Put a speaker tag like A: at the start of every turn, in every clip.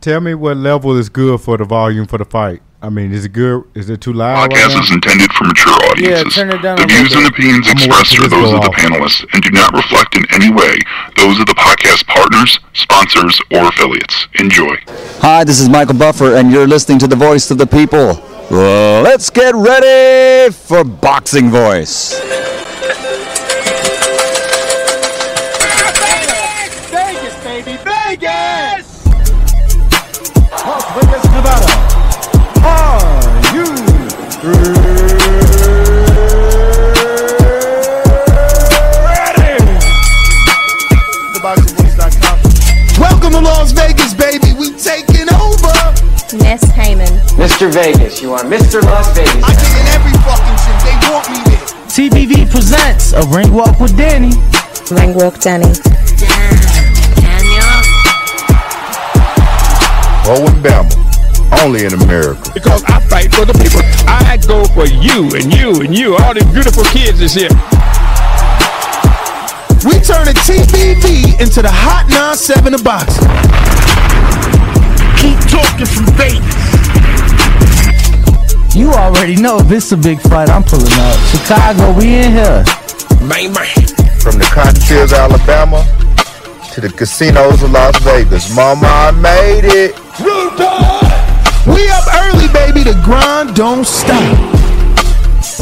A: Tell me what level is good for the volume for the fight. I mean, is it good? Is it too loud? right
B: Podcast
A: now?
B: is intended for mature audiences.
C: turn it down
B: the
C: a little
B: views and
C: bit.
B: opinions
A: I'ma wait
B: expressed
A: for
B: are
A: this to
B: those
A: go
B: of the
A: off.
B: panelists and do not reflect in any way those of the podcast partners, sponsors, or affiliates. Enjoy.
D: Hi, this is Michael Buffer, and you're listening to the voice of the people. Let's get ready for Boxing Voice.
E: Vegas, baby, Vegas!
F: Welcome to Las Vegas, baby. We taking over.
G: Ness Heyman.
H: Mr. Vegas, you are Mr. Las Vegas.
F: I get in every fucking shit. They want me there.
C: TVV presents a ring walk with Danny.
G: Ring Walk Danny.
I: Owen Bama, only in America.
J: because I fight for the people. I go for you and you and you, all these beautiful kids this year.
F: We turning TBV into the hot 9-7 of boxing.
E: Keep talking from Vegas.
C: You already know if it's a big fight, I'm pulling up. Chicago, we in here.
J: Bang, bang.
I: From the cottontails of Alabama to the casinos of Las Vegas. Mama, I made it.
F: We up early, baby. The grind don't stop.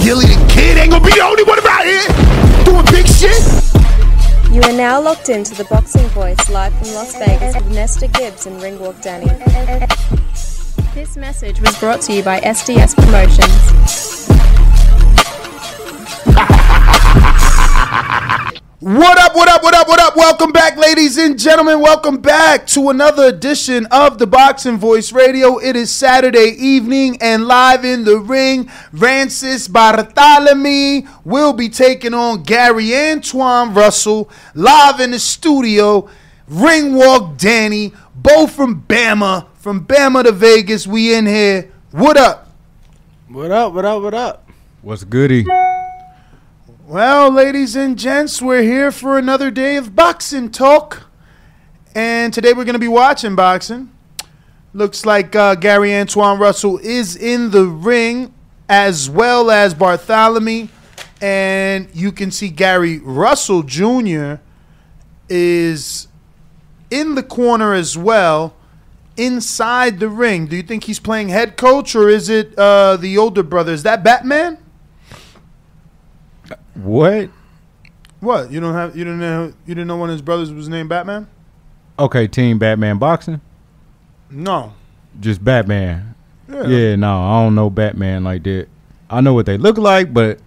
F: Gilly the kid ain't gonna be the only one around here doing big shit.
G: You are now locked into the Boxing Voice live from Las Vegas with Nesta Gibbs and Ring Walk Danny. This message was brought to you by SDS Promotions.
F: What up, what up, what up, what up? Welcome back, ladies and gentlemen. Welcome back to another edition of the Boxing Voice Radio. It is Saturday evening, and live in the ring, Francis Bartholomew will be taking on Gary Antoine Russell. Live in the studio, Ring Walk Danny, both from Bama. From Bama to Vegas, we in here. What up?
C: What up, what up, what up?
A: What's goody?
F: Well, ladies and gents, we're here for another day of boxing talk. And today we're going to be watching boxing. Looks like uh, Gary Antoine Russell is in the ring as well as Bartholomew. And you can see Gary Russell Jr. is in the corner as well, inside the ring. Do you think he's playing head coach or is it uh, the older brother? Is that Batman?
A: What?
F: What you don't have you didn't know you didn't know one of his brothers was named Batman?
A: Okay, Team Batman boxing.
F: No.
A: Just Batman. Yeah. no, I don't know Batman like that. I know what they look like, but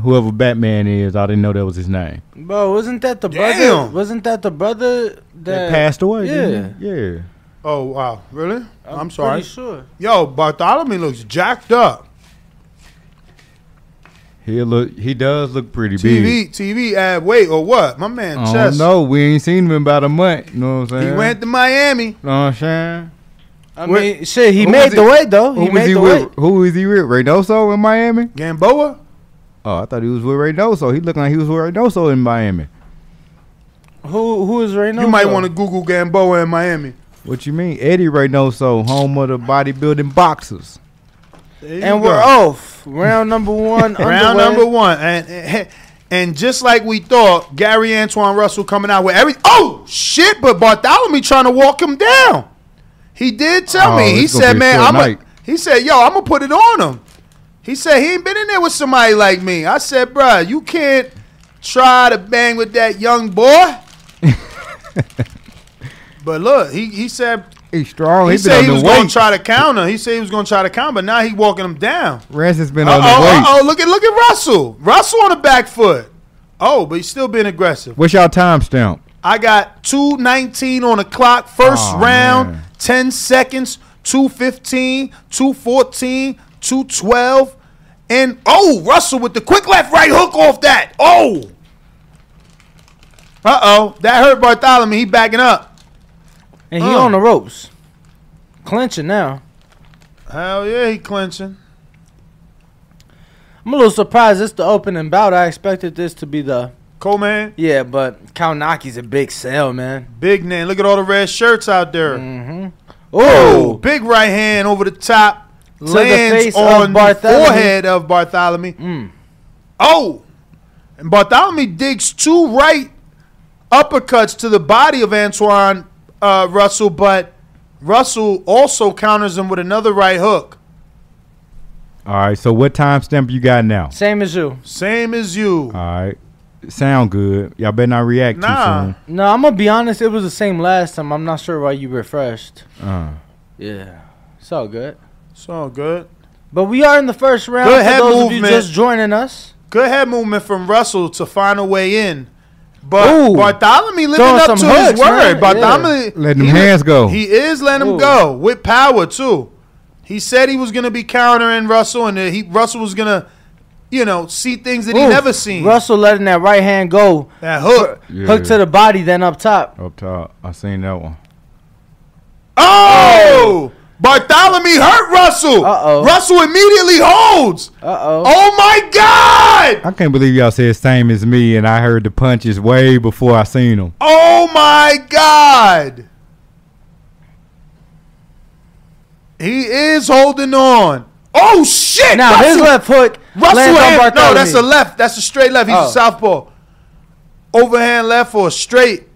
A: whoever Batman is, I didn't know that was his name.
C: Bro, wasn't that the brother?
F: Damn.
C: Wasn't that the brother that,
A: That passed away.
C: Yeah.
A: didn't he? yeah.
F: Oh wow, really? I'm, sorry.
C: Pretty sure.
F: Yo, Bartholomew looks jacked up.
A: He look. He does look pretty
F: TV
A: big.
F: TV ad weight or what? My man
A: I don't
F: chest.
A: know. We ain't seen him in about a month. You know what I'm
F: He
A: saying?
F: went to Miami.
A: You know what I'm saying?
C: I
F: What-
C: mean, shit, he
F: who
C: made
F: was
C: the
F: he-
C: way, though. He
A: Who was
C: made
A: he
C: the
A: with?
C: way.
A: Who was he with? Reynoso in Miami?
F: Gamboa.
A: Oh, I thought he was with Reynoso. He looked like he was with Reynoso in Miami.
C: Who, who is Reynoso?
F: you might want to Google Gamboa in Miami.
A: What you mean? Eddie Reynoso, home of the bodybuilding boxers.
C: And we're off. Round number one.
F: Round number one, and, and and just like we thought, Gary Antoine Russell coming out with every oh shit, but Bartholomew trying to walk him down. He did tell
A: Oh,
F: me. He
A: it's gonna
F: said,
A: be a
F: "Man,
A: short
F: I'm."
A: night."
F: A, he said, "Yo, I'm gonna put it on him." He said he ain't been in there with somebody like me. I said, "Bruh, you can't try to bang with that young boy." but look, he he said
A: Oh, He's strong.
F: he,
A: He,
F: said
A: been
F: he
A: on
F: was
A: the
F: gonna
A: weight.
F: try to counter. He said he was gonna try to counter, but now he walking him down.
A: Rance has been
F: Uh
A: on the weight.
F: oh, uh oh, look at look at Russell. Russell on the back foot. Oh, but he's still being aggressive.
A: What's y'all timestamp?
F: I got 219 on the clock, first
A: Aw,
F: round,
A: man.
F: 10 seconds, 215, 214, 212. And oh, Russell with the quick left right hook off that. Oh. Uh oh. That hurt Bartholomew. He backing up.
C: And he
F: Uh.
C: on the ropes. Clinching now.
F: Hell Oh, yeah, he clinching.
C: I'm a little surprised. It's the opening bout. I expected this to be the.
F: Cool man.
C: Yeah, but Kalnaki's a big sell, man.
F: Big name. Look at all the red shirts out there.
C: Mm-hmm.
F: Oh, big right hand over the top
K: the
F: lands
K: face of
F: on the
K: Bartholomew. Mm.
F: forehead of Bartholomew. Oh, and Bartholomew digs two right uppercuts to the body of Antoine uh, Russell, but Russell also counters him with another right hook.
A: All right. So what timestamp you got now?
K: Same as you.
F: Same as you.
A: All right. Sound good. Y'all better not react too
K: No, I'm gonna be honest. It was the same last time. I'm not sure why you refreshed.
A: soon. Uh,
K: Yeah, it's all good.
F: It's all good.
K: But we are in the first round.
F: Good
K: for
F: head
K: those Of
F: movement.
K: you just joining us.
F: Good head movement from Russell to find a way in. But
K: Ooh.
F: Bartholomew living
K: Throwing
F: up to
K: some
F: his
K: hooks, man.
F: word.
K: Yeah.
F: Bartholomew
A: Letting them
F: he-
A: hands go.
F: He is letting him
K: Ooh.
F: go with power too. He said he was gonna be countering Russell, and that he Russell was gonna, you know, see things that he
K: Ooh,
F: never seen.
K: Russell letting that right hand go,
F: that hook.
A: yeah.
K: hook to the body, then up top.
A: up top. I seen that one.
F: Oh, Bartholomew hurt Russell.
K: Uh-oh.
F: Russell immediately holds.
K: Uh oh.
F: Oh my God!
A: I can't believe y'all said same as me, and I heard the punches way before I seen them.
F: Oh my God! He is holding on. Oh shit!
K: Now his
F: Russell-
K: left hook.
F: Russell
K: lands on
F: hand, no,
K: Bartholomew.
F: that's a left. That's a straight left. He's
K: Oh.
F: a southpaw. Overhand left or straight.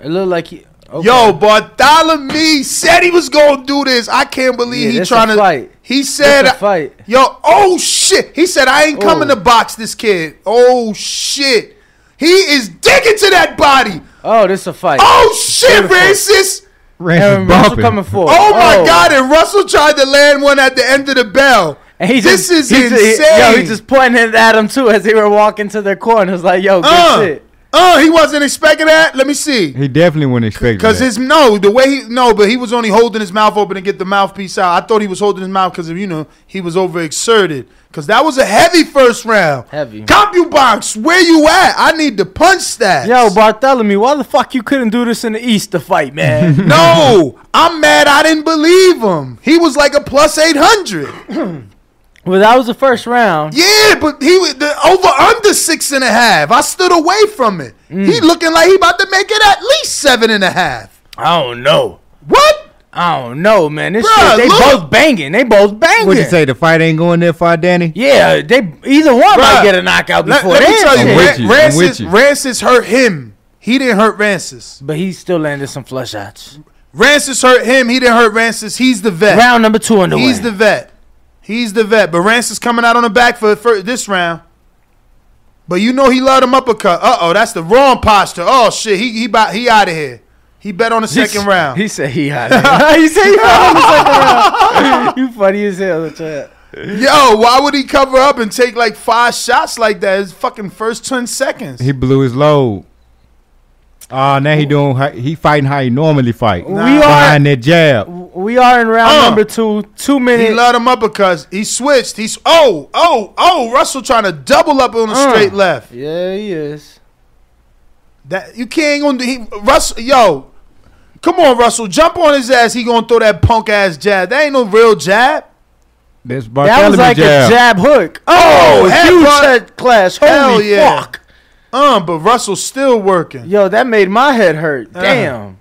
K: It looked like he. Okay.
F: Yo, Bartholomew said he was gonna do this. I can't
K: Yeah,
F: believe he
K: that's a
F: trying to.
K: fight.
F: He said,
K: That's a fight.
F: "Yo, oh shit!" He said, "I ain't coming
K: Oh.
F: to box this kid." Oh shit! He is digging to that body.
K: Oh, this a fight.
F: Oh shit,
K: Beautiful.
F: racist!
A: Randy's
K: Aaron Russell
A: bumping.
K: coming forward.
F: Oh my god! And Russell tried to land one at the end of the bell.
K: And he
F: this is
K: just, he
F: insane.
K: just- yo, he just pointed at him too as they were walking to their corners. Like, yo, good
F: uh,
K: shit.
F: uh, he wasn't expecting that. Let me see.
A: He definitely wouldn't expect
F: Cause
A: that.
F: his no, the way he no, but he was only holding his mouth open to get the mouthpiece out. I thought he was holding his mouth because you know he was overexerted. Cause that was a heavy first round.
K: Heavy.
F: CompuBox, where you at? I need the punch stats.
K: Yo, Bartholomew, why the fuck you couldn't do this in the East to fight, man?
F: no, I'm mad. I didn't believe him. He was like a plus eight hundred.
K: well, that was the first round.
F: Yeah, but he was the over under six and a half. I stood away from it. He
K: Mm.
F: looking like he about to make it at least seven and a half.
K: I don't know.
F: What?
K: I don't know, man. This
F: Bruh,
K: shit, they
F: look.
K: both banging. They both banging.
A: What'd you say? The fight ain't going that far, Danny?
K: Yeah, they either one
F: Bruh,
K: might get a knockout
F: Let,
K: before
F: let me
K: then.
F: tell you,
A: I'm
F: Ran-
A: with you. I'm
F: Rancis,
A: with you.
F: Rancis hurt him. He didn't hurt Rancis.
K: But he still landed some flush shots.
F: Rancis hurt him. He didn't hurt Rancis. He's the vet.
K: Round number two on the
F: He's
K: way.
F: the vet. He's the vet. But Rancis coming out on the back for, for this round. But you know he loved him uppercut. Uh oh, that's the wrong posture. Oh shit, he he bout- he out of here. He bet on the second round.
K: He said he had it. he said he had it second round. You funny as hell, chat.
F: Yo, why would he cover up and take like five shots like that? His fucking first ten seconds.
A: He blew his load. Ah, now he doing how- he fighting how he normally fight.
K: We are-
A: behind that jab.
K: We are in round
F: Uh.
K: number two. Two
F: He
K: minutes.
F: loved him uppercuts. He switched. He's oh oh oh. Russell trying to double up on the straight left.
K: Uh. yeah, he is.
F: That you can't gonna do. He, Russell, yo, come on, Russell, jump on his ass. He gonna throw that punk ass jab. That ain't no real jab.
A: That's
K: That was
A: Bartholomew
K: like
A: jab.
K: a jab hook.
F: Oh,
K: Oh,
F: head
K: huge
F: butt.
K: head clash. Holy
F: Hell yeah.
K: fuck.
F: Um, but Russell's still working. Uh.
K: Yo, that made my head hurt. Damn.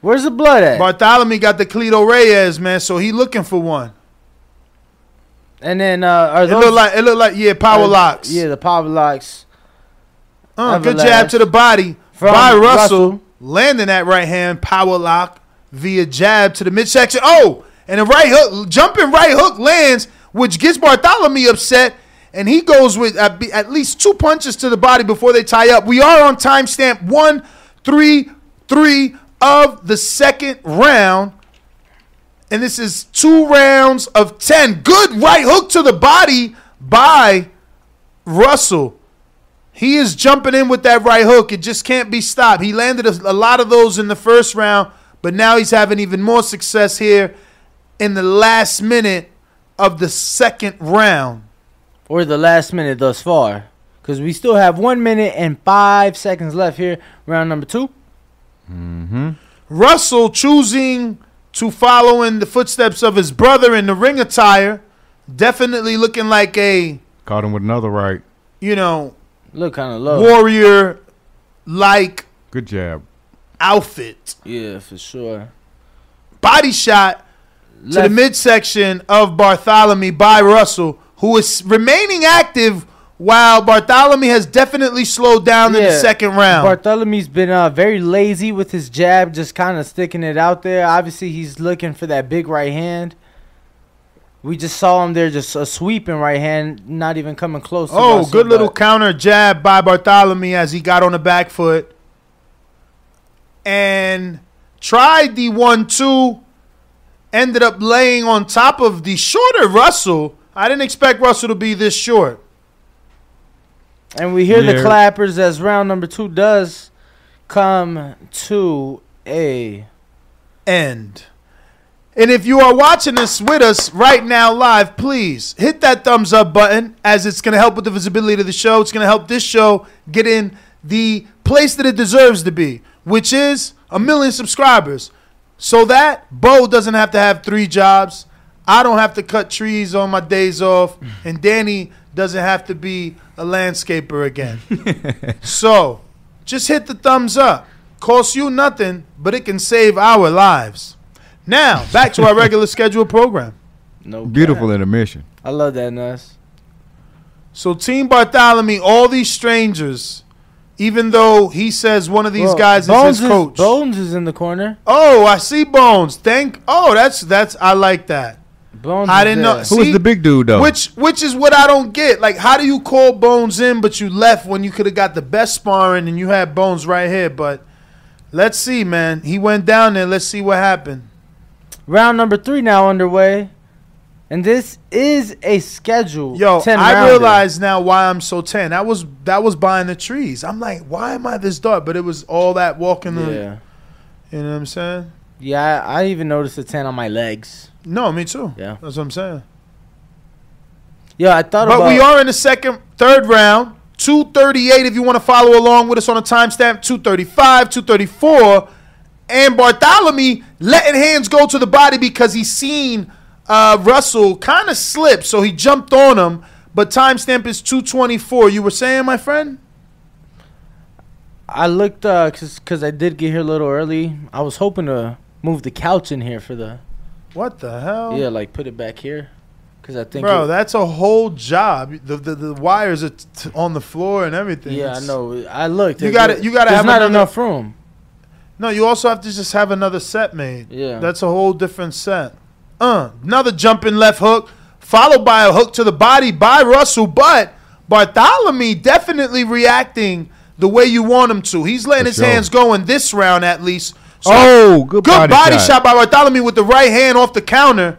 K: Where's the blood at?
F: Bartholomew got the Cleto Reyes man, so he looking for one.
K: and then uh, are
F: It
K: those
F: look like it look like yeah power
K: uh,
F: locks.
K: Yeah, the power locks.
F: Uh, good
K: Everlast.
F: jab to the body
K: From
F: by Russell,
K: Russell.
F: landing that right hand power lock via jab to the midsection. Oh, and the right hook, jumping right hook lands, which gets Bartholomew upset, and he goes with at, be- at least two punches to the body before they tie up. We are on timestamp one, three, three of the second round. And this is two rounds of 10. Good right hook to the body by Russell. He is jumping in with that right hook. It just can't be stopped. He landed a, a lot of those in the first round, but now he's having even more success here in the last minute of the second round.
K: or the last minute thus far, because we still have one minute and five seconds left here, round number two.
F: Russell choosing to follow in the footsteps of his brother in the ring attire, definitely looking like a,
A: Caught him with another right.
F: you know,
K: Look kind of low.
F: warrior like
A: Good jab.
F: outfit.
K: Yeah, for sure.
F: body shot to the
K: Left.
F: midsection of Bartholomew by Russell, who is remaining active while Bartholomew has definitely slowed down in the second round.
K: Bartholomew's been uh, very lazy with his jab, just kind of sticking it out there. Obviously, he's looking for that big right hand. We just saw him there, just a sweeping right hand, not even coming close. to
F: oh,
K: Russell,
F: good little
K: but
F: counter jab by Bartholomew as he got on the back foot and tried the one two. Ended up laying on top of the shorter Russell. I didn't expect Russell to be this short.
K: And we hear the
F: Yeah.
K: clappers as round number two does come to a
F: end. And if you are watching this with us right now live, please hit that thumbs up button as it's going to help with the visibility of the show. It's going to help this show get in the place that it deserves to be, which is a million subscribers. So that Bo doesn't have to have three jobs. I don't have to cut trees on my days off. And Danny doesn't have to be a landscaper again. so just hit the thumbs up. Costs you nothing, but it can save our lives. Now, back to our regular scheduled program.
K: no.
A: Beautiful intermission.
K: I love that nuts.
F: So, Team Bartholomew, all these strangers, even though he says one of these
K: Well,
F: guys
K: Bones
F: is his coach.
K: Bones is in the corner.
F: oh, I see Bones. Thank. Oh, that's that's. I like that.
K: Bones.
F: I
K: is
F: didn't
K: there.
F: know.
A: Who was
F: See,
A: the big dude though?
F: Which which is what I don't get. Like, how do you call Bones in, but you left when you could have got the best sparring and you had Bones right here? But let's see, man. He went down there. Let's see what happened.
K: Round number three now underway, and this is a schedule.
F: Yo,
K: 10
F: I
K: rounder.
F: realize now why I'm so tan. That was that was buying the trees. I'm like, why am I this dark? But it was all that walking the.
K: Yeah,
F: You know what I'm saying?
K: yeah. I, I even noticed a ten on my legs.
F: No, me too.
K: Yeah.
F: That's what I'm saying.
K: Yeah, I thought
F: But
K: about.
F: we are in the second, third round. 238 if you want to follow along with us on a timestamp. 235, 234. And Bartholomew letting hands go to the body because he seen uh, Russell kind of slip. So he jumped on him. But timestamp is 224. You were saying, my friend?
K: I looked uh, cause, cause I did get here a little early. I was hoping to move the couch in here for the
F: What the hell?
K: yeah, like put it back here, cause I think
F: Oh. Bro,
K: it-
F: that's a whole job. The, the, the wires are t- t- on the floor and everything.
K: yeah, I
F: It's-
K: know. I looked.
F: You
K: It-
F: gotta- you gotta
K: there's
F: have
K: not
F: another-
K: enough room.
F: No, you also have to just have another set made.
K: Yeah.
F: That's a whole different set. Uh, another jumping left hook, followed by a hook to the body by Russell, but Bartholomew definitely reacting the way you want him to. He's letting
A: For
F: his
A: sure.
F: hands go in this round at least. So-
A: oh, good,
F: good body, shot. by Bartholomew with the right hand off the counter.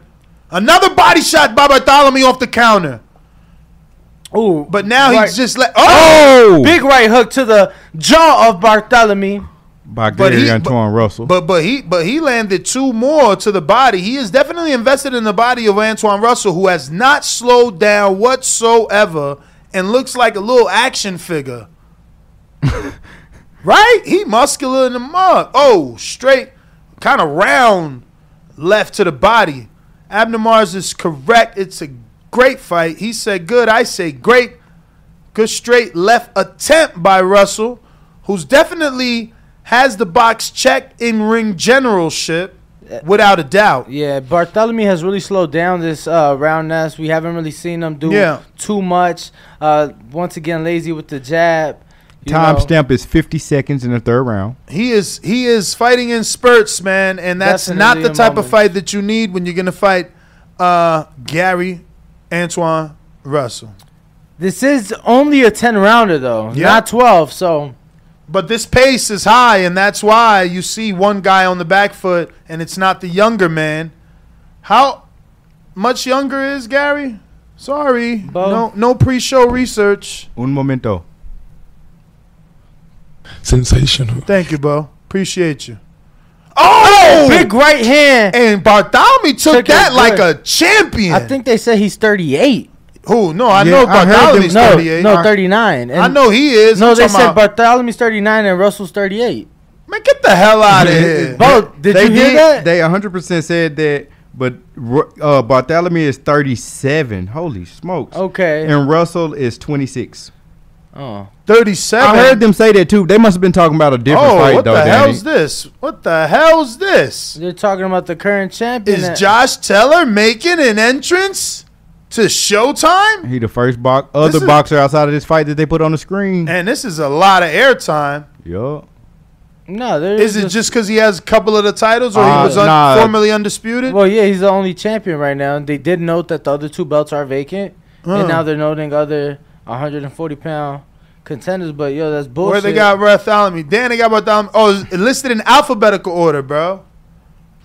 F: Another body shot by Bartholomew off the counter.
K: Ooh,
F: But now
K: Right.
F: he's just like,
A: Oh,
K: big right hook to the jaw of Bartholomew.
A: by
F: But
A: Gary
F: he-
A: Antoine Russell.
F: But but he but he landed two more to the body. He is definitely invested in the body of Antoine Russell, who has not slowed down whatsoever and looks like a little action figure. right? He muscular in the mug. Oh, straight, kind of round left to the body. Abner Mars is correct. It's a great fight. He said good. I say great. Good straight left attempt by Russell, who's definitely has the box checked in ring generalship without a doubt.
K: Yeah, Bartholomew has really slowed down this uh, round. Ness, we haven't really seen him do
F: Yeah.
K: too much. Uh, once again, lazy with the jab. you know.
A: Timestamp is 50 seconds in the third round.
F: He is he is fighting in spurts, man, and that's
K: Definitely
F: not the
K: a
F: type
K: moment.
F: of fight that you need when you're gonna fight uh, Gary Antoine Russell.
K: This is only a ten rounder though,
F: Yeah.
K: not twelve. So
F: But this pace is high, and that's why you see one guy on the back foot, and it's not the younger man. How much younger is Gary? Sorry,
K: Bo.
F: no no pre-show research.
A: Un momento.
J: Sensational.
F: Thank you, Bo. Appreciate you. Oh,
K: big right hand.
F: and Bartholomew took,
K: Took it
F: that like
K: good.
F: a champion.
K: I think they said he's thirty-eight.
F: Who? No, I
A: Yeah,
F: know
A: I heard them-
F: Bartholomew's
K: no,
F: 38.
K: no, thirty-nine. And
F: I know he is.
K: No,
F: I'm
K: they
F: talking
K: said
F: about-
K: Bartholomew's thirty-nine and Russell's thirty-eight.
F: man, get the hell out of here.
K: Bo, did
A: they
K: you hear that?
A: They 100% said that, but Ru- uh, Bartholomew is 37. Holy smokes.
K: okay.
A: And Russell is 26.
K: Oh.
F: 37.
A: I heard them say that too. They must have been talking about a different
F: Oh,
A: fight
F: what
A: though.
F: the
A: Danny.
F: hell's this? What the hell's this?
K: They're talking about the current champion.
F: Is Josh Teller making an entrance to Showtime?
A: He the first box, other
F: is-
A: boxer outside of this fight that they put on the screen.
F: And this is a lot of airtime.
A: Yup.
K: No, there
F: Is it just because he has a couple of the titles, or
A: Uh,
F: he was un-
A: nah.
F: formerly undisputed?
K: Well, yeah, he's the only champion right now. They did note that the other two belts are vacant,
F: Huh.
K: and now they're noting other 140 pound contenders. But yo, that's bullshit.
F: Where they got Bartholomew? Dan, they got Bartholomew. Oh, it's listed in alphabetical order, bro.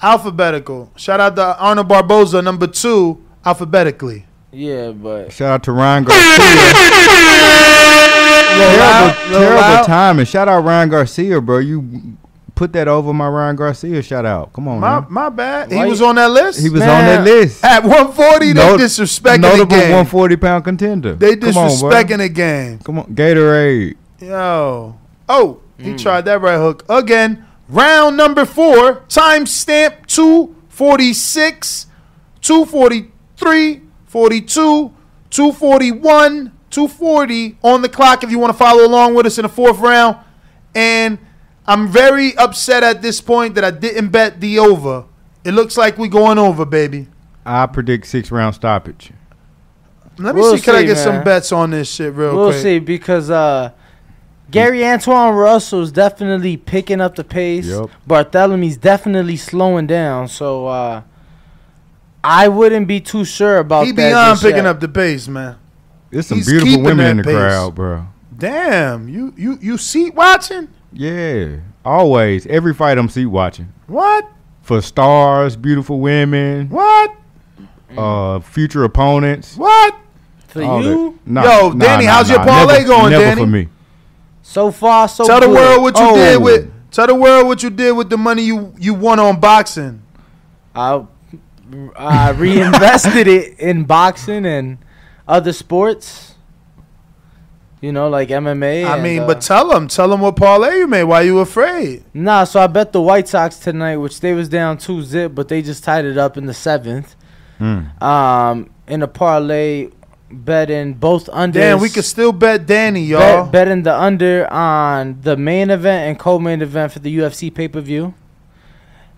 F: Alphabetical. Shout out to Arnold Barboza, number two, alphabetically.
K: Yeah, but
A: Shout out to Ryan Garcia. terrible terrible timing. Shout out Ryan Garcia, bro. You put that over my Ryan Garcia shout out. Come on,
F: My,
A: man.
F: my bad.
K: Why
F: he was
K: you-
F: on that list.
A: He was on
K: Man.
A: that list.
F: at 140.
A: No-
F: they disrespecting the
A: Notable
F: game.
A: 140 pound contender.
F: They
A: Come on, bro.
F: disrespecting the game.
A: Come on, Gatorade.
F: Yo. Oh, he tried that right hook again. Round number four, timestamp 246, 243, 42, 241, 240 on the clock if you want to follow along with us in the fourth round. And I'm very upset at this point that I didn't bet the over. It looks like we going over, baby.
A: I predict six round stoppage.
F: Let me
K: We'll
F: see, can I
K: see,
F: get some
K: man.
F: bets on this shit real
K: we'll
F: quick?
K: see because uh, Gary Antoine Russell's definitely picking up the pace.
A: Yup.
K: Bartholomew's definitely slowing down. So uh, I wouldn't be too sure about
F: He
K: that
F: beyond
K: just
F: picking
K: yet.
F: up the pace, man.
A: There's some
F: He's
A: beautiful
F: keeping
A: women
F: that
A: in the
F: pace.
A: crowd, bro.
F: Damn, you you you seat watching?
A: Yeah, always. Every fight I'm seat watching
F: What?
A: for stars, beautiful women,
F: What?
A: uh, future opponents.
F: What?
K: for
A: all
K: you.
A: that. Nah,
F: Yo,
A: nah,
F: Danny,
A: nah,
F: how's your
A: nah.
F: parlay
A: never,
F: going,
A: Never
F: Danny?
A: for me.
K: So far, so
F: Tell the
K: good.
F: world what you
A: Oh.
F: did with. Tell the world what you did with the money you you won on boxing.
K: I I reinvested it in boxing and other sports. You know, like MMA.
F: I
K: and,
F: mean,
K: uh,
F: but tell them, tell them what parlay you made. Why you afraid?
K: nah. So I bet the White Sox tonight, which they was down two zip, but they just tied it up in the seventh. Um, in a parlay, betting both unders.
F: Damn, we could still bet Danny, y'all.
K: bet, betting the under on the main event and co-main event for the UFC pay per view,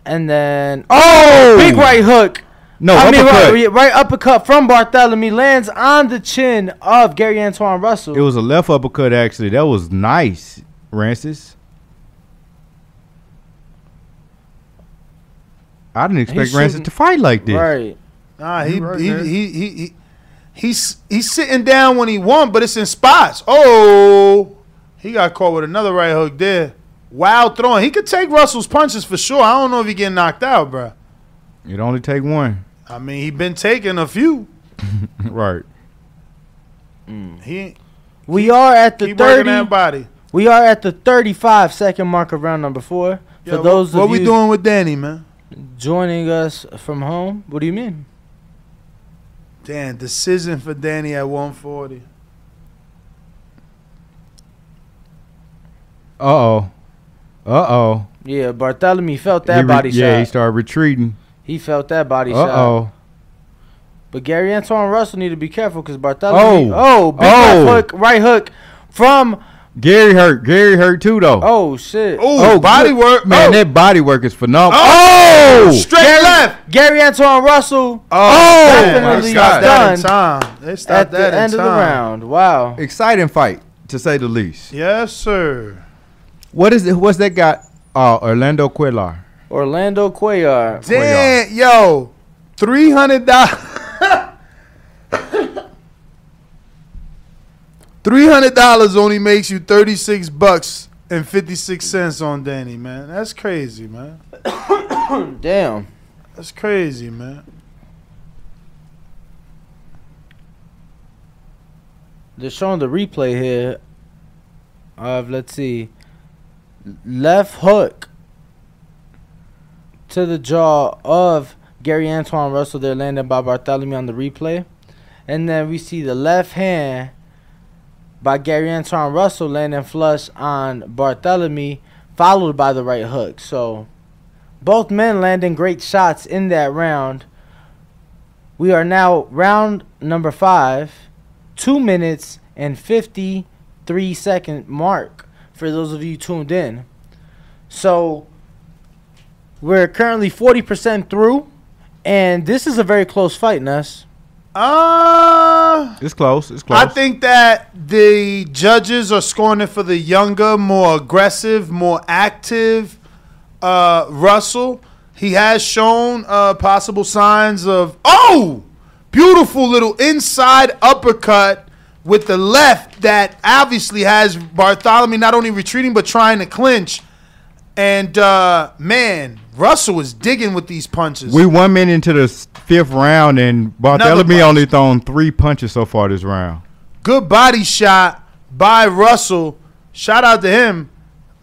K: and then
A: Oh,
K: big right hook.
A: No,
K: I mean,
A: uppercut.
K: right, yeah, right uppercut from Bartholomew lands on the chin of Gary Antoine Russell.
A: It was a left uppercut. Actually, that was nice, Rancis. I didn't expect Rancis
K: shouldn't-
A: to fight like this.
K: right.
F: Nah, he,
A: You right,
F: he,
A: man.
F: he, he, he, he's, he's sitting down when he won, but it's in spots. Oh, he got caught with another right hook there. Wild throwing. He could take Russell's punches for sure. I don't know if he getting knocked out, bruh.
A: It only take one.
F: I mean, he been taking a few.
A: right.
F: He
K: We are Hmm. at the
F: keep working that
K: 30.
F: body.
K: We are at the 35 second mark of round number four.
F: Yeah,
K: For those
F: what,
K: of
F: what
K: you
F: we doing with Danny, man?
K: joining us from home, what do you mean?
F: Damn, decision for Danny at 140.
A: Uh oh. Uh oh.
K: Yeah, Bartholomew felt that body
A: Yeah, he
K: shot.
A: started retreating.
K: He felt that body
A: Uh
K: shot.
A: oh.
K: But Gary Antoine Russell need to be careful because Bartholomew.
A: Oh.
K: Oh, big
A: Oh.
K: left hook, right hook from.
A: Gary hurt. Gary hurt too though.
K: Oh shit.
F: Oh, body
A: good.
F: work,
A: man.
F: Oh.
A: That body work is phenomenal.
F: Oh, straight left.
K: Gary Antoine Russell
A: Oh,
K: definitely
F: Stop that in
K: done.
F: time. They
K: at
F: stopped
K: the
F: that in
K: end of the
F: time.
K: round. Wow.
A: exciting fight to say the least.
F: Yes, sir.
A: What is it? What's that guy? Uh, Orlando Cuellar.
K: Orlando Cuellar.
A: Where
F: Damn, yo, three hundred dollars. Three hundred dollars only makes you thirty six bucks and fifty six cents on Danny, man. That's crazy, man.
K: Damn.
F: That's crazy, man.
K: They're showing the replay here of, let's see, left hook to the jaw of Gary Antoine Russell. They're landed by Bartholomew on the replay. And then we see the left hand by Gary Antoine Russell landing flush on Bartholomew, followed by the right hook. So both men landing great shots in that round. We are now round number five, two minutes and 50 three second mark for those of you tuned in. So we're currently 40% through, and this is a very close fight, Ness.
F: Uh,
A: it's close. It's close.
F: I think that the judges are scoring it for the younger, more aggressive, more active uh, Russell. He has shown uh, possible signs of oh, beautiful little inside uppercut with the left that obviously has Bartholomew not only retreating but trying to clinch. And uh, man, Russell is digging with these punches.
A: We one minute into the s- fifth round, and Bartholomew only thrown three punches so far this round.
F: Good body shot by Russell. Shout out to him.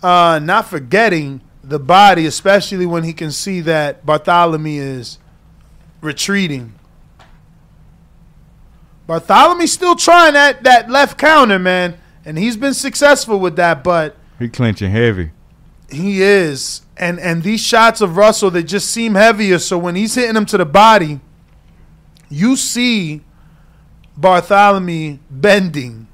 F: Uh, not forgetting the body, especially when he can see that Bartholomew is retreating. Bartholomew's still trying that, that left counter, man. And he's been successful with that, but
A: He clinching heavy.
F: he is. And and these shots of Russell they just seem heavier. So when he's hitting him to the body, you see Bartholomew bending.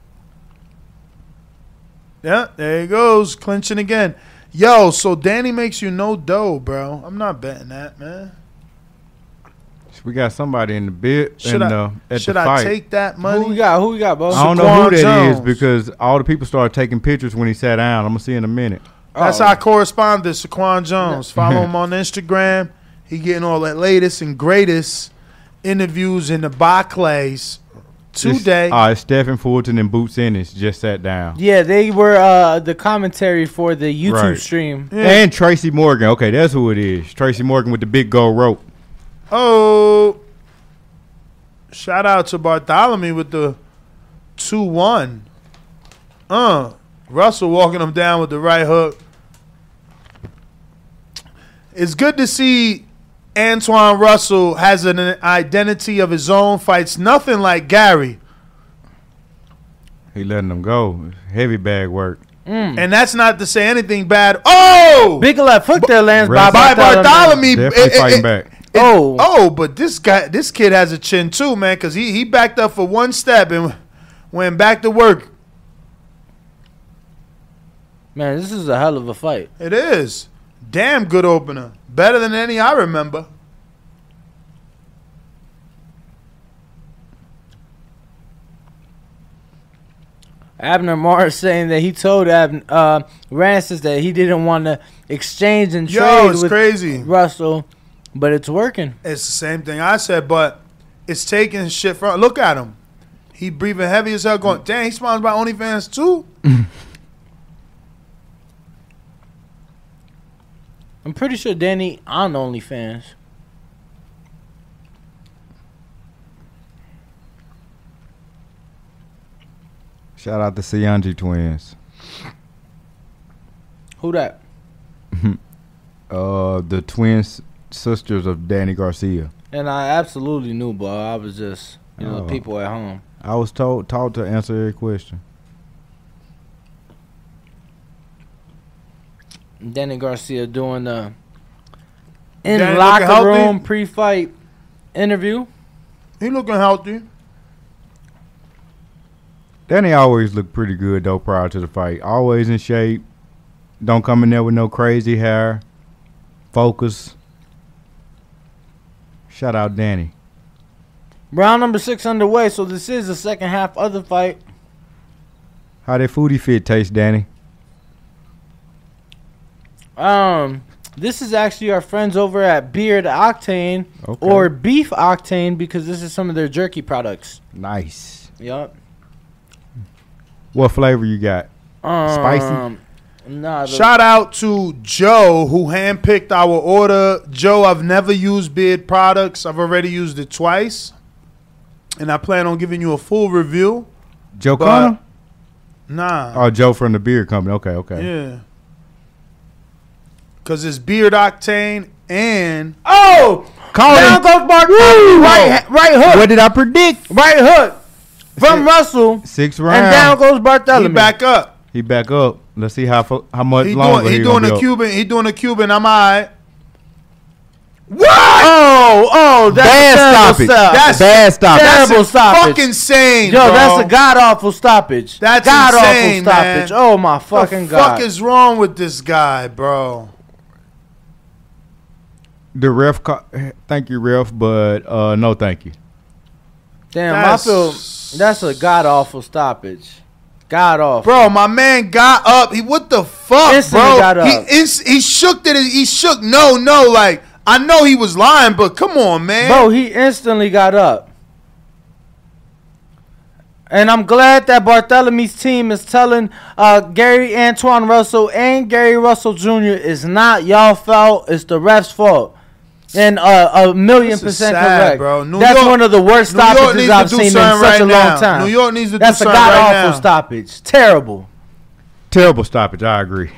F: Yeah, there he goes, clinching again. Yo, so Danny makes you no dough, bro. I'm not betting that, man.
A: We got somebody in the bid.
F: Should
A: in
F: I
A: the, at
F: should
A: the
F: I
A: fight.
F: take that money? Who
K: we got? Who we got, Bo?
A: I don't know who that is
F: Jones.
A: because all the people started taking pictures when he sat down. I'm gonna see in a minute.
F: That's our correspondent, Saquon Jones. Follow him on Instagram. He getting all that latest and greatest interviews in the Barclays today.
A: It's, uh, it's Stephen Fulton and Boots Ennis just sat down.
K: Yeah, they were uh, the commentary for the YouTube
A: Right.
K: stream.
A: And Tracy Morgan. Okay, that's who it is. Tracy Morgan with the big gold rope.
F: Oh, shout out to Bartholomew with the two one. Uh, Russell walking him down with the right hook. It's good to see Antoine Russell has an identity of his own. Fights nothing like Gary,
A: He letting them go. Heavy bag work.
F: and that's not to say anything bad. Oh,
K: Mm. Big left hook there, Lance.
A: Rest-
F: by Bartholomew, Eh,
A: Definitely
F: it- it-
A: fighting
F: it-
A: back.
K: Oh,
F: Oh, but this guy, this kid has a chin too, man, because he, he backed up for one step and went back to work.
K: man, this is a hell of a fight.
F: It is. Damn good opener. Better than any I remember.
K: Abner Morris saying that he told Ab- uh, Rancis that he didn't want to exchange and trade
F: Yo, it's
K: with
F: crazy.
K: Russell, but it's working.
F: It's the same thing I said, but it's taking shit from. Look at him. He breathing heavy as hell. Going, damn, he sponsored by OnlyFans too.
L: Mm.
K: I'm pretty sure Danny on OnlyFans.
A: Shout out to Sianji twins.
K: Who that?
A: Uh, the twin s- sisters of Danny Garcia.
K: And I absolutely knew, but I was just you know the
A: Oh.
K: people at home.
A: I was told taught to answer every question.
K: Danny Garcia doing the in
F: Danny looking
K: locker
F: healthy?
K: room pre-fight interview.
F: He looking healthy.
A: Danny always looked pretty good though prior to the fight. Always in shape. Don't come in there with no crazy hair. Focus. Shout out Danny.
K: Round number six underway, so this is the second half of the fight.
A: How that foodie fit taste, Danny?
K: Um, this is actually our friends over at Beard Octane
A: Okay.
K: or Beef Octane because this is some of their jerky products.
A: Nice.
K: Yup.
A: What flavor you got?
K: Um,
A: Spicy?
K: Nah, the-
F: Shout out to Joe who handpicked our order. Joe, I've never used Beard products. I've already used it twice, and I plan on giving you a full review.
A: Joe
F: But-
A: Connor?
F: Nah.
A: Oh, Joe from the beer company. Okay, okay.
F: Yeah. Cause it's beard octane and
K: oh,
A: Call
K: down
A: him.
K: goes Mark. Right, right hook,
A: What did I predict?
K: right hook from
A: Shit.
K: Russell,
A: Six
K: and down
A: rounds.
K: goes
F: he
K: Bartholomew.
F: back up.
A: He back up. Let's see how fo- how much
F: He
A: longer
F: doing he
A: gonna
F: doing
A: be
F: a
A: up.
F: Cuban. He doing a Cuban. I'm alright.
A: What? Oh,
K: Oh, oh, that's
A: Bad
K: a terrible
A: stoppage.
K: stop.
A: That's Bad stoppage.
K: Terrible
A: That's
K: stoppage.
A: fucking insane,
K: Yo,
A: bro.
K: that's a god awful stoppage.
F: That's
K: god
F: insane,
K: awful stoppage.
F: man.
K: Oh my fucking
F: the
K: god.
F: fuck is wrong with this guy, bro?
A: The ref, ca- thank you, ref, but uh, no, thank you.
K: Damn,
F: That's-
K: I feel that's a god awful stoppage. God awful.
F: Bro, my man got up. He what the fuck,
K: Instantly
F: bro?
K: got up.
F: He ins- he shook that. He shook. No, no. Like I know he was lying, but come on, man.
K: Bro, he instantly got up. And I'm glad that Bartholomew's team is telling uh, Gary Antoine Russell and Gary Russell Jr. is not y'all fault. It's the ref's fault. And uh, a million
F: This is
K: percent
F: sad,
K: correct.
F: bro. New
K: That's
F: York-
K: one of the worst
F: New York
K: stoppages
F: needs to
K: I've
F: do
K: seen in such
F: something right
K: a long
F: now.
K: time.
F: New York needs to do
K: That's
F: something
K: a
F: right
K: god awful
F: now.
K: stoppage. Terrible.
A: Terrible stoppage. I agree.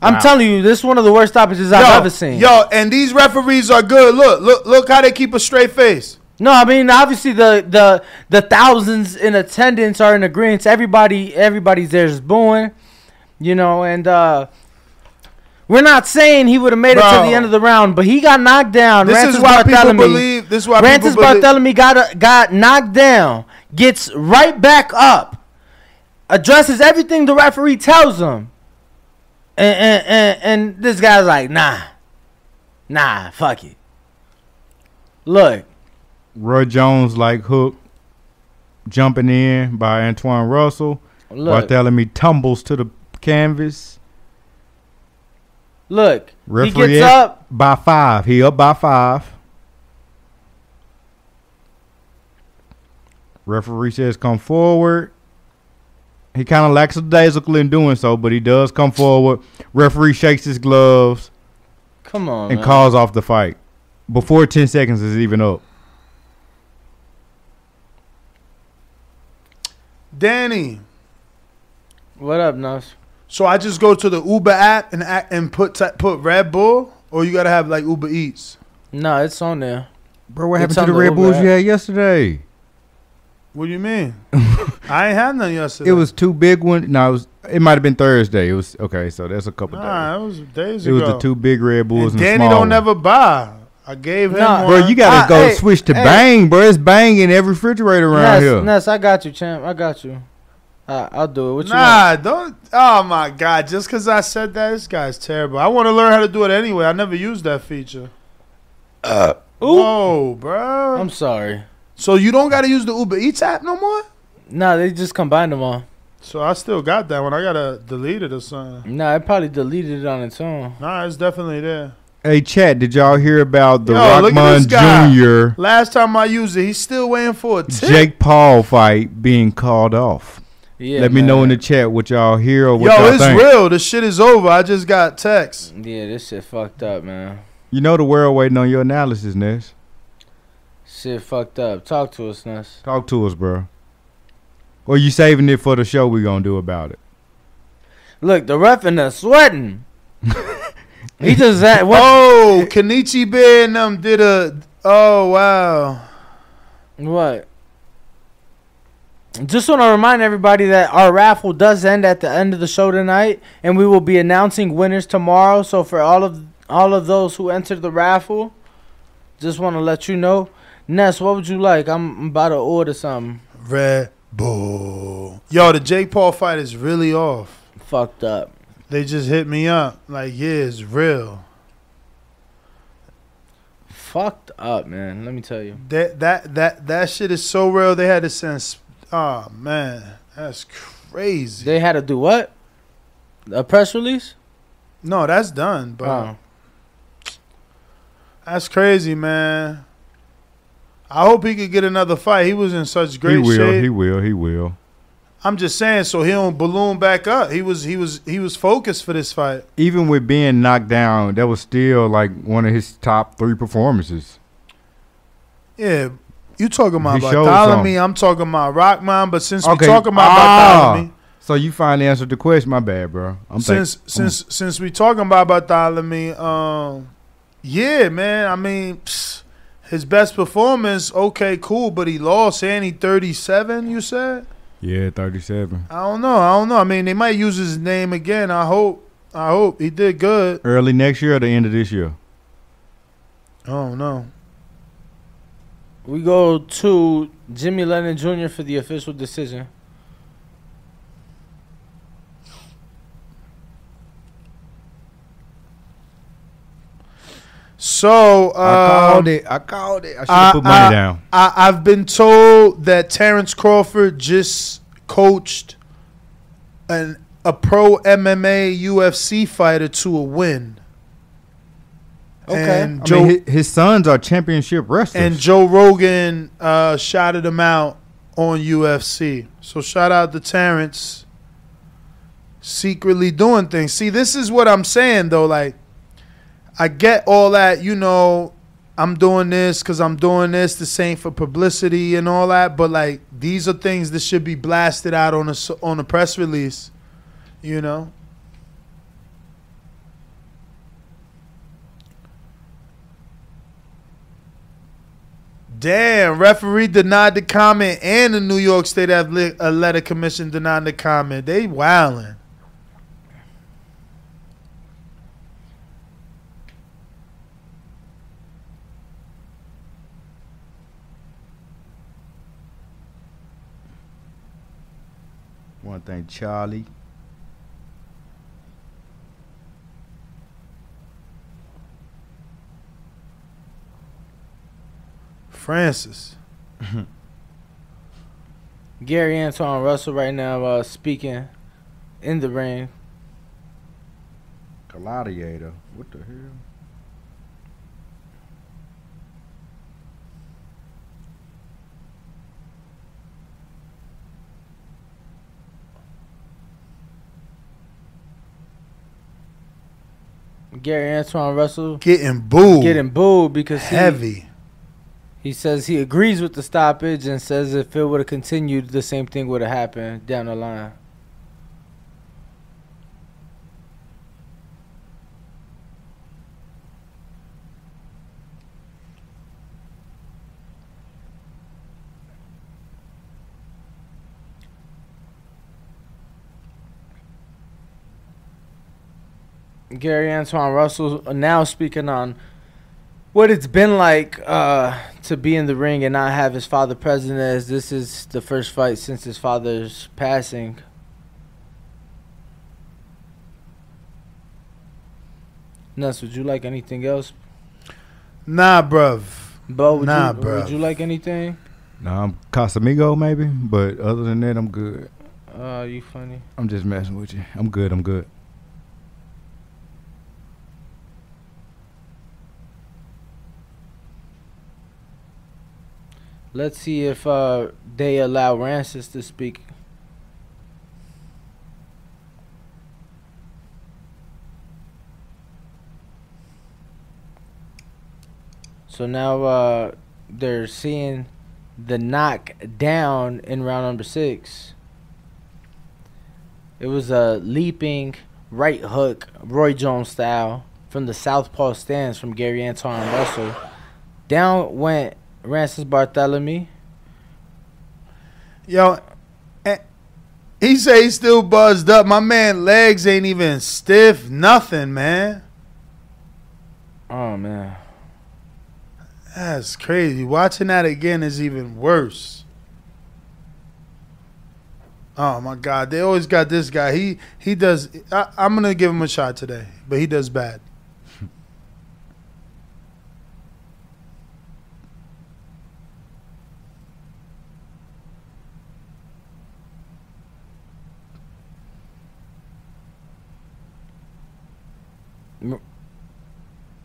K: I'm
A: Wow.
K: telling you, this is one of the worst stoppages I've
F: yo,
K: ever seen.
F: Yo, and these referees are good. Look, look, look how they keep a straight face.
K: No, I mean obviously the the the thousands in attendance are in agreement. Everybody everybody's there is booing, you know, and uh we're not saying he would have made it to
F: Bro.
K: the end of the round, but he got knocked down.
F: This
K: Rantis
F: is why people
K: Bartholomew-
F: believe. This is why
K: Rantis
F: people believe.
K: Bartholomew got got knocked down, gets right back up, addresses everything the referee tells him, and and, and, and this guy's like, nah, nah, fuck it. Look,
A: Roy Jones like hook jumping in by Antoine Russell.
K: Look.
A: Bartholomew tumbles to the canvas.
K: look,
A: Referee
K: he gets
A: up
K: up.
A: by five. He up by five. Referee says come forward. He kind of lackadaisical in doing so, but he does come forward. Referee shakes his gloves
K: Come on,
A: and
K: man.
A: calls off the fight before 10 seconds is even up.
F: Danny.
K: What up, Nuss?
F: So I just go to the Uber app and act- and put t- put Red Bull, or you gotta have like Uber Eats.
K: No, it's on there.
A: Bro, what
K: It's
A: happened
K: on
A: to the
K: the
A: Red
K: Uber
A: Bulls
K: app.
A: you had yesterday?
F: What do you mean? I ain't had none yesterday.
A: It was two big ones. No, it was. It might have been Thursday. It was okay. So that's a couple
F: nah, it was days
A: days. It was
F: ago.
A: the two big Red Bulls
F: And
A: and,
F: Danny
A: the small
F: don't
A: one.
F: ever buy. I gave him
K: Nah.
A: Bro,
F: one.
A: you gotta
K: Ah,
A: go
K: hey,
A: switch to
K: hey.
A: Bang, bro. It's Bang in every refrigerator around
K: Nuss,
A: here.
K: Nuss, I got you, champ. I got you. I, Uh, I'll do it. What you want?
F: Nah, don't. Oh my God! Just because I said that, this guy's terrible. I want to learn how to do it anyway. I never used that feature.
K: Ooh.
F: Uh, Whoa, bro!
K: I'm sorry.
F: so you don't got to use the Uber Eats app no more?
K: Nah, they just combined them all.
F: So I still got that one. I gotta delete it or something.
K: Nah, it probably deleted it on its own.
F: Nah, it's definitely there.
A: Hey, chat. Did y'all hear about the
F: Yo, look at this guy.
A: Rockman Jr.
F: Last time I used it, he's still waiting for a tip.
A: Jake Paul fight being called off?
K: Yeah.
A: Let me
K: man.
A: know in the chat what y'all hear or what
F: Yo,
A: y'all
F: it's
A: think.
F: real. The shit is over. I just got text.
K: Yeah, this shit fucked up, man.
A: You know the world waiting on your analysis, Ness.
K: Shit fucked up. Talk to us, Nuss.
A: Talk to us, bro. Or you saving it for the show we gonna do about it?
K: Look, the ref in there sweating. he just that. What?
F: Oh, Kenichi Bear and them did a. Oh wow.
K: What? Just want to remind everybody that our raffle does end at the end of the show tonight, and we will be announcing winners tomorrow. So for all of all of those who entered the raffle, just want to let you know. Ness, what would you like? I'm about to order something.
F: Red Bull. Yo, the Jake Paul fight is really off.
K: Fucked up.
F: They just hit me up. Like, yeah, it's real.
K: Fucked up, man. Let me tell you.
F: That that that that shit is so real. They had to send. sp- Oh man, that's crazy.
K: They had to do what? A press release? Oh.
F: No, that's done. But
K: Wow.
F: that's crazy, man. I hope he could get another fight. He was in such great
A: he will.
F: shape.
A: He will. He will.
F: I'm just saying, so he don't balloon back up. He was he was he was focused for this fight.
A: even with being knocked down, that was still like one of his top three performances.
F: Yeah, you talking about
A: He showed
F: Bartholomew? I'm talking about Rockman. But since
A: Okay,
F: we talking about
A: ah,
F: Bartholomew,
A: So you finally answered the question. My bad, bro. I'm thinking- mm.
F: since since since we talking about Bartholomew, um, yeah, man. I mean, psh, his best performance, okay, cool, but he lost. And he 37. You said?
A: yeah, thirty-seven.
F: I don't know. I don't know. I mean, they might use his name again. I hope. I hope he did good.
A: Early next year or the end of this year.
F: I don't know.
K: We go to Jimmy Lennon Jr. for the official decision.
F: So uh,
A: I called it. I called it. I should
F: I-
A: have put money
F: I-
A: down.
F: I, I've been told that Terrence Crawford just coached an a pro MMA UFC fighter to a win.
A: Okay.
F: And
A: I
F: Joe
A: mean, hi- his sons are championship wrestlers.
F: and Joe Rogan uh, shouted him out on UFC. So shout out to Terrence secretly doing things. See, this is what I'm saying though. Like, I get all that, you know, I'm doing this because I'm doing this. This ain't for publicity and all that. But like, these are things that should be blasted out on a s- on a press release. You know, Damn, referee denied the comment and the New York State Athletic Athletic Commission denied the comment. They wildin'.
A: One thing, Charlie.
F: Francis.
K: Gary Antoine Russell right now uh, speaking in the ring.
A: Gladiator. What the hell?
K: Gary Antoine Russell
F: Getting booed.
K: getting booed because he-
F: heavy.
K: He says he agrees with the stoppage and says if it would have continued, the same thing would have happened down the line. Gary Antoine Russell uh, now speaking on what it's been like uh, to be in the ring and not have his father present as this is the first fight since his father's passing. Nuts, would you like anything else?
F: Nah, bruv.
K: Bo, would,
F: Nah,
K: you,
F: bruv.
K: would you like anything?
A: Nah, I'm Casamigo maybe, but other than that, I'm good.
K: Uh, you funny.
A: I'm just messing with you. I'm good. I'm good.
K: Let's see if uh, they allow Rancis to speak. So now uh, they're seeing the knock down in round number six. It was a leaping right hook, Roy Jones style, from the southpaw stance from Gary Antoine Russell. Down went Rancis Bartholomew.
F: Yo, eh, he say he's still buzzed up. My man legs ain't even stiff. Nothing, man.
K: Oh man,
F: That's crazy. Watching that again is even worse. Oh my God! They always got this guy. He he does. I, I'm gonna give him a shot today, but he does bad.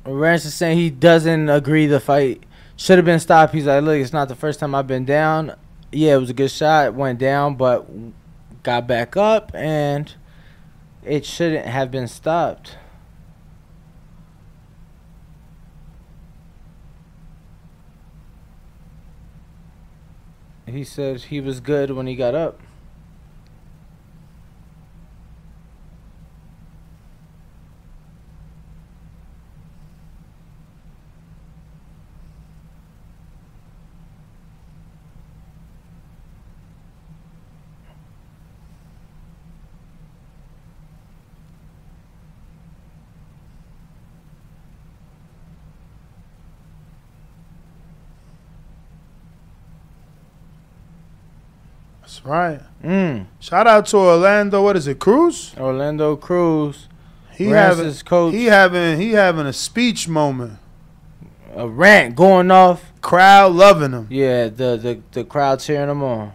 K: Rancis saying he doesn't agree the fight should have been stopped. He's like, look, it's not the first time I've been down. Yeah, it was a good shot, went down, but got back up, and it shouldn't have been stopped. He said he was good when he got up.
F: That's right.
K: Mm.
F: Shout out to Orlando. What is it, Cruz? Orlando Cruz. He
K: Rams
F: having
K: is coach.
F: he having he having a speech moment.
K: A rant going off.
F: Crowd loving him.
K: Yeah, the the, the crowd cheering him on.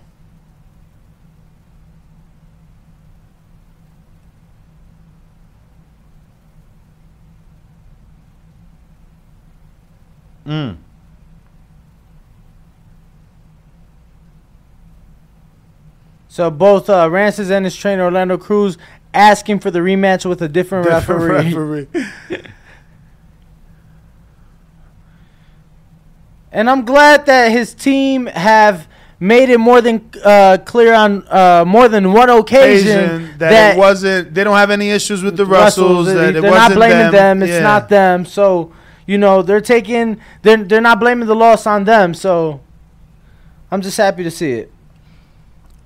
A: Mm.
K: So both uh, Rances and his trainer Orlando Cruz asking for the rematch with a different,
F: Different
K: referee. and I'm glad that his team have made it more than uh, clear on uh, more than one occasion,
F: Asian, that, it wasn't. They don't have any issues with the Russells.
K: Russells,
F: that it
K: they're not
F: wasn't
K: blaming them. It's
F: Yeah.
K: not them. So you know they're taking. They're they're not blaming the loss on them. So I'm just happy to see it.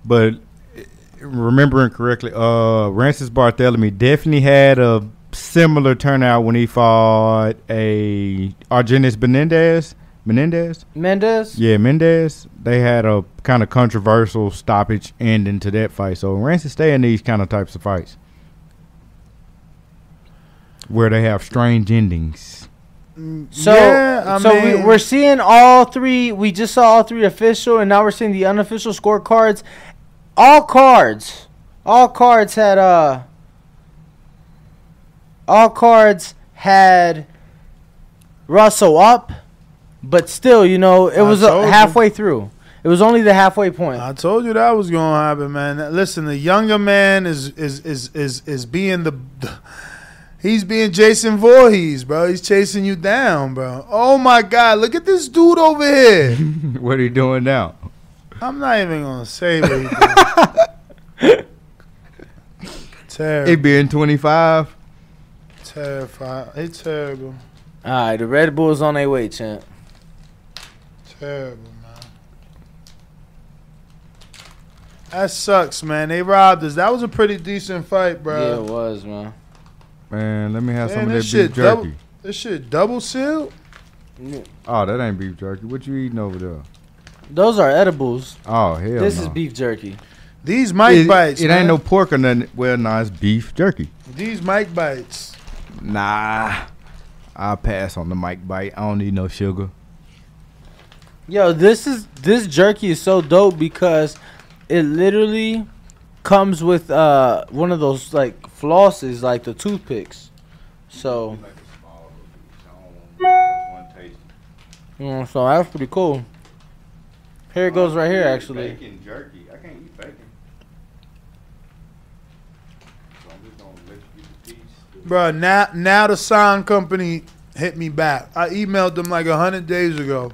A: But eh, remembering correctly, uh, Rancis Bartholomew definitely had a similar turnout when he fought a Argenis Menendez. Menendez.
K: Mendez.
A: Yeah, Mendez. They had a kind of controversial stoppage ending to that fight. So Rancis stay in these kind of types of fights where they have strange endings.
K: So,
F: Yeah, I
K: so
F: mean-
K: we, we're seeing all three. We just saw all three official, and now we're seeing the unofficial scorecards. All cards, all cards had uh, all cards had Russell up, but still, you know, it
F: I
K: was uh,
F: told you.
K: halfway through. It was only the halfway point.
F: I told you that was going to happen, man. Listen, the younger man is is is is is being the, he's being Jason Voorhees, bro. He's chasing you down, bro. Oh my God, look at this dude over here.
A: what are you doing now?
F: I'm not even gonna say what he did.
A: It
F: terrible,
A: being 25.
F: terrified. It's terrible,
K: All right, the Red Bull's on their way, champ.
F: terrible, man. That sucks, man. They robbed us. That was a pretty decent fight, bro.
K: Yeah, it was, man.
A: Man, let me have
F: Man,
A: some of that
F: this
A: beef
F: shit
A: jerky.
F: double- This shit double sealed.
A: Oh, that ain't beef jerky. What you eating over there?
K: Those are edibles.
A: Oh, hell
K: this
A: no.
K: is beef jerky.
F: These mic
A: it,
F: bites.
A: It
F: man.
A: ain't no pork or nothing. Well, nah, it's beef jerky.
F: These mic bites.
A: Nah. I'll pass on the mic bite. I don't need no sugar.
K: Yo, this is this jerky is so dope because it literally comes with uh one of those like flosses, like the toothpicks. So, you know, so that's pretty cool. Here it goes right here, actually.
A: Bacon jerky. I can't eat bacon. So I'm just gonna let you get the piece.
F: Bruh, now now the sign company hit me back. I emailed them like hundred days ago.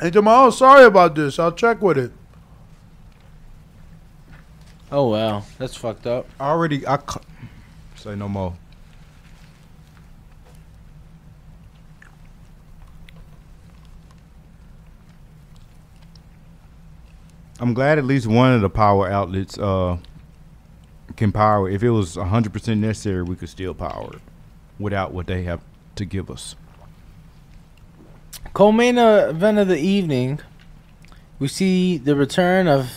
F: And tomorrow, "Oh, sorry about this. I'll check with it.
K: Oh wow, that's fucked up.
A: I already. I ca- say no more. I'm glad at least one of the power outlets uh, can power. If it was 100% necessary, we could still power it without what they have to give us.
K: Co-main event of the evening, we see the return of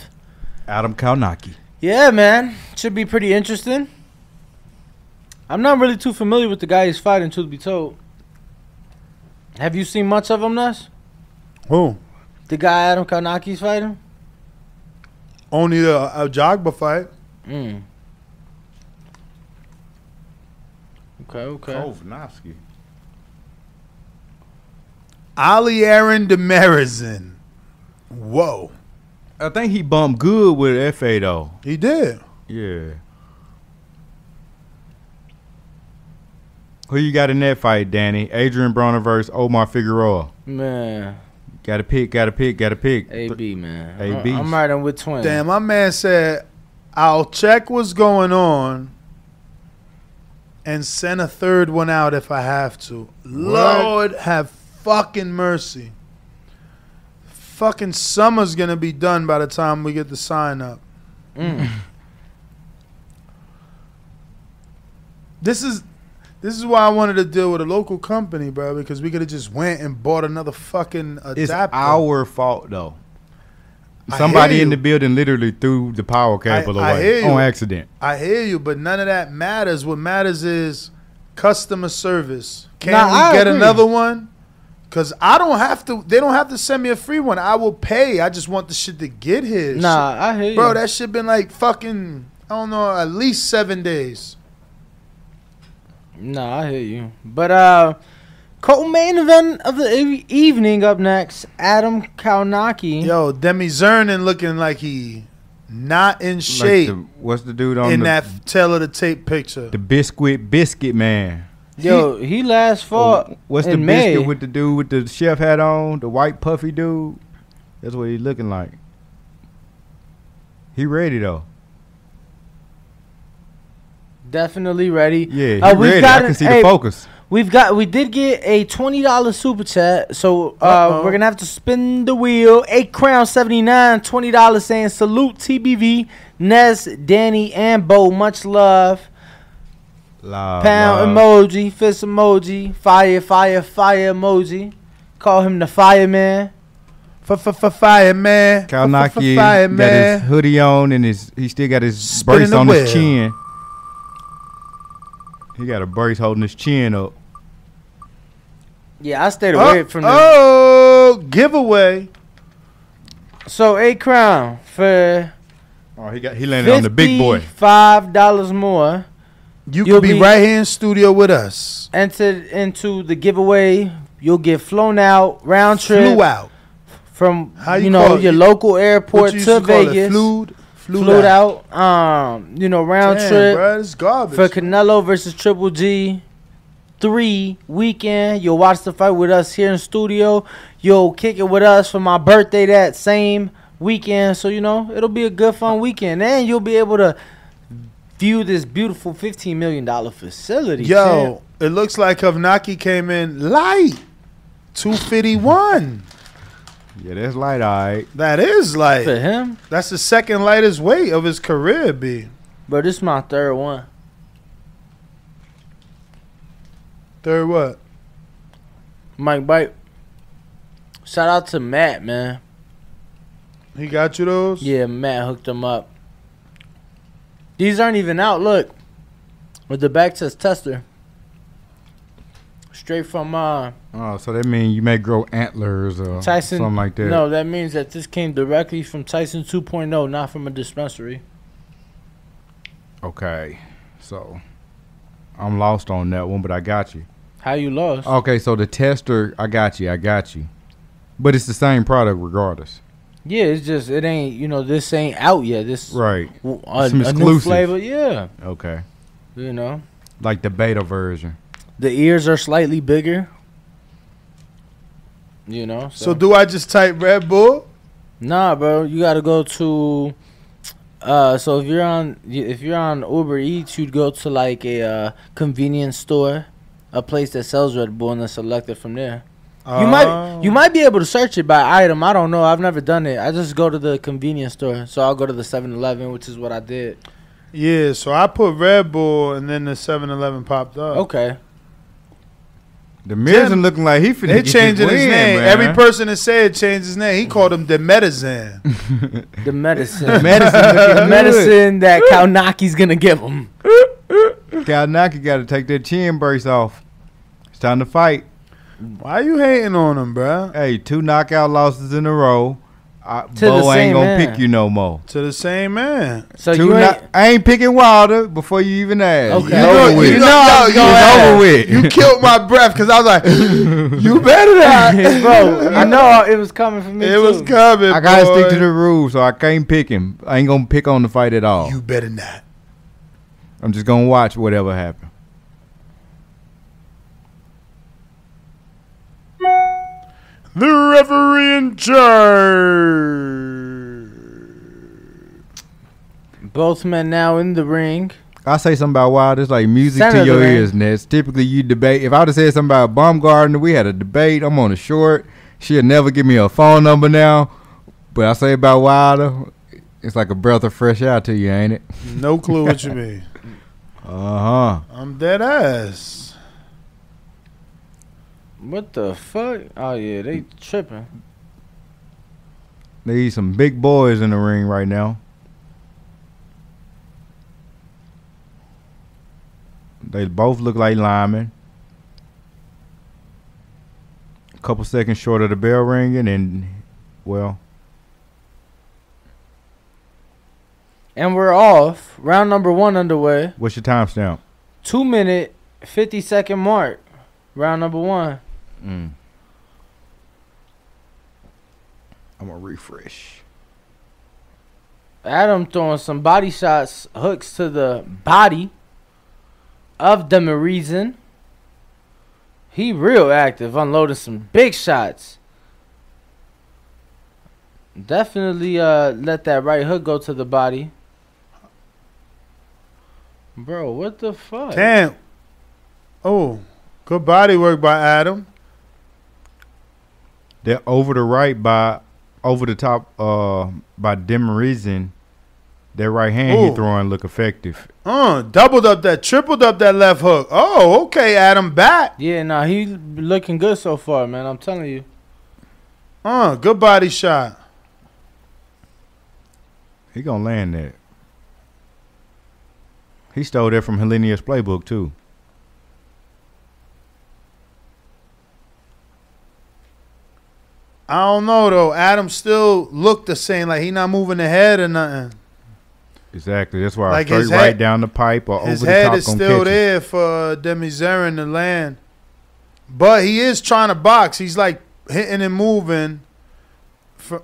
A: Adam Kalnaki.
K: Yeah, man. Should be pretty interesting. I'm not really too familiar with the guy he's fighting, truth be told. Have you seen much of him, Ness?
F: Who?
K: The guy Adam Kalnaki's fighting?
F: Only the uh, Jogba fight.
K: Mm. Okay, okay.
A: Kovnowski.
F: Ali Aaron Demarizin. Whoa.
A: I think he bumped good with oh. FA, though.
F: He did.
A: Yeah. Who you got in that fight, Danny? Adrian Broner versus Omar Figueroa.
K: Man.
A: Got to pick, got to pick, got to pick.
K: AB, man.
A: A
K: I-
A: B.
K: I'm riding with twins.
F: Damn, my man said, I'll check what's going on and send a third one out if I have to. Lord have fucking mercy. Fucking summer's gonna be done by the time we get the sign up.
K: Mm.
F: This is this is why I wanted to deal with a local company, bro, because we could have just went and bought another fucking adapter.
A: It's our fault, though.
F: I
A: Somebody
F: hear
A: in the
F: you.
A: building literally threw the power cable
F: I
A: away
F: hear you.
A: on accident.
F: I hear you, but none of that matters. What matters is customer service. Can
K: Nah,
F: we
K: I
F: get
K: agree.
F: another one? Cause I don't have to. They don't have to send me a free one. I will pay. I just want the shit to get here.
K: Nah,
F: Shit.
K: I hear you.
F: bro. That shit been like fucking. I don't know. At least seven days.
K: No, I hear you. But uh co-main event of the e- evening up next, Adam Kaunaki.
F: Yo, Demi Zernin looking like he not in shape
A: the- what's the dude on
F: in
A: the-
F: that tail of the tape picture.
A: The biscuit biscuit man.
K: Yo, he,
F: Oh.
K: last fought
A: What's the
K: in May.
A: biscuit with the dude with the chef hat on? The white puffy dude. That's what he looking like. He ready though.
K: Definitely ready.
A: Yeah, he
K: Uh, we've
A: ready.
K: got
A: I can
K: an-
A: see
K: hey,
A: the focus.
K: We've got we did get a twenty dollar super chat, so uh,
F: Uh-oh.
K: we're gonna have to spin the wheel. Eight crown seventy nine, twenty dollars saying salute TBV, Ness, Danny, and Bo. Much love.
A: Loud,
K: Pound
A: loud.
K: emoji, fist emoji, fire, fire, fire emoji. Call him the fireman.
F: Fireman. Fire,
A: Kalnaki got his
F: man.
A: hoodie on and his he still got his
F: Spinning
A: brace
F: the
A: on
F: wheel.
A: his chin. He got a brace holding his chin up.
K: Yeah, I stayed
F: Oh,
K: away from the
F: oh, giveaway.
K: So eight crown for
A: Oh, he got he landed on the big boy.
K: Five dollars more.
F: You
K: You'll
F: could be,
K: be-
F: right here in studio with us.
K: Entered into the giveaway. You'll get flown out round trip
F: Flew out.
K: from
F: How
K: you,
F: you
K: know
F: call it?
K: your local airport
F: What you used
K: to
F: to call it?
K: Vegas.
F: Flewed- flew
K: Flew out. Um, you know round
F: Damn,
K: trip
F: bruh, this garbage.
K: for Canelo versus Triple G. Three weekend. You'll watch the fight with us here in studio. You'll kick it with us for my birthday that same weekend. So you know it'll be a good fun weekend, and you'll be able to view this beautiful fifteen million dollar facility. champ.
F: Yo, it looks like Kovnaki came in light. 251.
A: Yeah, that's light eye.
F: That is
K: for
F: light.
K: him,
F: That's the second lightest weight of his career, B.
K: bro. This is my third one.
F: Third what?
K: Mike Bite. Shout out to Matt, man.
F: He got you those?
K: Yeah, Matt hooked him up. These aren't even out. Look, with the back says tester. Straight from uh,
A: Oh, so that means you may grow antlers or
K: Tyson.
A: Oh, something like that.
K: No, that means that this came directly from Tyson 2.0, not from a dispensary.
A: Okay, so I'm lost on that one, but I got you.
K: How you lost?
A: Okay, so the tester, I got you, I got you. But it's the same product regardless,
K: yeah, it's just it ain't you know this ain't out yet. This
A: right?
K: w- a,
A: Some
K: a new
A: exclusive.
K: flavor, yeah.
A: Okay,
K: You know
A: like the beta version.
K: the ears are slightly bigger. You know,
F: So do I just type Red Bull?
K: Nah, bro, you gotta go to. Uh, so if you're on if you're on Uber Eats, you'd go to like a uh, convenience store, a place that sells Red Bull, and then select it from there. You might
F: Oh.
K: you might be able to search it by item. I don't know. I've never done it. I just go to the convenience store. So I'll go to the 7-Eleven, which is what I did.
F: Yeah, so I put Red Bull and then the 7 Eleven popped up.
K: Okay.
A: The Mirzen
F: Damn.
A: looking like he finna
F: They
A: get
F: changing
A: this
F: his
A: win,
F: name.
A: man.
F: Every person that said changed his name. He called him Demetazan.
K: The medicine.
A: medicine,
K: the
A: looking medicine.
K: medicine that Kaunaki's gonna give him.
A: Kalnaki got to take that chin brace off. It's time to fight.
F: Why you hating on him, bruh?
A: Hey, two knockout losses in a row. I,
K: the
A: Bo
K: same
A: ain't gonna
K: man.
A: pick you no more.
F: To the same man.
K: So
A: Two
K: you
A: kno-
K: ain't,
A: I ain't picking Wilder before you even
K: Okay.
A: ask. It's
K: You
A: over
K: know-
A: with.
K: you
F: know I was
A: It's
F: gonna ask.
A: over with.
F: You killed my breath because I was like, you better not.
K: bro. I know it was coming from me.
F: It
K: too.
F: was coming.
A: I gotta
F: boy.
A: stick to the rules, so I can't pick him. I ain't gonna pick on the fight at all.
F: You better not.
A: I'm just gonna watch whatever happens.
F: The referee in charge.
K: Both men now in the ring.
A: I say something about Wilder, it's like music
K: Senator,
A: to your
K: man.
A: ears, Ness. Typically, you debate. If I would have said something about Baumgartner, we had a debate. I'm on a short. She'll never give me a phone number now. But I say about Wilder, it's like a breath of fresh air to you, ain't it?
F: No clue what you mean.
A: Uh huh.
F: I'm dead ass.
K: What the fuck? Oh yeah, they tripping.
A: They need some big boys in the ring right now. They both look like linemen. A couple seconds short of the bell ringing, and well,
K: And we're off. Round number one underway.
A: what's your timestamp?
K: Two minute, 50 second mark. Round number one.
A: Mm. I'm gonna refresh.
K: Adam throwing some body shots, hooks to the body of the reason. He real active, unloading some big shots. Definitely uh let that right hook go to the body. Bro, what the fuck?
F: Damn. Oh, good body work by Adam.
A: They're over the right by over the top uh by Dim Reason. That right hand he
F: Ooh.
A: throwing look effective.
F: Uh, doubled up that, tripled up that left hook. Oh, okay, Adam back.
K: Yeah, nah, he looking good so far, man. I'm telling you.
F: Uh, good body shot.
A: He gonna land that. He stole that from Hellenius playbook too.
F: I don't know though. Adam still looked the same, like he not moving the head or nothing.
A: Exactly. That's why
F: Like
A: straight
F: his
A: right
F: head-
A: down the pipe or
F: His
A: over the
F: head
A: top
F: is
A: gonna
F: still
A: catch it.
F: there for Demi Zarin to land, but he is trying to box. He's like hitting and moving, for,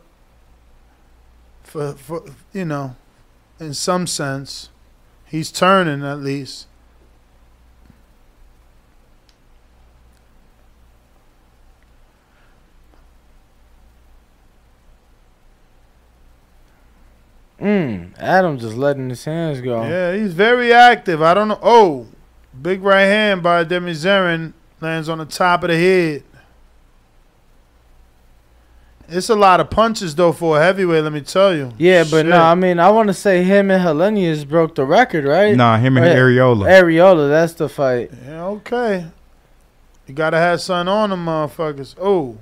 F: for, for you know, in some sense, he's turning at least.
K: Mm, Adam just letting his hands go.
F: Yeah, he's very active. I don't know. Oh, big right hand by Demi Zarin lands on the top of the head. It's a lot of punches though for a heavyweight. Let me tell you.
K: Yeah, but no,
F: Shit.
K: I mean, I want to say him and Hellenius broke the record, right?
A: Nah, him and
K: Right.
A: Areola.
K: Areola, that's the fight.
F: Yeah, okay. You gotta have something on them motherfuckers. Oh.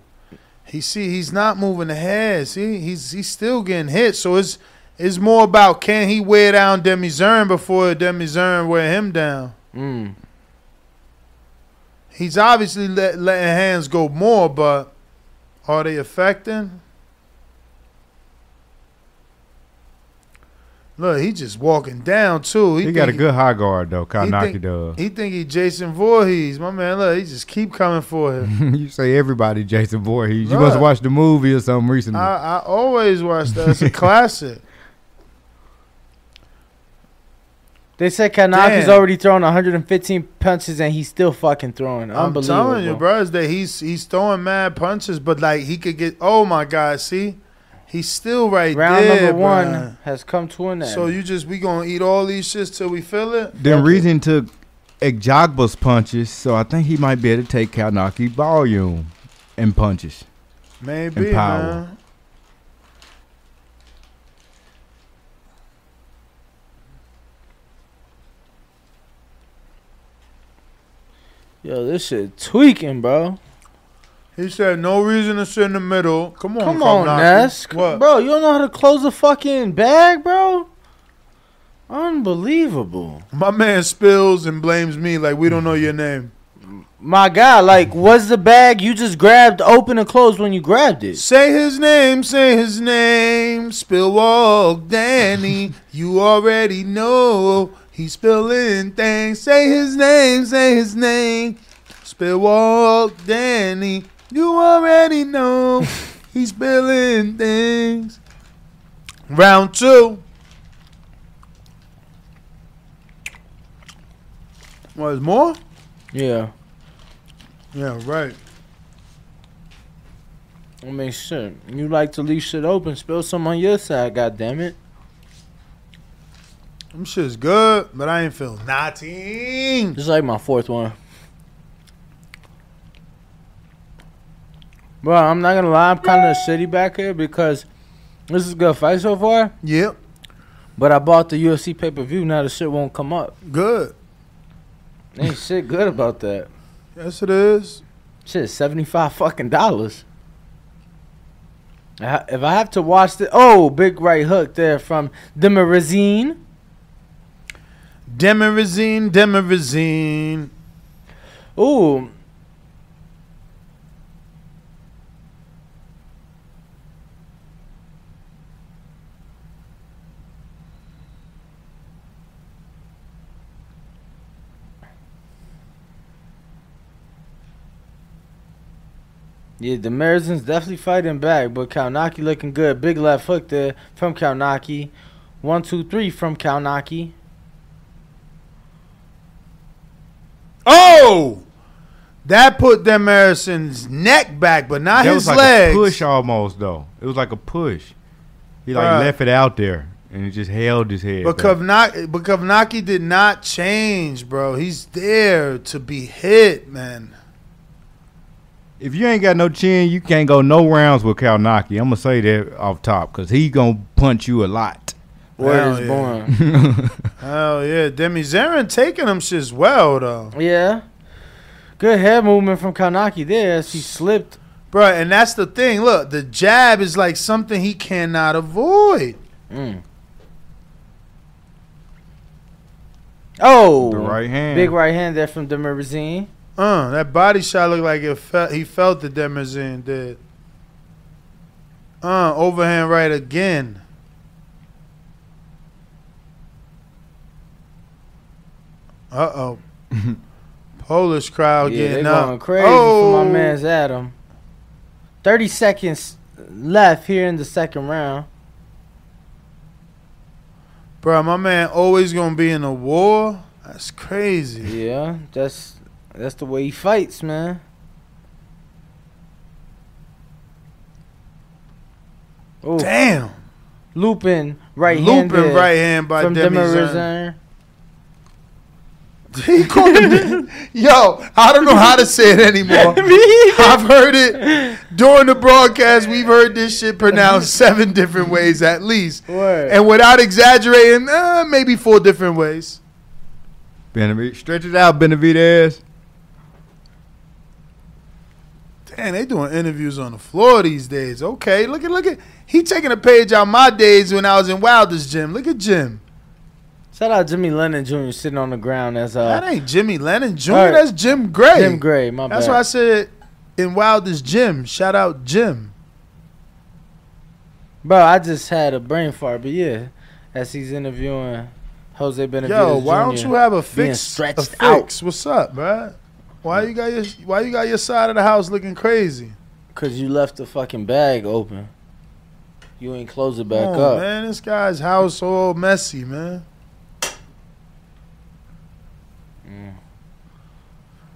F: He see he's not moving the head. See, he's he's still getting hit. So it's it's more about can he wear down Demi Zern before Demi Zern wear him down.
K: Mm.
F: He's obviously let, letting hands go more, but are they affecting? Look, he just walking down too.
A: He, got a
F: think
A: good high guard though.
F: he
A: Kanaki
F: think-
A: does.
F: He think he Jason Voorhees, my man. Look, he just keep coming for him.
A: you say everybody Jason Voorhees. You
F: Bruh.
A: must watch the movie or something recently.
F: I, I always watch that. It's a classic.
K: They said Kanaki's
F: Damn.
K: already thrown 115 punches and he's still fucking throwing.
F: I'm
K: Unbelievable.
F: telling you, bro, is that he's he's throwing mad punches, but like he could get. Oh my God, see, he's still right
K: Round
F: there.
K: number one
F: bruh.
K: has come to an end.
F: So you just we gonna eat all these shits till we feel it.
A: then Reason took Egjagba's punches, so I think he might be able to take Kanaki volume and punches.
F: Maybe,
A: And power.
F: man.
K: Yo, this shit tweaking, bro.
F: He said no reason to sit in the middle. Come on,
K: Come on,
F: Karnacki.
K: Ness.
F: What?
K: Bro, you don't know how to close a fucking bag, bro? Unbelievable.
F: My man spills and blames me like we don't know your name.
K: My God, like, was the bag you just grabbed open and closed when you grabbed it?
F: Say his name, say his name. Spill walk, Danny. you already know he's spilling things. Say his name, say his name. Spill walk, Danny. You already know he's spilling things. Round two. Was more?
K: Yeah.
F: Yeah, right.
K: I mean, shit. You like to leave shit open. Spill some on your side, goddammit.
F: Them shit's good, but I ain't feel nothing.
K: This is like my fourth one. Bro, I'm not gonna lie. I'm kind of shitty back here because this is a good fight so far.
F: Yep,
K: But I bought the UFC pay per view. Now the shit won't come up.
F: good.
K: Ain't shit good about that.
F: Yes, it is.
K: Shit, seventy five fucking dollars. I- If I have to watch the oh big right hook there from Demarazine.
F: Demarazine, Demarazine.
K: Ooh. Yeah, the Marizin's definitely fighting back, but Kaunaki looking good. Big left hook there from Kaunaki. One, two, three from Kaunaki.
F: Oh! That put Demarison's neck back, but not
A: that
F: Ah, his
A: was like
F: legs.
A: a push almost though. It was like a push. He like
F: Bruh.
A: left it out there and it just held his head.
F: But
A: back.
F: Kovnaki, but Kovnaki did not change, bro. He's there to be hit, man.
A: if you ain't got no chin, you can't go no rounds with Kalnaki. I'm gonna say that off top because he gonna punch you a lot.
K: Word
F: Hell
K: is
F: yeah.
K: born.
F: Hell yeah, Demi Zarin taking them shits well though,
K: Yeah. Good head movement from Kanaki there. She slipped.
F: bro. And that's the thing. Look, the jab is like something he cannot avoid.
K: Mm. Oh.
A: The right hand.
K: Big right hand there from Demirazine.
F: Uh, that body shot looked like it felt. He felt the Demazin did. Uh, overhand right again. Uh oh. Polish crowd
K: yeah, they
F: getting up. Oh,
K: going crazy for my man's Adam. 30 seconds left here in the second round.
F: Bro, my man always gonna be in a war. That's crazy.
K: Yeah, that's that's the way he fights, man. Oh,
F: Damn.
K: looping right hand.
F: Looping
K: there
F: right hand by
K: from
F: Demi
K: Demirazine.
F: Zan. He called him- Yo, I don't know how to say it anymore. I've heard it during the broadcast. We've heard this shit pronounced seven different ways at least,
K: Word.
F: and without exaggerating, uh, maybe four different ways.
A: Benavidez, stretch it out, Benavidez.
F: Damn, they doing interviews on the floor these days. Okay, look at look at he taking a page out my days when I was in Wilder's gym. Look at Jim.
K: Shout out Jimmy Lennon Jr. sitting on the ground as
F: That
K: uh
F: ain't Jimmy Lennon Jr.
K: Alright.
F: That's Jim Gray.
K: Jim Gray. My
F: That's
K: bad.
F: why I said in Wilder's gym. Shout out Jim.
K: Bro, I just had a brain fart, but yeah, as he's interviewing Jose Benavides.
F: Yo, why don't
K: Jr.
F: you have a
K: being
F: fix?
K: stretched
F: a fix? What's up, bruh? Why you got your Why you got your side of the house looking crazy?
K: Cause you left the fucking bag open. You ain't close it back
F: Come on,
K: up.
F: man. This guy's house all messy, man.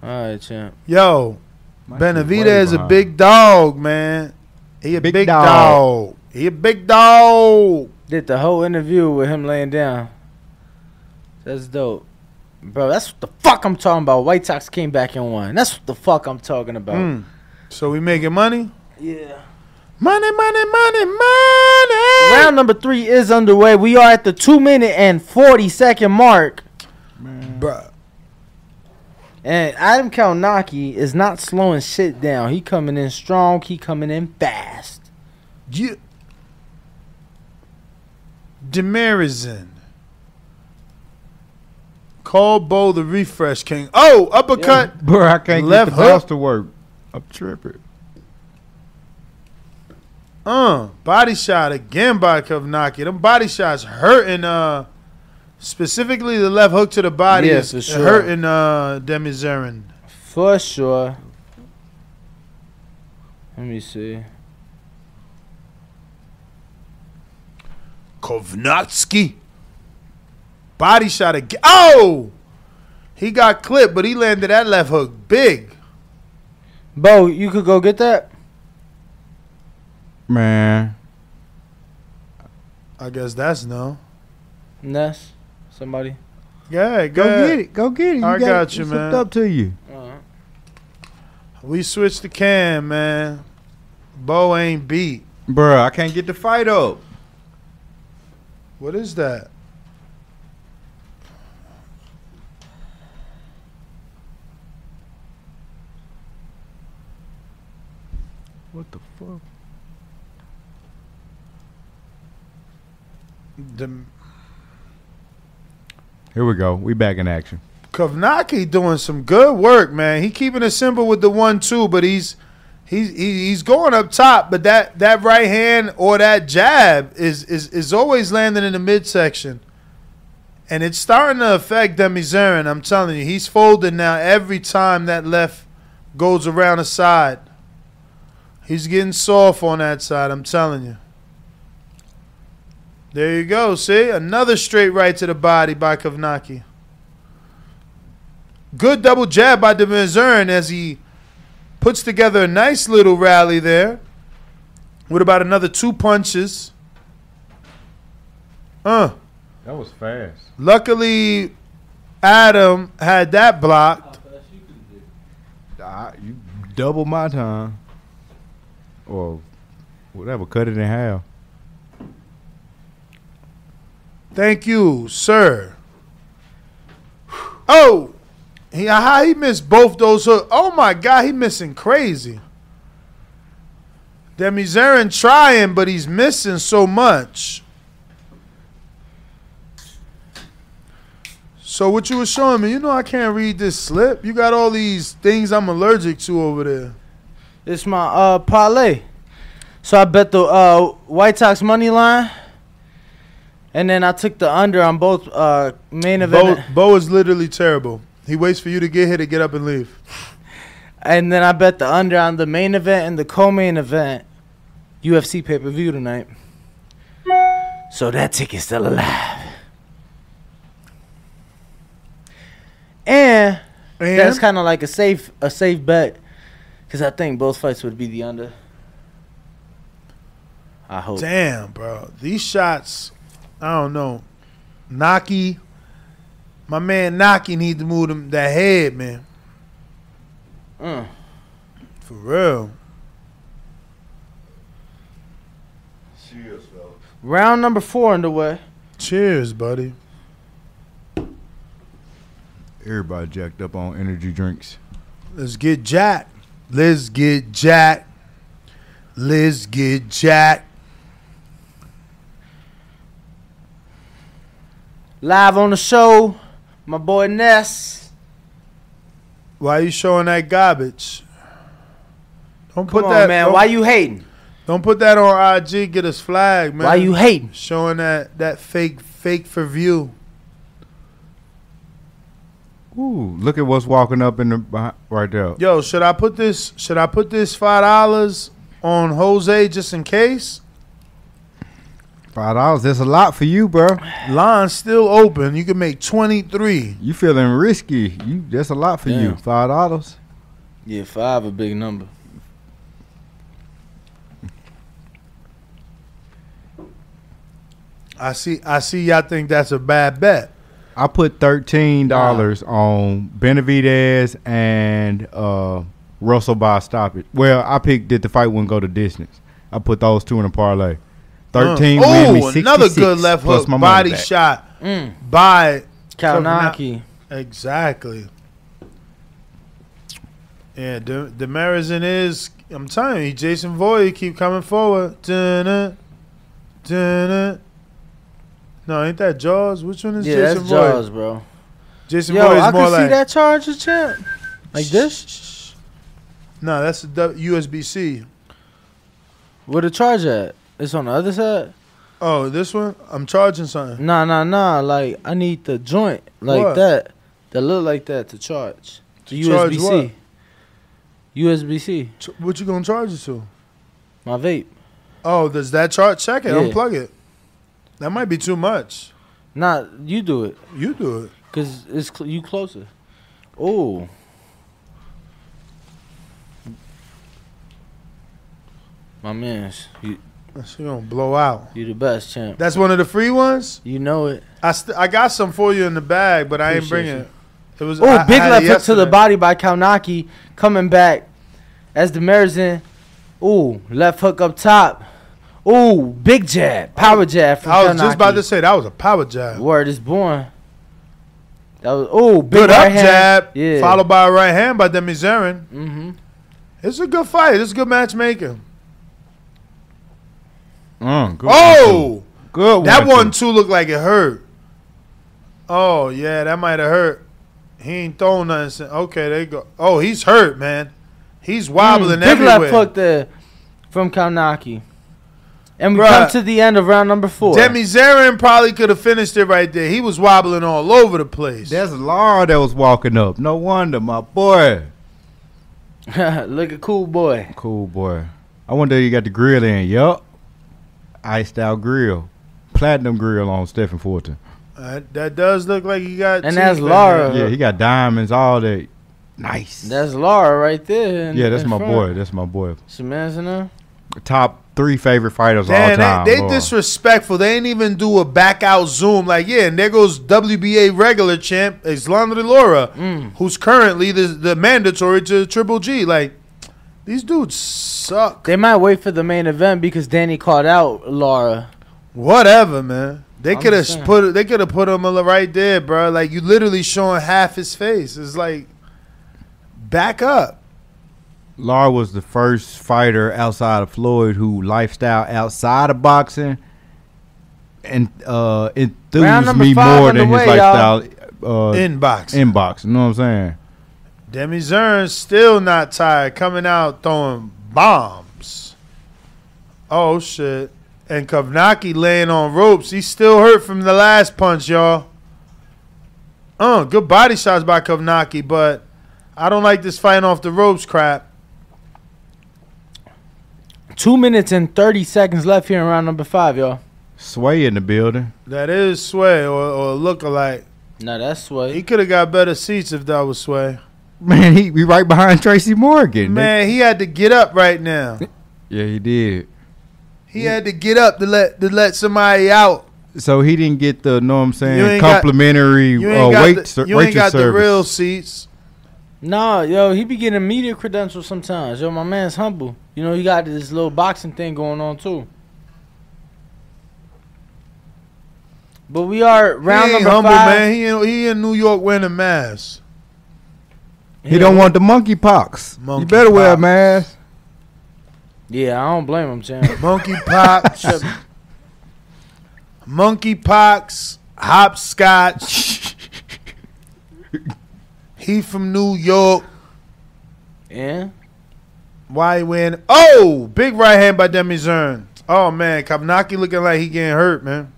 K: All right, champ.
F: Yo,
A: My shit way
F: Benavidez is a
A: behind.
F: big dog, man. He a big,
A: Big
F: dog.
A: dog.
F: He a big dog.
K: Did the whole interview with him laying down. That's dope. Bro, that's what the fuck I'm talking about. White Sox came back and won. That's what the fuck I'm talking about.
F: Mm. So we making money.
K: Yeah.
F: Money, money, money, money.
K: Round number three is underway. We are at the two minute and forty second mark,
F: Bruh.
K: and Adam Kalnaki is not slowing shit down. He coming in strong. He coming in fast.
F: Yeah. Demarizin. Call Bo the refresh king. Oh, uppercut.
A: Bro, I can't
F: Left
A: get the bounce
F: hook.
A: to work. I'm tripping.
F: Uh, body shot again by Kovnaki. Them body shots hurting. Uh, specifically the left hook to the body
K: Yeah,
F: is
K: for sure.
F: hurting. Uh, Demizirin.
K: For sure. Let me see.
F: Kovnatski. Body shot again. Oh, he got clipped, but he landed that left hook big.
K: Bo, you could go get that.
A: Man,
F: I guess that's no.
K: Ness, somebody.
F: Yeah,
A: go get it. Go get it. You
F: I got you,
A: it's
F: man.
A: hooked up to you.
K: Alright.
F: We switched the cam, man. Bo ain't beat.
A: Bro, I can't get the fight up.
F: What is that?
A: What the fuck?
F: The
A: Here we go. We back in action.
F: Kovnacki doing some good work, man. He keeping it simple with the one two, but he's he's he- he's going up top. But that that right hand or that jab is is is always landing in the midsection, and it's starting to affect Demizirin. I'm telling you, he's folding now every time that left goes around the side. He's getting soft on that side. I'm telling you. There you go. See another straight right to the body by Kovnacki. Good double jab by DeMazurin as he puts together a nice little rally there with about another two punches. Uh,
A: That was fast.
F: luckily, Adam had that blocked.
A: you double my time, or whatever. Cut it in half.
F: Thank you, sir. Oh, he, how he missed both those hooks. Oh my God, he missing crazy. Demizerin trying, but he's missing so much. So what you were showing me, you know I can't read this slip. You got all these things I'm allergic to over there.
K: It's my uh parlay. So I bet the uh White Sox money line. And then I took the under on both uh main event.
F: Bo, Bo is literally terrible. He waits for you to get here to get up and leave.
K: And then I bet the under on the main event and the co-main event UFC pay-per-view tonight. So that ticket's still alive. And, that's kind of like a safe a safe bet cuz I think both fights would be the under. I hope.
F: Damn, bro. These shots, I don't know. Naki, my man Naki need to move them that head, man.
K: Mm.
F: For real.
M: Cheers, fellas.
K: Round number 4 underway.
F: Cheers, buddy.
A: Everybody jacked up on energy drinks.
F: Let's get jacked. Let's get jacked. Let's get jacked.
K: Live on the show, my boy Ness.
F: Why you showing that garbage? Don't
K: Come
F: put
K: on,
F: that
K: man.
F: don't-
K: Why you hating?
F: Don't put that on IG. Get us flagged, man.
K: Why you hating?
F: Showing that that fake fake for view.
A: Ooh, look at what's walking up in the behind, right there.
F: Yo, should I put this? Should I put this five dollars on Jose just in case?
A: Five dollars. That's a lot for you, bro.
F: Line's still open. You can make twenty three.
A: You feeling risky? You that's a lot for you.
K: Damn.
A: Five dollars.
K: Yeah, 5 a big number.
F: I see. I see. Y'all think that's a bad bet. Mm.
A: I put thirteen dollars on Benavidez and uh, Russell by a stoppage. Well, I picked that the fight wouldn't go to distance. I put those two in a parlay. Thirteen.
F: Uh,
A: win me
F: oh, another
A: 66
F: good left
A: plus
F: hook
A: my money
F: body
A: back.
F: shot
K: Mm.
F: by
K: Kalanaki.
F: Exactly. Yeah, De- Demerizin is. I'm telling you, Jason Voy keep coming forward. Dun-dun, dun-dun. No, ain't that Jaws? Which one is
K: Yeah,
F: Jason
K: that's
F: Voy?
K: Jaws, bro.
F: Jason
K: Yo,
F: Voy is
K: I
F: more
K: can see
F: like.
K: that charger, champ. Like this?
F: No, that's the W- USB-C.
K: Where the charge at? It's on the other side?
F: Oh, this one? I'm charging something.
K: Nah, nah, nah. Like, I need the joint like
F: What?
K: that. That look like that to charge. The
F: charge
K: USB
F: what?
K: C. USB C.
F: Ch- What you gonna charge it to?
K: My vape.
F: Oh, does that charge? Check it.
K: Yeah.
F: Unplug it. That might be too much.
K: Nah, you do it.
F: You do it.
K: Because it's cl- you closer. Oh. My mans. You,
F: She gonna blow out.
K: you the best, champ.
F: That's one of the free ones.
K: You know it.
F: I st- I got some for you in the bag, but I ain't
K: Appreciate
F: bringing it. It was I-
K: Oh,
F: I
K: big
F: had
K: left
F: it
K: hook to the
F: yesterday.
K: body by Kaunaki coming back as the Merzin. Ooh, left hook up top. Ooh, big jab, power jab from
F: I was just
K: Kaunaki.
F: about to say that was a power jab.
K: Word is born. That was ooh, big
F: Good
K: right
F: up
K: hand.
F: jab,
K: Yeah.
F: followed by a right hand by Demizerin.
K: Mm-hmm.
F: It's a good fight. It's a good matchmaking.
A: Mm, good one,
F: Oh,
A: Good
F: That
A: one,
F: one too looked like it hurt. Oh yeah, that might have hurt. He ain't throwing nothing. since- Okay, there you go. Oh, he's hurt, man. He's wobbling
K: Hmm, Big left
F: everywhere.
K: hook there from Kaunaki. And we
F: Bruh.
K: come to the end of round number four.
F: Demi Zarin probably could have finished it right there. He was wobbling all over the place.
A: There's Laura that was walking up. No wonder, my boy.
K: Look at cool boy.
A: Cool boy. I wonder you got the grill in. Yup. Iced out grill. Platinum grill on Stephen Fulton.
F: Uh, that does look like he got. teeth
K: And that's
F: in
K: Lara.
F: there.
A: Yeah, he got diamonds, all that. Nice.
K: That's Laura right there. in-
A: Yeah, that's
K: in
A: my
K: front.
A: boy. That's my boy.
K: Shemazana.
A: Top three favorite fighters of all
F: Damn,
A: time.
F: they, they
A: Laura.
F: disrespectful. They ain't even do a back out zoom. Like, yeah, and there goes WBA regular champ Islam Laura,
A: Mm.
F: who's currently the, the mandatory to Triple G. Like, these dudes suck.
K: They might wait for the main event because Danny called out Laura.
F: Whatever, man. They
K: I'm
F: could
K: just saying.
F: have put they could have put him right there, bro. Like you literally showing half his face. It's like back up.
A: Laura was the first fighter outside of Floyd who lifestyle outside of boxing and uh
F: Round
A: enthused
F: number
A: me
F: five
A: more
F: on
A: than
F: the
A: his
F: way, y'all.
A: lifestyle uh
F: In boxing.
A: In boxing, you know what I'm saying?
F: Demi Zern still not tired, coming out throwing bombs. Oh shit. And Kovnaki laying on ropes. He's still hurt from the last punch, y'all. Uh, good body shots by Kovnaki, but I don't like this fighting off the ropes crap.
K: Two minutes and 30 seconds left here in round number five, y'all.
A: Sway in the building.
F: That is Sway or, or lookalike.
K: No, that's Sway.
F: He could have got better seats if that was Sway.
A: Man, he be right behind Tracy Morgan.
F: Man, he had to get up right now.
A: Yeah, he did.
F: He had to get up to let to let somebody out.
A: So he didn't get the know what I'm
F: You
A: saying
F: ain't got-
A: complimentary
F: You
A: uh,
F: ain't got,
A: wait
F: the,
A: ser-
F: you ain't
A: waitress
F: got the
A: service.
F: real seats.
K: Nah, yo, he be getting media credentials sometimes. Yo, my man's humble. You know, he got this little boxing thing going on too. But we are round
F: he ain't
K: number
F: humble,
K: five.
F: man. He in, he in New York wearing a mask.
A: He don't want the monkey pox. you
F: Monkey
A: better wear a
F: pox.
A: mask.
K: Yeah, I don't blame him, champ.
F: Monkey pox, monkey pox, hopscotch. he from New York.
K: Yeah.
F: Why he wearing? Oh, big right hand by Demi Zern. Oh man, Kapnaki looking like he getting hurt, man.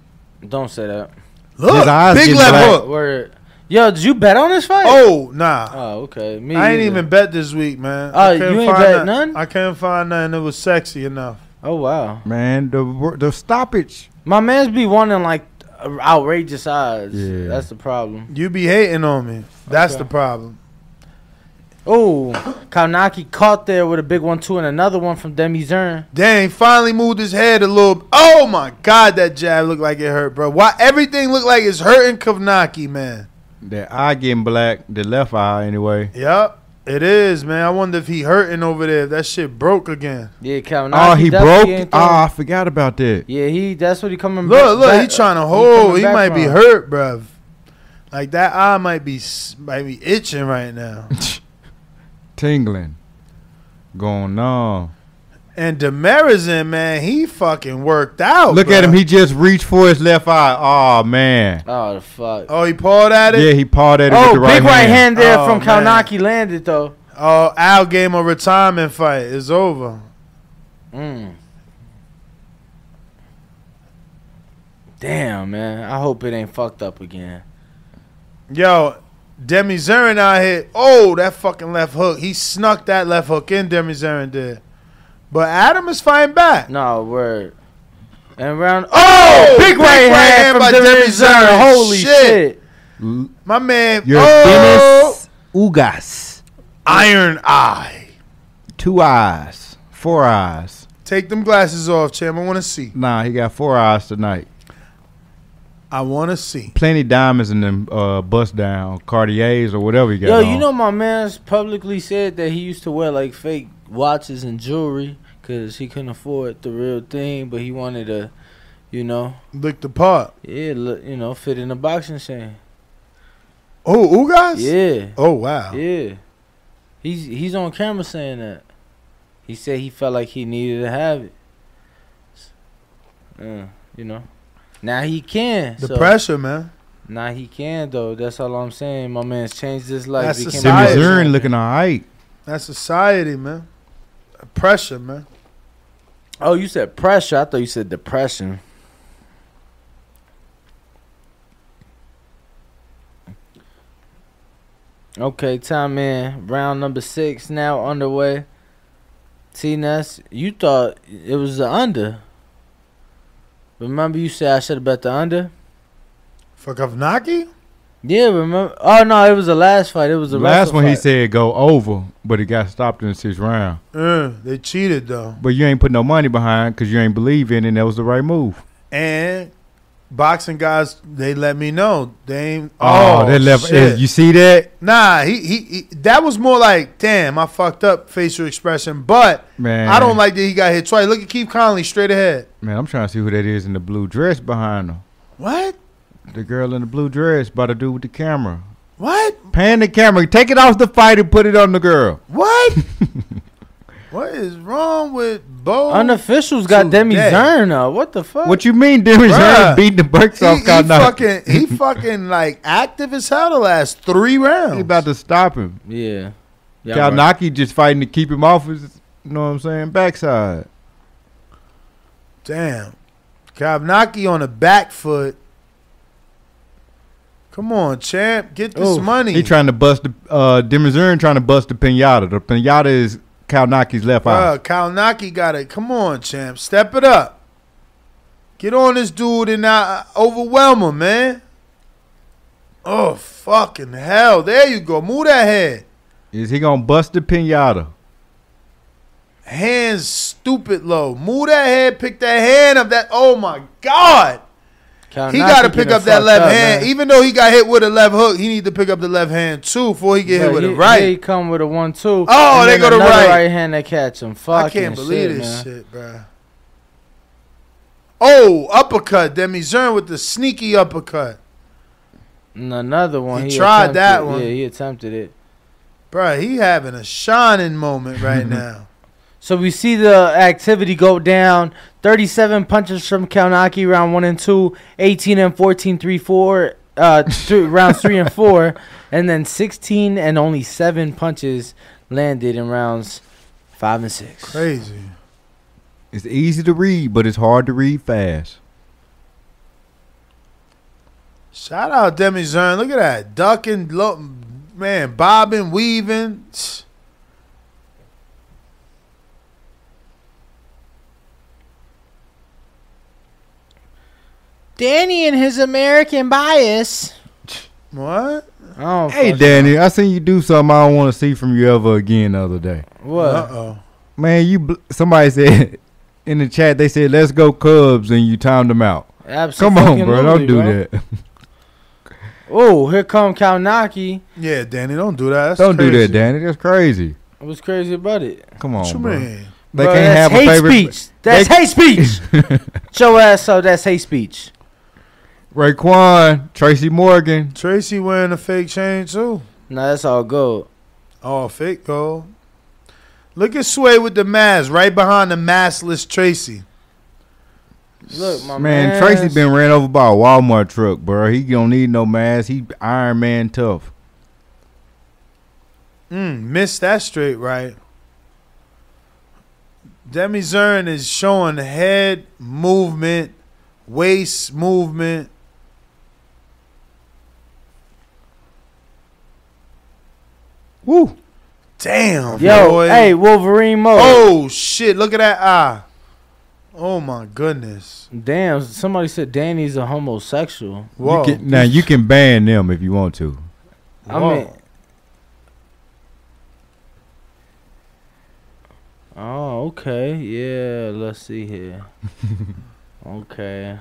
K: Don't say that.
F: Look, big left hook.
K: Word. Yo, did you bet on this fight?
F: Oh nah.
K: Oh, okay. Me
F: I ain't
K: either.
F: even bet this week, man.
K: Oh,
F: I
K: you
F: couldn't
K: ain't
F: find
K: bet
F: nothing. I couldn't find nothing that was sexy enough.
K: Oh wow.
A: Man, the wor- the stoppage.
K: My man's be wanting like outrageous odds.
A: Yeah.
K: That's the problem.
F: You be hating on me. That's
K: Okay.
F: the problem.
K: Oh, Kaunaki caught there with a big one too, and another one from Demi Zern.
F: Dang, finally moved his head a little. Oh my God, that jab looked like it hurt, bro. Why everything looked like it's hurting Kovnaki, man.
A: That eye getting black, the left eye anyway.
F: Yep, it is, man. I wonder if he hurting over there. If that shit broke again.
K: Yeah, Kaunaki.
A: Oh, he broke.
K: definitely
A: Oh,
K: ain't throwing-
A: I forgot about that.
K: Yeah, he. That's what he coming.
F: Look, look,
K: back-
F: he trying to
K: coming
F: hold. He
K: back
F: might be
K: from.
F: hurt, bro. Like that eye might be s- might be itching right now.
A: Tingling. Going on.
F: And Demarizin, man, he fucking worked out.
A: Look at
F: bro.
A: him. He just reached for his left eye. Oh, man.
K: Oh fuck.
F: Oh, he pulled at it.
A: Yeah, he pawed at it
K: Oh,
A: with the right
K: big
A: hand.
K: right hand there
F: Oh,
K: from
F: man.
K: Kaunaki landed though.
F: Oh, Al gave him a retirement fight. It's over.
K: Mm. Damn, man. I hope it ain't fucked up again.
F: Yo, Demi Zarin out here. Oh, that fucking left hook. He snuck that left hook in. Demi Zarin did. But Adam is fighting back.
K: No word. And round.
F: Oh,
K: big right hand from Demi Zern. Holy shit.
A: L-
F: My man.
A: Your
F: oh,
A: Dennis Ugas.
F: Iron Eye.
A: Two eyes. Four eyes.
F: Take them glasses off, champ. I want to see.
A: Nah, he got four eyes tonight.
F: I want to see.
A: Plenty diamonds in them uh, bust down Cartiers or whatever you got.
K: Yo,
A: on.
K: you know my man's publicly said that he used to wear like fake watches and jewelry because he couldn't afford the real thing, but he wanted to, you know,
F: Lick the part.
K: yeah, look, you know, fit in a boxing chain.
F: Oh, Ugas?
K: Yeah,
F: Oh, wow.
K: yeah. He's he's on camera saying that. He said he felt like he needed to have it. Uh, you know. Now he can.
F: The pressure, man.
K: Now he can though. That's all I'm saying. My man's changed his life.
F: That's
K: Became a
A: Sami
K: businessman.
A: Zayn looking all right.
F: That's society, man. Pressure, man.
K: Oh, you said pressure. I thought you said depression. Okay, time in. Round number six now underway. T Ness, you thought it was the under. Remember you said I should have bet the under?
F: For Kovnaki?
K: Yeah, remember oh no, it was the last fight. It was
A: The
K: the
A: last
K: wrestle
A: one he
K: fight.
A: said go over, but it got stopped in the sixth round.
F: Uh, they cheated though.
A: But you ain't put no money behind because you ain't believe in it, and that was the right move.
F: And boxing guys, they let me know they ain't.
A: Oh, they left.
F: shit.
A: You see that?
F: Nah, he, he he. That was more like, damn, I fucked up facial expression. But
A: Man.
F: I don't like that he got hit twice. Look at Keith Conley straight ahead.
A: Man, I'm trying to see who that is in the blue dress behind her.
F: What?
A: The girl in the blue dress by the dude with the camera.
F: What?
A: Pan the camera. Take it off the fight and put it on the girl.
F: What? what is wrong with Bo?
K: Unofficials got Demi
F: Today.
K: Zern now. What the fuck?
A: What you mean, Demi Zane
F: Bruh.
A: beating the brakes
F: He,
A: off
F: he
A: Kanata?
F: fucking he fucking like active as hell the last three rounds.
A: He about to stop him.
K: Yeah. Yeah,
A: Cal
K: right.
A: Naki just fighting to keep him off his, you know what I'm saying, backside.
F: Damn. Kavnaki on the back foot. Come on, champ. Get this
A: Oof.
F: money.
A: He trying to bust the uh Demizurin trying to bust the pinata. The pinata is Cal Naki's left eye.
F: Bruh, Kalnaki got it. Come on, champ. Step it up. Get on this dude and not uh, overwhelm him, man. Oh, fucking hell. There you go. Move that head.
A: Is he gonna bust the pinata?
F: Hands stupid low. Move that head. Pick that hand up. That. Oh, my God. he got to pick up that left hand. Even though he got hit with a left hook, he need to pick up the left hand too before he get hit with a right.
K: He come with a one two.
F: Oh,
K: and
F: they
K: then
F: go to
K: another
F: right.
K: right hand that catch him. Fucking
F: I can't believe
K: shit,
F: this
K: man.
F: shit, bro. Oh, uppercut. Demi Zern with the sneaky uppercut.
K: And another one.
F: He tried that
K: attempted-
F: one.
K: Yeah, he attempted it.
F: Bruh, he having a shining moment right now.
K: So we see the Uh, activity go down. 37 punches from Kalnaki round 1 and 2, 18 and 14, 3, 4, uh, th- rounds 3 and 4, and then 16 and only 7 punches landed in rounds 5 and 6.
F: Crazy.
A: It's easy to read, but it's hard to read fast.
F: Shout out Demi Zern. Look at that. Ducking, lo- man, bobbing, weaving.
K: Danny and his American bias.
F: What?
K: Oh,
A: Hey Danny, I seen you do something I don't want to see from you ever again the other day.
K: What?
F: Uh oh.
A: Man, you bl- somebody said in the chat they said let's go Cubs and you timed them out. Come
K: Absolutely.
A: on, bro, don't do that.
K: Oh, here come Kalnaki.
F: Yeah, Danny, don't do that. That's
A: don't do
F: crazy.
A: that, Danny. That's crazy.
K: What's crazy about it?
A: Come on,
F: What you
A: bro.
F: mean?
A: They
K: Bro,
A: can't
K: that's
A: have a
K: hate
A: favorite.
K: speech. That's hate speech. Show ass up. That's hate speech.
A: Raekwon, Tracy Morgan.
F: Tracy wearing a fake chain too.
K: No, that's all good.
F: Oh, fake gold. Look at Sway with the mask right behind the maskless Tracy.
K: Look, my
A: Man,
K: man.
A: Tracy been ran over by a Walmart truck, bro. He don't need no mask. He Iron Man tough.
F: Mm, missed that straight right. Demi Zern is showing head movement, waist movement.
A: Woo.
F: Damn,
K: Yo,
F: boy.
K: hey, Wolverine mode.
F: Oh shit! Look at that eye. Oh my goodness.
K: Damn, somebody said Danny's a homosexual.
F: Whoa.
A: You can- now you can ban them if you want to.
K: I
F: Whoa.
K: mean. Oh, okay. Yeah, let's see here. okay.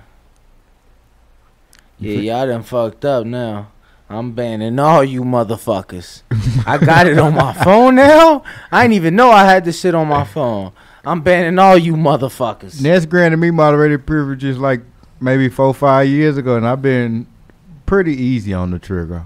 K: Yeah, y'all done fucked up now. I'm banning all you motherfuckers. I got it on my phone now? I didn't even know I had this shit on my phone. I'm banning all you motherfuckers.
A: That's granted me moderated privileges like maybe four, five years ago, and I've been pretty easy on the trigger.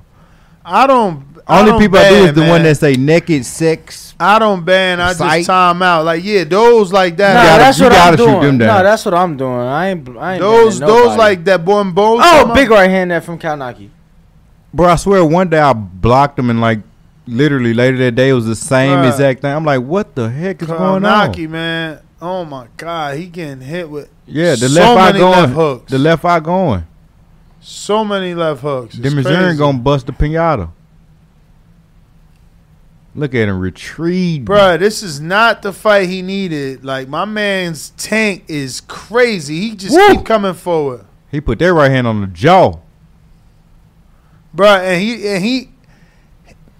F: I don't. I
A: Only
F: don't
A: people I do
F: ban,
A: is the
F: man.
A: one that say naked sex.
F: I don't ban. I
A: Sight.
F: just time out. Like yeah, those like that.
K: Nah, that's what I'm
A: shoot
K: doing.
A: them down.
K: No, that's what I'm doing. I ain't. I ain't
F: those
K: banning
F: those
K: nobody.
F: like that born bones.
K: Oh, big right hand that from Kalnaki.
A: Bro, I swear one day I blocked them and like literally later that day it was the same
F: Bruh.
A: exact thing. I'm like, what the heck is going on?
F: Kanaki, man. Oh my god, he getting hit with
A: Yeah, the
F: so
A: left eye
F: many
A: going.
F: left hooks.
A: The left eye going.
F: So many left hooks. It's
A: Demizirin
F: crazy.
A: gonna bust the pinata. Look at him retreat.
F: Bruh, this is not the fight he needed. Like my man's tank is crazy. He just keep coming forward,
A: He put that right hand on the jaw.
F: Bruh, And he and he,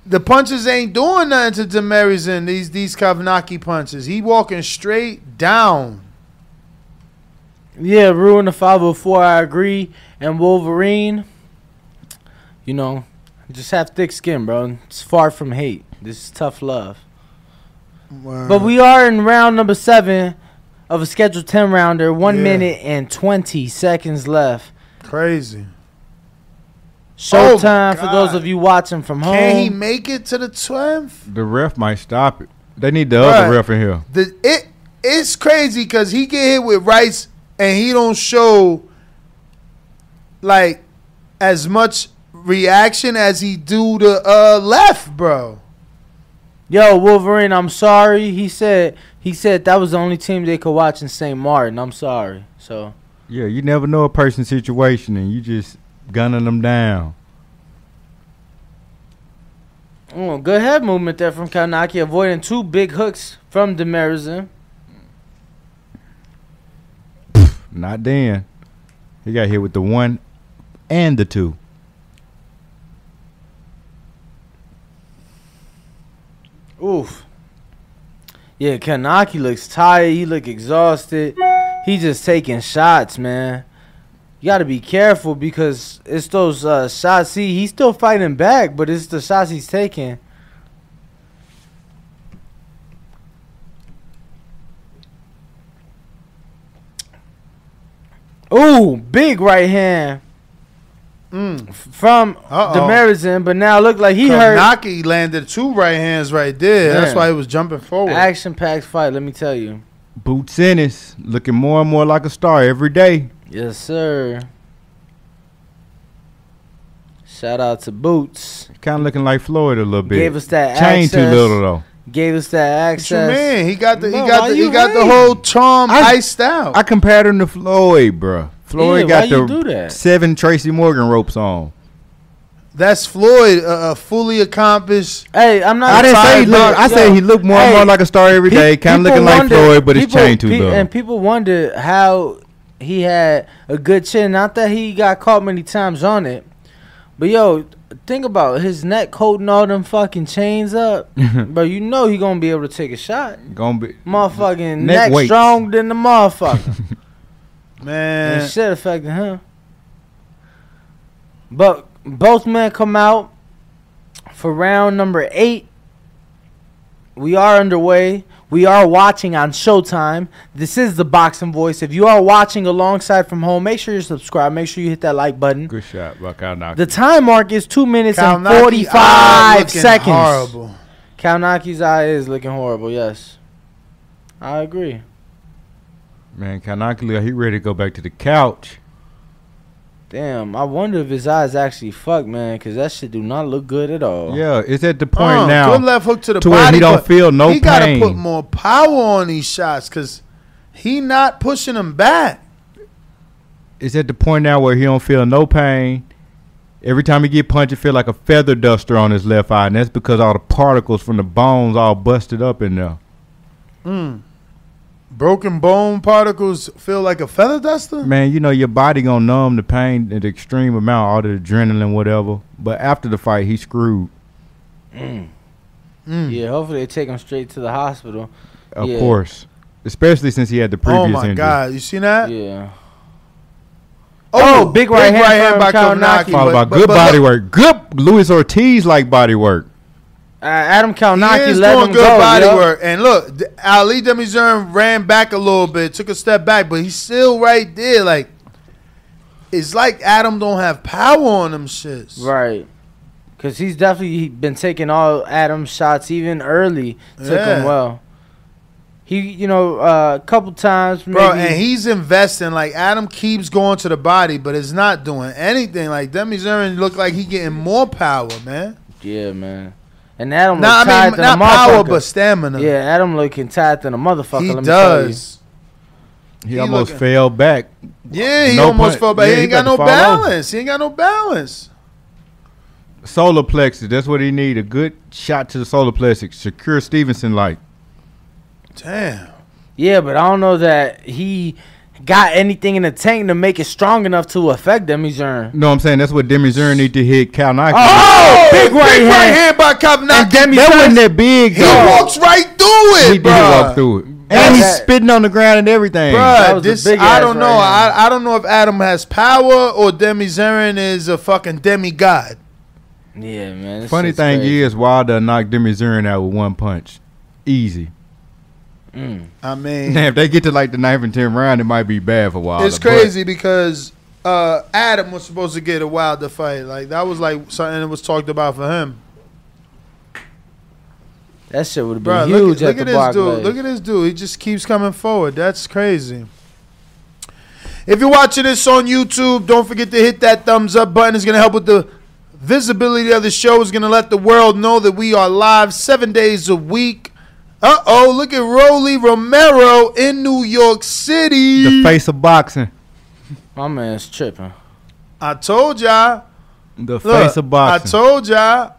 F: the punches ain't doing nothing to Demizirin. These these Kavanaki punches. He walking straight down.
K: Yeah, ruin the 504. I agree. And Wolverine, you know, just have thick skin, bro. It's far from hate. This is tough love.
F: Uh-huh.
K: But we are in round number seven of a scheduled 10 rounder. One
F: Yeah.
K: minute and 20 seconds left.
F: Crazy.
K: Showtime
F: Oh,
K: for those of you watching from home.
F: Can he make it to the twelfth?
A: The ref might stop it. They need the
F: Bruh.
A: other ref in here.
F: the it it's crazy because he get hit with rights and he don't show like as much reaction as he do to uh left, bro.
K: Yo, Wolverine, I'm sorry. He said he said that was the only team they could watch in St. Martin. I'm sorry. So
A: Yeah, you never know a person's situation and you just gunning them down.
K: Oh, good head movement there from Kanaki, avoiding two big hooks from Demerizin.
A: Not then. He got hit with the one and the two.
K: Oof. Yeah, Kanaki looks tired. He look exhausted. He just taking shots, man. You got to be careful because it's those uh, shots. He he's still fighting back, but it's the shots he's taking. Ooh, big right hand
F: Mm.
K: from
F: Uh-oh.
K: Demerizin, but now look like he hurt.
F: Kanaki landed two right hands right there. That's
K: Man.
F: why he was jumping forward.
K: Action packed fight, let me tell you.
A: Boots Ennis looking more and more like a star every day.
K: Yes, sir. Shout out to Boots.
A: Kind of looking like Floyd a little bit.
K: Gave us that
A: Chain too
K: access.
A: little though.
K: Gave us that
F: What you
K: access.
F: mean? He got the
K: Bro,
F: he
K: why
F: got the
K: you
F: he got the
K: hating?
F: whole charm
A: I-
F: iced out.
A: I compared him to Floyd, bruh. Floyd
K: Yeah,
A: got
K: why you do
A: the
K: that?
A: seven Tracy Morgan ropes on.
F: That's Floyd, a, a fully accomplished.
K: Hey, I'm not.
A: I didn't say he looked. I
K: yo,
A: said he looked more and
K: hey,
A: more like a star every
K: pe-
A: day, kind of
K: people
A: looking like
K: wonder-
A: Floyd, but his
K: people-
A: chain too
K: pe-
A: little.
K: And people wonder how he had a good chin. Not that he got caught many times on it, but yo, think about his neck holding all them fucking chains up, bro. You know he gonna be able to take a shot.
A: Gonna be
K: Motherfucking
A: Neck
K: neck,
A: weights.
K: strong than the motherfucker.
F: Man,
K: and shit affecting him. But both men come out for round number eight. We are underway. We are watching on Showtime. This is the Boxing Voice. If you are watching alongside from home, make sure you subscribe. Make sure you hit that like button.
A: good shot, by Kyle Knox.
K: The time mark is two minutes
F: Kyle
K: and
F: Knocky, ah,
K: forty-five
F: looking
K: seconds.
F: Horrible.
K: Kalnaki's eye is looking horrible. Yes, I agree.
A: Man, Kanaklia, he ready to go back to the couch.
K: Damn, I wonder if his eyes actually fucked, man, because that shit do not look good at all.
A: Yeah, it's at the point
F: Uh,
A: now
F: Good left hook to the
A: to
F: body.
A: where he don't
F: but
A: feel no
F: he
A: pain.
F: gotta put more power on these shots because he not pushing them back.
A: it's at the point now where he don't feel no pain. Every time he get punched, it feel like a feather duster on his left eye, and that's because all the particles from the bones all busted up in there.
F: Mm. Broken bone particles feel like a feather duster.
A: Man, you know your body gonna numb the pain at the extreme amount, all the adrenaline, whatever. But after the fight, he screwed,
K: Mm. Yeah, hopefully they take him straight to the hospital.
A: of
K: Yeah.
A: course, especially since he had the previous
F: Oh my
A: injury.
F: god, you seen that?
K: Yeah. Oh, big right hand from Kawanaki.
F: but-
A: Followed by
F: but-
A: good
F: but
A: body
F: look,
A: work. Good Luis Ortiz like body work.
K: Uh, Adam
F: he
K: Kalnaki
F: is
K: let
F: doing
K: him
F: good
K: go.
F: body
K: yo.
F: work. And look, th- Ali Demizirin ran back a little bit, took a step back, but he's still right there. Like it's like Adam don't have power on them shits.
K: Right. Cause he's definitely been taking all Adams shots even early. Took
F: Yeah.
K: him well. He, you know, uh, a couple times. Maybe,
F: Bro, and he's investing. Like Adam keeps going to the body, but it's not doing anything. Like Demi Zirin look like he getting more power, man.
K: yeah, man. And Adam
F: Nah,
K: look
F: I
K: tired
F: mean not
K: than a
F: power,
K: motherfucker.
F: but stamina.
K: Yeah, Adam looking tired than a motherfucker.
F: He
K: let me
F: does.
A: He,
F: He
A: almost
F: looking-
A: fell back.
F: Yeah, he
A: No
F: almost
A: point-
F: fell back.
A: yeah,
F: he ain't got
A: about
F: no
A: to fall off.
F: balance. He ain't got no balance.
A: Solar plexus. That's what he need. A good shot to the solar plexus. Secure Stevenson like.
F: Damn.
K: Yeah, but I don't know that he got anything in the tank to make it strong enough to affect Demi Zirin.
A: No, I'm saying that's what Demi Zirin need to hit Cal Nike.
K: Oh, big right hand.
F: by Cop
K: And Demi
A: that
K: Zirin-
A: wasn't that big.
F: He
A: though.
F: walks right through it,
A: He did
F: bruh.
A: walk through it,
F: That's-
A: and he's spitting on the ground and everything.
K: That
F: Bruh,
K: was a
F: this
K: big
F: I
K: ass
F: don't know.
K: right
F: I, I don't know if Adam has power or Demi Zirin is a fucking demigod.
K: Yeah, man. this
A: Funny
K: shit's
A: thing
K: crazy.
A: is, Wilder knocked Demi Zirin out with one punch, easy.
K: Mm.
F: I mean,
A: Now, if they get to like the ninth and tenth round, it might be bad for Wilder.
F: it's
A: but-
F: crazy because uh, Adam was supposed to get a Wilder fight. Like that was like something that was talked about for him.
K: That shit would have been
F: Bro, look,
K: huge
F: at- look at
K: at the
F: this
K: block.
F: dude. Look at this dude. He just keeps coming forward. That's crazy. If you're watching this on YouTube, don't forget to hit that thumbs up button. It's gonna help with the visibility of the show. It's gonna let the world know that we are live seven days a week. Uh oh, look at Roly Romero in New York City.
A: The face of boxing.
K: My man's tripping.
F: I told y'all.
A: The
F: Look,
A: face of boxing.
F: I told y'all.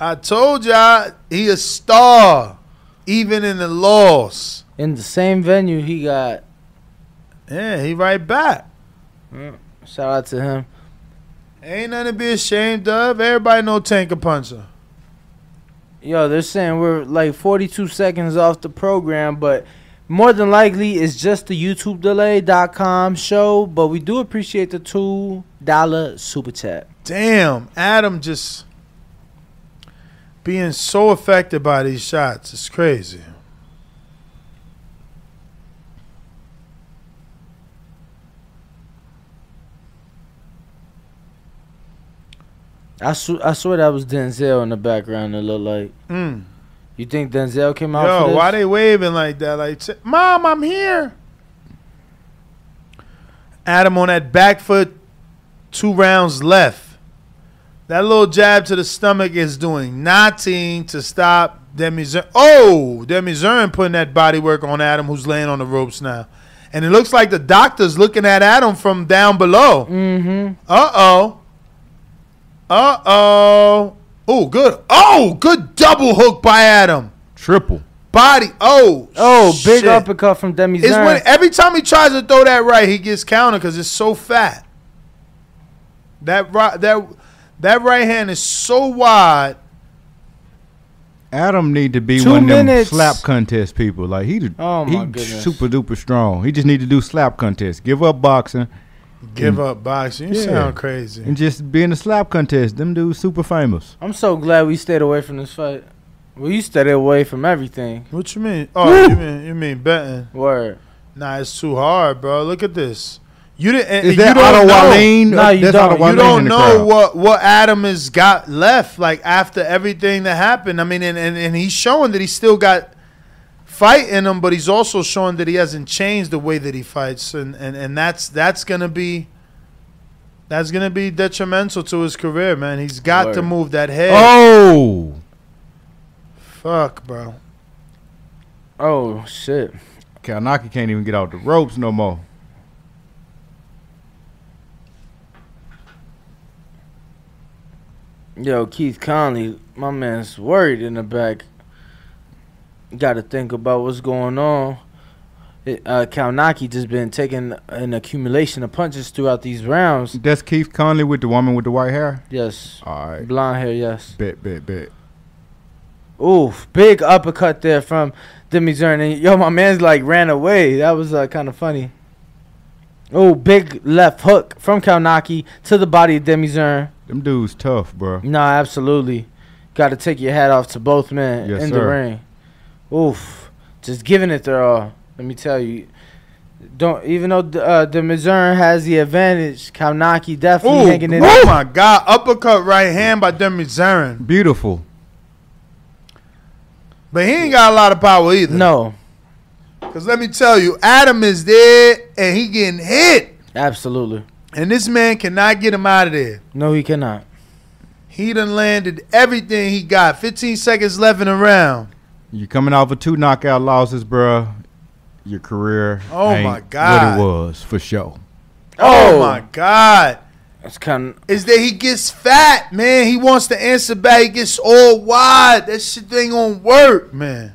F: I told y'all he a star, even in the loss.
K: In the same venue, he got.
F: Yeah, he right back.
K: Shout out to him.
F: Ain't nothing to be ashamed of. Everybody know Tanker Puncher.
K: Yo, they're saying we're like 42 seconds off the program, but more than likely it's just the YouTubeDelay.com show. But we do appreciate the two dollar super chat.
F: Damn, Adam just being so affected by these shots. It's crazy.
K: I, sw- I swear that was Denzel in the background. It looked like.
F: Mm.
K: You think Denzel came out? for
F: Yo,
K: this?
F: why they waving like that? Like, t- mom, I'm here. Adam on that back foot, two rounds left. That little jab to the stomach is doing nothing to stop Demi Zirin. Oh, Demi Zirin putting that body work on Adam, who's laying on the ropes now. And it looks like the doctor's looking at Adam from down below.
K: Mm-hmm.
F: Uh oh. Uh oh. Oh, good. Oh, good double hook by Adam
A: Triple.
F: body. Oh,
K: Oh, big
F: shit.
K: uppercut from Demi
F: It's when
K: Zirin.
F: every time he tries to throw that right, he gets countered because it's so fat. That right, that that right hand is so wide.
A: Adam need to be
K: Two
A: one of them
K: minutes.
A: slap contest people. Like he,
K: Oh, my
A: he
K: goodness.
A: super duper strong. He just need to do slap contests. Give up boxing
F: Give up boxing. You
A: Mm. Yeah.
F: sound crazy.
A: and just be in the slap contest. Them dudes super famous.
K: I'm so glad we stayed away from this fight. Well, you stayed away from everything.
F: What you mean? Oh, you mean you mean betting?
K: Word.
F: Nah, it's too hard, bro. Look at this. You didn't.
A: Is
F: you
A: that
F: don't
A: Otto
F: know.
A: Wallin?
K: No, you
A: That's
K: don't.
A: Otto
K: You
A: Wallin
F: you
A: in
F: don't
A: the
F: know
A: crowd.
F: what what Adam has got left, like after everything that happened. I mean, and, and, and he's showing that he still got fight in him, but he's also showing that he hasn't changed the way that he fights, and and, and that's that's gonna be that's gonna be detrimental to his career, man. He's got to
K: Word.
F: move that head.
A: Oh,
F: Fuck, bro.
K: Oh shit.
A: Kalnaki can't even get off the ropes no more.
K: Yo, Keith Conley, my man's worried in the back. Got to think about what's going on. It, uh, Kalnaki just been taking an accumulation of punches throughout these rounds.
A: That's Keith Conley with the woman with the white hair.
K: Yes,
A: All right,
K: blonde hair. Yes.
A: bet, bet, bet.
K: Oof, big uppercut there from Demi Zirin. And, Yo, my man's like ran away. That was uh, kind of funny. Oh, big left hook from Kalnaki to the body of Demi Zirin.
A: Them dudes tough, bro.
K: Nah, absolutely. Got to take your hat off to both men
A: Yes,
K: in the
A: sir.
K: ring. Oof, just giving it their all. Let me tell you, Don't even though the, uh, the Missouri has the advantage, Kaunaki definitely
F: Ooh,
K: hanging in
F: oh
K: there.
F: my God! Uppercut right hand by Demi Zarin.
A: Beautiful.
F: But he ain't got a lot of power either.
K: No.
F: Cause let me tell you, Adam is there and he getting hit.
K: Absolutely.
F: And this man cannot get him out of there.
K: No, he cannot.
F: He done landed everything he got. 15 seconds left in the round.
A: You're coming off of two knockout losses, bruh. Your career.
F: Oh,
A: ain't
F: my
A: What
F: God.
A: it was for sure.
F: Oh, my God.
K: That's kind
F: Is that he gets fat, man. He wants to answer back. He gets all wide. That shit ain't gonna work, man.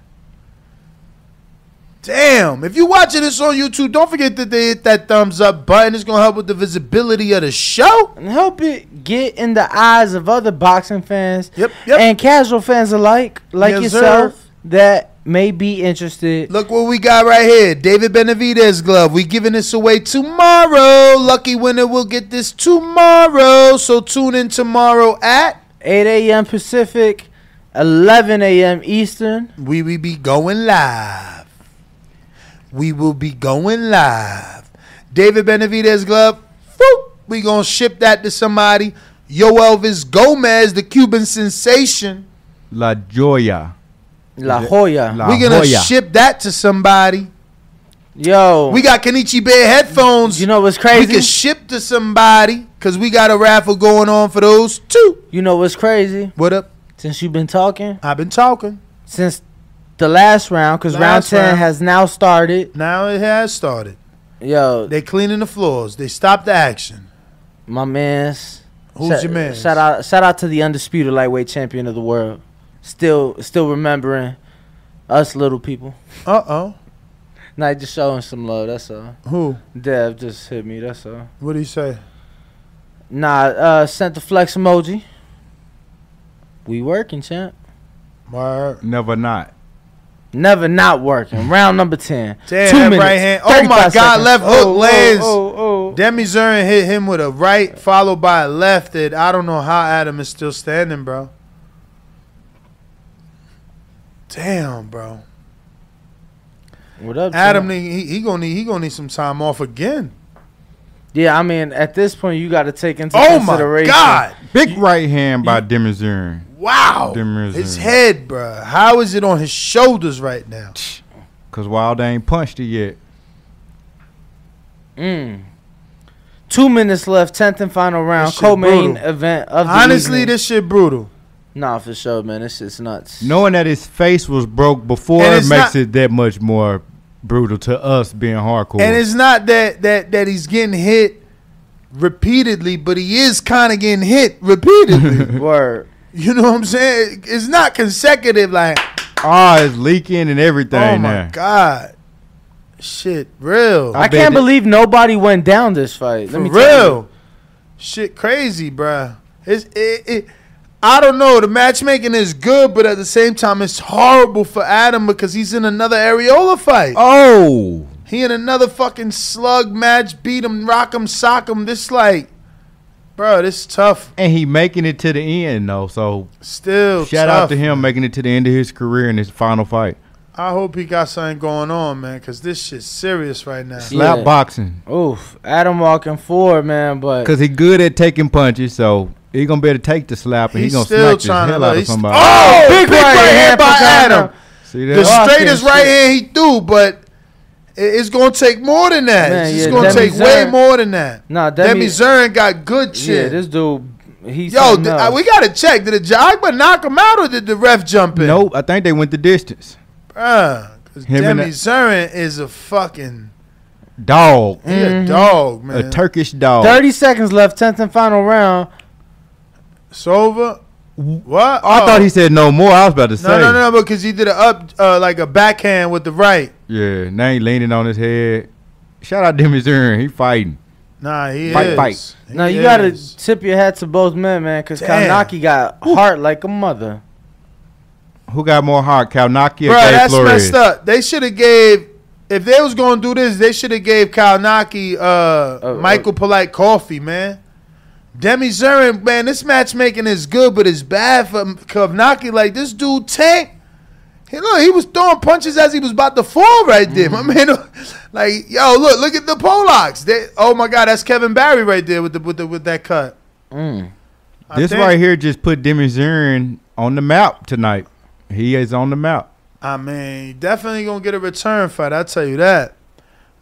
F: Damn. If you watching this on YouTube, don't forget to hit that thumbs up button. It's gonna help with the visibility of the show.
K: and help it get in the eyes of other boxing fans
F: yep, yep.
K: and casual fans alike, like
F: Yes,
K: yourself,
F: sir.
K: that may be interested.
F: Look what we got right here. David Benavidez glove. We giving this away tomorrow. Lucky winner will get this tomorrow. So tune in tomorrow at
K: 8 a.m. Pacific, 11 a.m. Eastern.
F: We will be going live. We will be going live. David Benavidez glove. Whoop. We gonna ship that to somebody. Yo Elvis Gomez, the Cuban sensation.
A: La Joya.
K: La Jolla.
A: La
F: we gonna
A: Jolla.
F: ship that to somebody.
K: Yo.
F: We got Kenichi Bear headphones.
K: Oh. you know what's
F: we
K: crazy?
F: can ship to somebody because we got a raffle going on for those two.
K: you know what's crazy?
F: What up?
K: Since you've been talking,
F: I've been talking.
K: since the last round, because round
F: Last
K: 10
F: round.
K: has now started.
F: Now it has started.
K: Yo,
F: They cleaning the floors. They stopped the action.
K: my man's.
F: Who's
K: shout-
F: your mans?
K: Shout out, shout out to the undisputed lightweight champion of the world. Still, still remembering us little people.
F: Uh oh.
K: Not just showing some love. That's all.
F: Who?
K: Dev just hit me. That's all.
F: What do you say?
K: Nah, uh, sent the flex emoji. We working, champ.
F: Word.
A: Never not.
K: Never not working. Round number ten.
F: Damn,
K: Two
F: that
K: minutes,
F: right hand. Oh my
K: 35
F: God,
K: seconds.
F: left hook lands.
K: Oh, oh, oh.
F: Demi Zurin hit him with a right, followed by a left. That I don't know how Adam is still standing, bro. Damn, bro.
K: oh. What up,
F: Adam,
K: champ?
F: need- he, he gonna need he gonna need some time off again.
K: Yeah, I mean, at this point, you got to take into
F: Oh my
K: consideration.
F: God!
A: Big right hand by Demizirin.
F: Wow,
A: Demi
F: his
A: Zurin.
F: head, bro. How is it on his shoulders right now?
A: Cause Wilder ain't punched it yet.
K: Mm. Two minutes left. Tenth and final round.
F: This shit
K: Co-main
F: brutal.
K: event of the
F: Honestly,
K: evening.
F: this shit brutal.
K: nah for sure, man. This shit's nuts.
A: Knowing that his face was broke before
F: And
A: it
F: it's
A: makes
F: not-
A: it that much more brutal to us being hardcore.
F: And it's not that that that he's getting hit repeatedly, but he is kind of getting hit repeatedly.
K: Word.
F: you know what I'm saying? It's not consecutive. Like,
A: ah, it's leaking and everything.
F: oh my
A: now.
F: god, shit, real,
K: I,
A: I bet
K: can't
A: it-
K: believe nobody went down this fight.
F: for
K: Let me Tell you.
F: real, shit, crazy, bruh. It's it, it. I don't know. The matchmaking is good, but at the same time, it's horrible for Adam because he's in another areola fight.
A: Oh,
F: He in another fucking slug match. Beat him, rock him, sock him. This like, bro, this tough.
A: and he making it to the end though. So
F: Still,
A: shout out
F: tough.
A: to him making it to the end of his career in his final fight.
F: I hope he got something going on, man, because this shit's serious right now.
A: Slap
K: Yeah.
A: boxing
K: Oof. Adam walking forward, man. But
A: because he good at taking punches. So he gonna be able to take the slap and he
F: He's
A: gonna
F: still
A: smack the
F: trying to
A: hell
F: look.
A: out of
F: He's-
A: somebody.
F: Oh, big, right, hand by
K: for
F: Adam.
A: See
F: The
A: that?
K: Oh,
F: straightest
K: shit.
F: right hand he threw, but it- it's gonna take more than that.
K: Man,
F: it's
K: yeah,
F: gonna
K: Demi
F: take way
K: Zern-
F: more than that.
K: Nah,
F: Demi,
K: Demi.
F: Zern got good
K: yeah,
F: shit.
K: this dude. He's
F: Yo,
K: something
F: th-
K: else.
F: uh, we gotta check. Did the Jogba knock him out or did the ref jump in?
A: Nope, I think they went the distance.
F: Bruh, 'cause
A: Him and
F: Demi
A: that-
F: Zern is a fucking
A: Dog,
F: he a dog, man.
A: a Turkish dog.
K: Thirty seconds left. Tenth and final round.
F: It's over. What?
A: I
F: Oh.
A: thought he said no more. I was about to
F: No,
A: say.
F: no, no, because he did a up uh, like a backhand with the right.
A: Yeah, now he leaning on his head. Shout out Demi Zirin. He fighting.
F: Nah, he
A: Fight,
F: is.
A: fight.
F: He
K: Now you gotta
F: is.
K: tip your hat to both men, man, because
F: Damn.
K: Kanaki got heart like a mother.
A: Who got more heart, Kalnaki or
F: Bro,
A: Dave
F: that's
A: Flores?
F: messed up. They should have gave if they was gonna do this, they should have gave Kyle Naki uh,
K: Oh,
F: Michael Polite coffee, man. Demi Zurin, man, this matchmaking is good, but it's bad for Kavnaki. Like this
K: Mm-hmm.
F: dude tank. He, look, he was throwing punches as he was about to fall right there. My man, Like, yo, look, look at the Polacks. They, oh my God, that's Kevin Barry right there with the with the with that cut. I
A: Mm. This
F: think-
A: right here just put Demi Zirin on the map tonight. He is on the map.
F: I mean, definitely gonna get a return fight. I tell you that.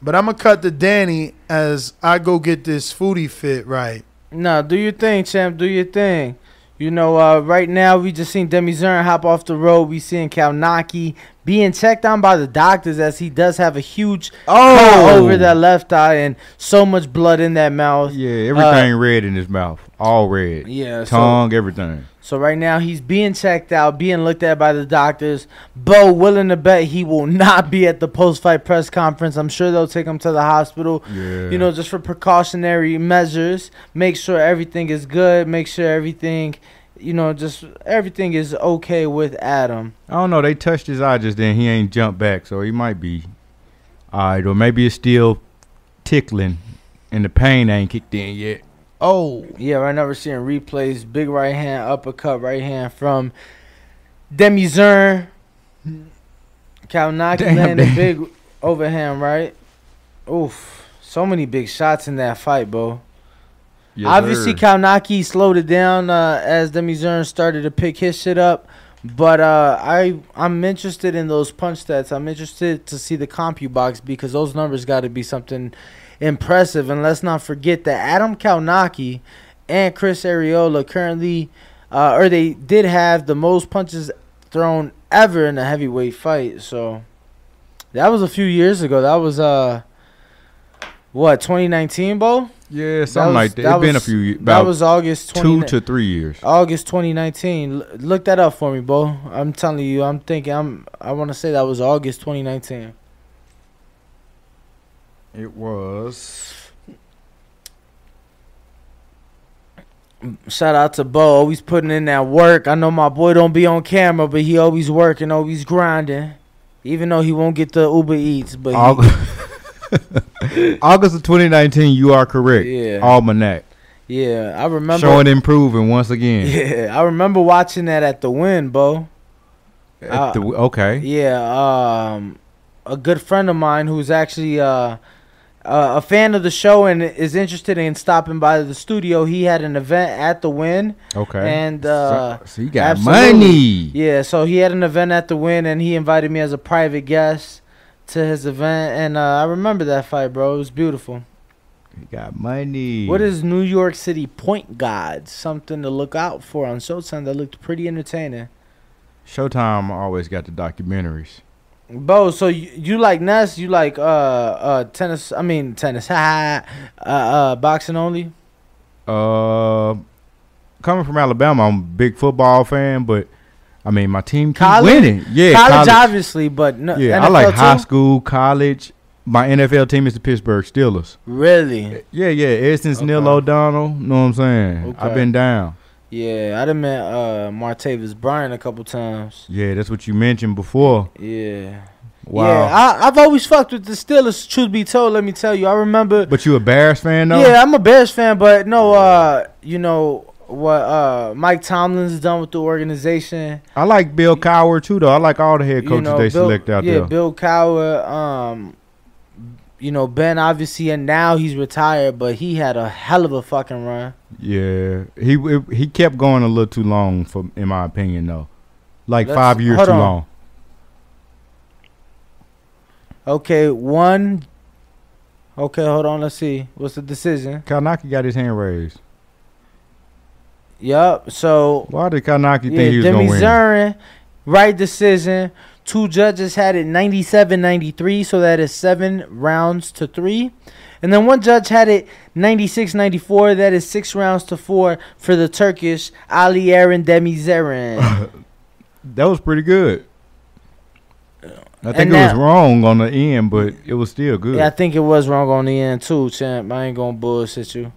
F: But I'm gonna cut to Danny as I go get this foodie fit right.
K: No, do your thing, champ. Do your thing. You know, uh, right now we just seen Demi Zern hop off the road. We seeing Kalnaki being checked on by the doctors as he does have a huge cut
A: Oh.
K: over that left eye and so much blood in that mouth. Uh,
A: Yeah, everything red in his mouth, all red.
K: Yeah, so-
A: tongue, everything.
K: So right now he's being checked out, being looked at by the doctors. Bo willing to bet he will not be at the post-fight press conference. I'm sure they'll take him to the hospital.
A: Yeah.
K: You know, just for precautionary measures, make sure everything is good, make sure everything, you know, just everything is okay with Adam.
A: I don't know. They touched his eye just then. He ain't jumped back, so he might be all right, or maybe it's still tickling, and the pain ain't kicked in yet.
K: Oh. Yeah, right now we're seeing replays. Big right hand, uppercut right hand from Demi Zern. Kaunaki
A: Damn,
K: landing
A: damn.
K: big overhand, right? Oof. So many big shots in that fight, bro.
A: Yes,
K: Obviously,
A: sir.
K: Kaunaki slowed it down uh, as Demi Zern started to pick his shit up. But uh, I I'm interested in those punch stats. I'm interested to see the CompuBox because those numbers got to be something impressive. And let's not forget that Adam Kaunaki and Chris Areola currently, uh, or they did have the most punches thrown ever in a heavyweight fight. So that was a few years ago. That was uh, what 2019, Bo?
A: Yeah, something like that. It's been a few ye-
K: That
A: about
K: was August 20,
A: two to three years.
K: August 2019. L- look that up for me, Bo. I'm telling you, I'm thinking. I'm. I want to say that was August 2019.
A: It was.
K: Shout out to Bo, always putting in that work. I know my boy don't be on camera, but he always working, always grinding. Even though he won't get the Uber Eats, but he,
A: August, August of 2019, you are correct.
K: Yeah.
A: Almanac.
K: yeah, I remember.
A: Showing improving once again.
K: Yeah, I remember watching that at the win, Bo.
A: At
K: Uh,
A: the- okay.
K: Yeah, um, a good friend of mine who's actually uh, a a fan of the show and is interested in stopping by the studio. He had an event at the Win.
A: Okay.
K: And uh,
A: So- so you got
K: absolutely.
A: money.
K: Yeah, so he had an event at the Win, and he invited me as a private guest to his event, and uh, I remember that fight, bro. It was beautiful.
A: You got money.
K: What is New York City point guards? Something to look out for on Showtime that looked pretty entertaining.
A: Showtime always got the documentaries.
K: Bo, so you, you like Ness? You like uh uh tennis? I mean tennis. Ha ha. Uh, uh, boxing only.
A: Uh, coming from Alabama, I'm a big football fan, but I mean my team keep
K: College?
A: winning. Yeah,
K: college, obviously, but no.
A: Yeah, I
K: NFL
A: like high
K: too?
A: school, college. My NFL team is the Pittsburgh Steelers.
K: Really?
A: Yeah, yeah. Ever since Neil O'Donnell, know what I'm saying?
K: Okay.
A: I've been down.
K: Yeah, I done met uh Martavis Bryant a couple times.
A: Yeah, that's what you mentioned before.
K: Yeah.
A: Wow.
K: Yeah, I, I've always fucked with the Steelers. Truth be told, let me tell you, I remember.
A: but you a Bears fan though?
K: Yeah, I'm a Bears fan, but no, uh, you know what uh Mike Tomlin's done with the organization.
A: I like Bill Cowher too though. I like all the head
K: You
A: coaches
K: know,
A: they
K: Bill-
A: select out
K: yeah,
A: there.
K: Bill Cowher, um, you know Ben obviously, and now he's retired, but he had a hell of a fucking run.
A: Yeah, he he kept going a little too long for, in my opinion, though. Like
K: Let's-
A: five years
K: hold
A: too
K: on.
A: long.
K: Okay, one. Okay, hold on. Let's see. What's the decision?
A: Kalnaki got his hand raised.
K: Yup. So
A: Why did Kalnaki think
K: yeah,
A: he was
K: Demi
A: gonna win?
K: Zirin, right decision. Two judges had it 97-93, so that is seven rounds to three. And then one judge had it 96-94, that is six rounds to four for the Turkish Ali Aaron Demi Zirin.
A: That was pretty good. I think
K: And
A: it was
K: now-
A: wrong on the end, but it was still good.
K: Yeah, I think it was wrong on the end too, champ. I ain't gonna bullshit you.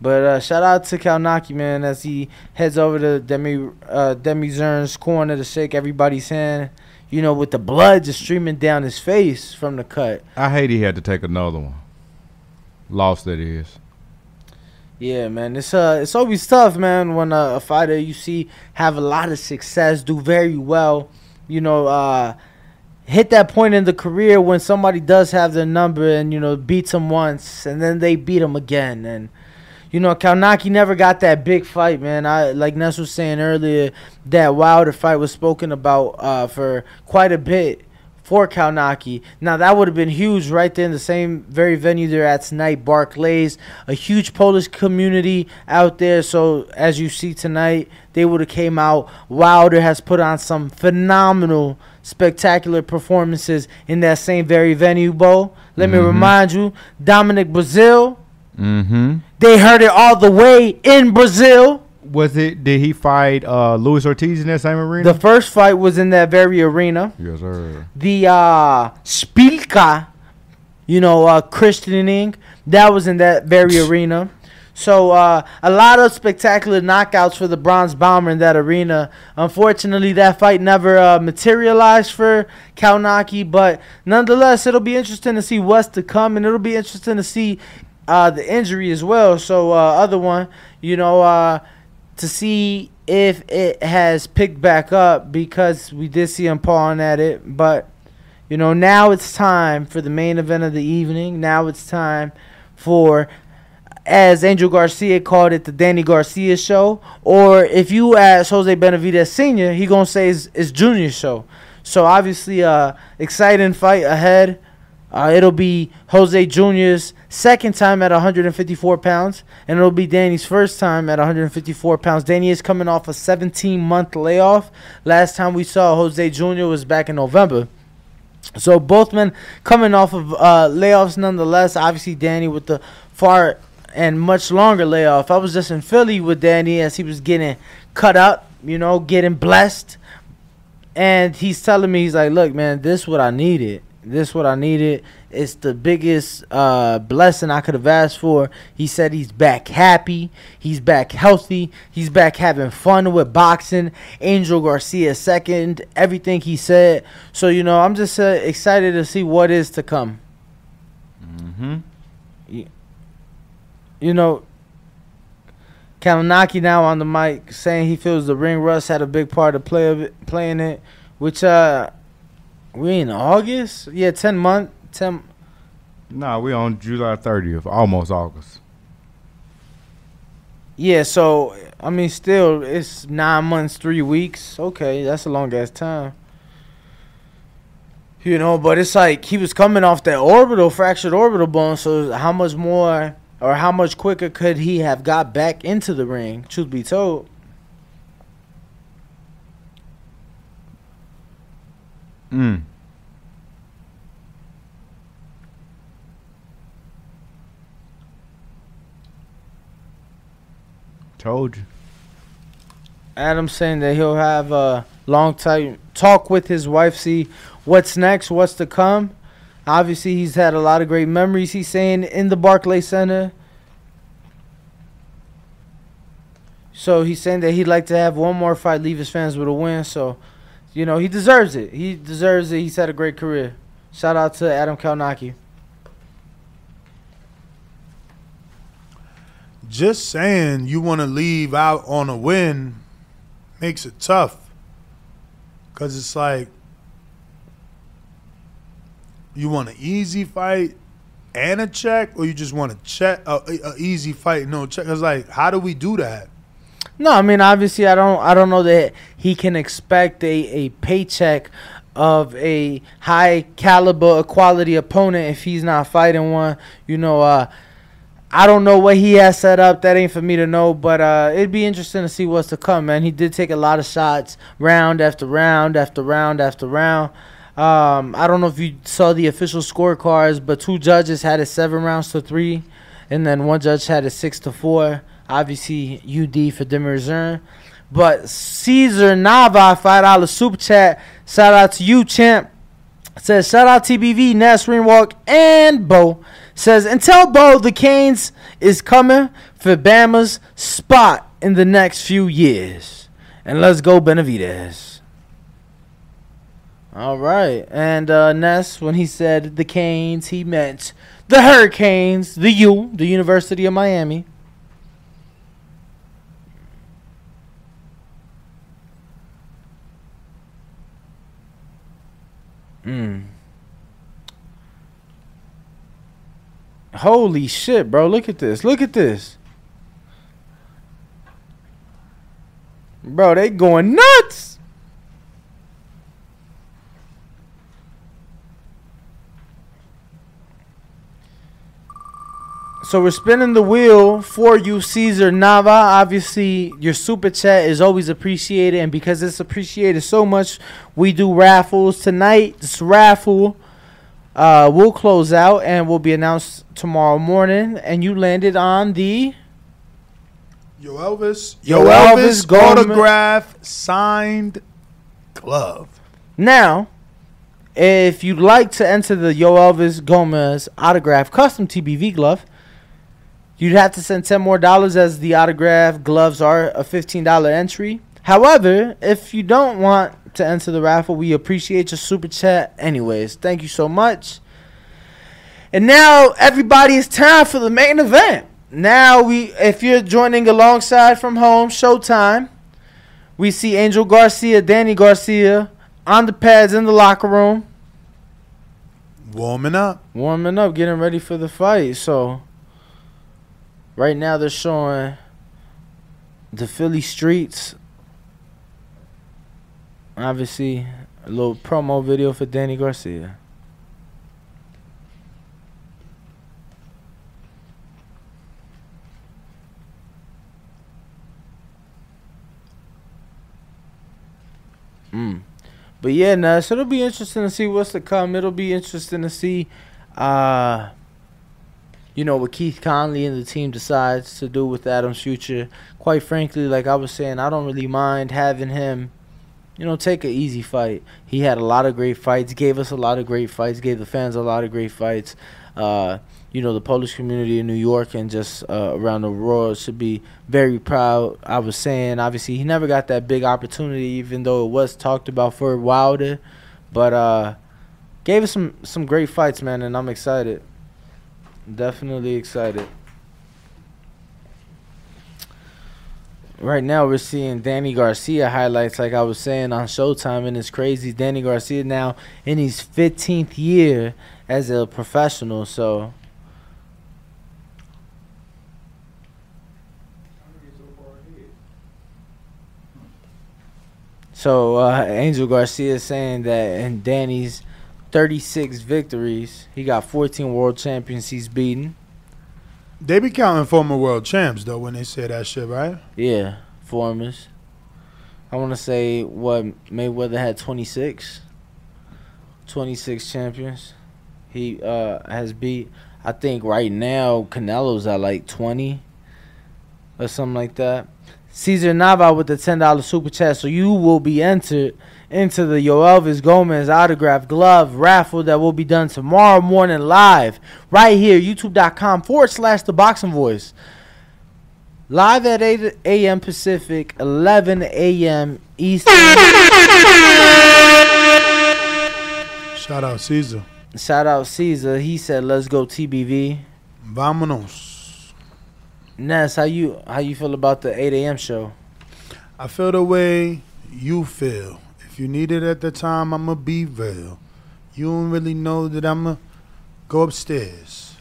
K: But uh, shout out to Kalnaki man as he heads over to Demi uh, Demi Zern's corner to shake everybody's hand. You know, with the blood just streaming down his face from the cut.
A: I hate he had to take another one. Lost that is.
K: Yeah, man, it's uh, it's always tough, man, when uh, a fighter you see have a lot of success, do very well, you know, uh, hit that point in the career when somebody does have their number and you know beats them once and then they beat them again and you know Kalnaki never got that big fight man I like Ness was saying earlier that Wilder fight was spoken about uh, for quite a bit for Kalnaki now that would have been huge right there in the same very venue they're at tonight Barclays a huge Polish community out there so as you see tonight they would have came out Wilder has put on some phenomenal spectacular performances in that same very venue, Bo. Let me
A: Mhm.
K: remind you, Dominic Brazil,
A: Mm-hmm.
K: they heard it all the way in Brazil.
A: Was it? Did he fight uh, Luis Ortiz in that same arena?
K: The first fight was in that very arena.
A: yes, sir.
K: The uh Spilka, you know, uh christening, that was in that very arena. So uh, a lot of spectacular knockouts for the Bronze Bomber in that arena. Unfortunately, that fight never uh, materialized for Kaunaki, but nonetheless, it'll be interesting to see what's to come, and it'll be interesting to see uh, the injury as well. So uh, other one, you know, uh, to see if it has picked back up because we did see him pawing at it, but you know, now it's time for the main event of the evening. Now it's time for, as Angel Garcia called it, the Danny Garcia show. Or if you ask Jose Benavidez Sr., he gonna say it's, it's Junior show. So obviously, uh, exciting fight ahead. Uh, it'll be Jose Jr.'s second time at 154 pounds, and it'll be Danny's first time at 154 pounds. Danny is coming off a 17 month layoff. Last time we saw Jose Jr. was back in November. So both men coming off of uh, layoffs, nonetheless. Obviously, Danny with the far and much longer layoff. I was just in Philly with Danny as he was getting cut up, you know, getting blessed, and he's telling me he's like, "Look, man, this what I needed. This what I needed. It's the biggest uh, blessing I could have asked for." He said he's back happy. He's back healthy. He's back having fun with boxing. Angel Garcia second. Everything he said. So you know, I'm just uh, excited to see what is to come.
A: Mm-hmm.
K: you know, Kalanaki now on the mic saying he feels the ring rust had a big part to play of it, playing it, which uh, we in August, yeah, ten month, ten.
A: Nah, we on July 30th, almost August.
K: Yeah, so I mean, still, it's nine months, three weeks. Okay, that's a long ass time. You know, but it's like he was coming off that orbital fractured orbital bone. So how much more, or how much quicker could he have got back into the ring? Truth be told.
A: Mm. Told you.
K: Adam saying that he'll have a long time talk with his wife, see what's next, what's to come. Obviously, he's had a lot of great memories. He's saying in the Barclay Center. So he's saying that he'd like to have one more fight, leave his fans with a win. So, you know, he deserves it. He deserves it. He's had a great career. Shout out to Adam Kalnaki.
F: Just saying you want to leave out on a win makes it tough. Because it's like you want an easy fight and a check, or you just want a check, a, a, a easy fight, no check. It's like, how do we do that?
K: No, I mean obviously I don't I don't know that he can expect a, a paycheck of a high caliber quality opponent if he's not fighting one. You know, uh I don't know what he has set up. That ain't for me to know, but uh, it'd be interesting to see what's to come, man. He did take a lot of shots, round after round after round after round. Um, I don't know if you saw the official scorecards, but two judges had it seven rounds to three, and then one judge had it six to four. Obviously, UD for Demirzern. But Caesar Nava, $5 super chat. Shout out to you, champ. Says shout out TBV, Ness Walk, and Bo. Says and tell Bo the Canes is coming for Bama's spot in the next few years. And let's go Benavidez. All right, and uh, Ness when he said the Canes, he meant the Hurricanes, the U, the University of Miami. Mm. Holy shit, bro. Look at this. Look at this. Bro, they going nuts. So we're spinning the wheel for you, Caesar Nava. Obviously, your super chat is always appreciated, and because it's appreciated so much, we do raffles tonight's raffle. Uh, we'll close out and will be announced tomorrow morning. And you landed on the
F: Yo Elvis.
K: Yo Elvis Goldman-
F: autograph signed glove.
K: Now, if you'd like to enter the Yo Elvis Gomez autograph custom TBV glove, you'd have to send ten more dollars as the autograph gloves are a fifteen dollar entry. However, if you don't want to enter the raffle, we appreciate your super chat anyways. Thank you so much. And now everybody, it's time for the main event. Now we, if you're joining alongside from home, Showtime. We see Angel Garcia, Danny Garcia on the pads in the locker room,
F: Warming up.
K: warming up, getting ready for the fight. So right now they're showing the Philly streets. Obviously, a little promo video for Danny Garcia. Mm. But yeah, nah, so it'll be interesting to see what's to come. It'll be interesting to see uh you know what Keith Conley and the team decides to do with Adam's future. Quite frankly, like I was saying, I don't really mind having him, you know, take an easy fight. He had a lot of great fights, gave us a lot of great fights, gave the fans a lot of great fights. Uh, you know, the Polish community in New York and just uh, around the world should be very proud. I was saying, obviously, he never got that big opportunity, even though it was talked about for Wilder. But uh, gave us some, some great fights, man, and I'm excited. Definitely excited. Right now, we're seeing Danny Garcia highlights, like I was saying on Showtime, and it's crazy. Danny Garcia now in his 15th year as a professional, so. So uh, Angel Garcia is saying that in Danny's 36 victories, he got 14 world champions he's beaten.
F: They be counting former world champs though when they say that shit, right?
K: Yeah, formers. I want to say what Mayweather had 26, 26 champions. He uh has beat. I think right now Canelo's at like 20 or something like that. Caesar Nava with the ten dollar super chat, so you will be entered into the Yo Elvis Gomez autograph glove raffle that will be done tomorrow morning live right here, youtube.com forward slash the boxing voice. Live at 8 a.m. Pacific, 11 a.m. Eastern.
F: Shout out Caesar.
K: Shout out Caesar. He said, "Let's go TBV."
F: Vamonos.
K: Ness, how you how you feel about the 8 a.m. show?
F: I feel the way you feel. If you need it at the time, I'ma be real. You don't really know that I'ma go upstairs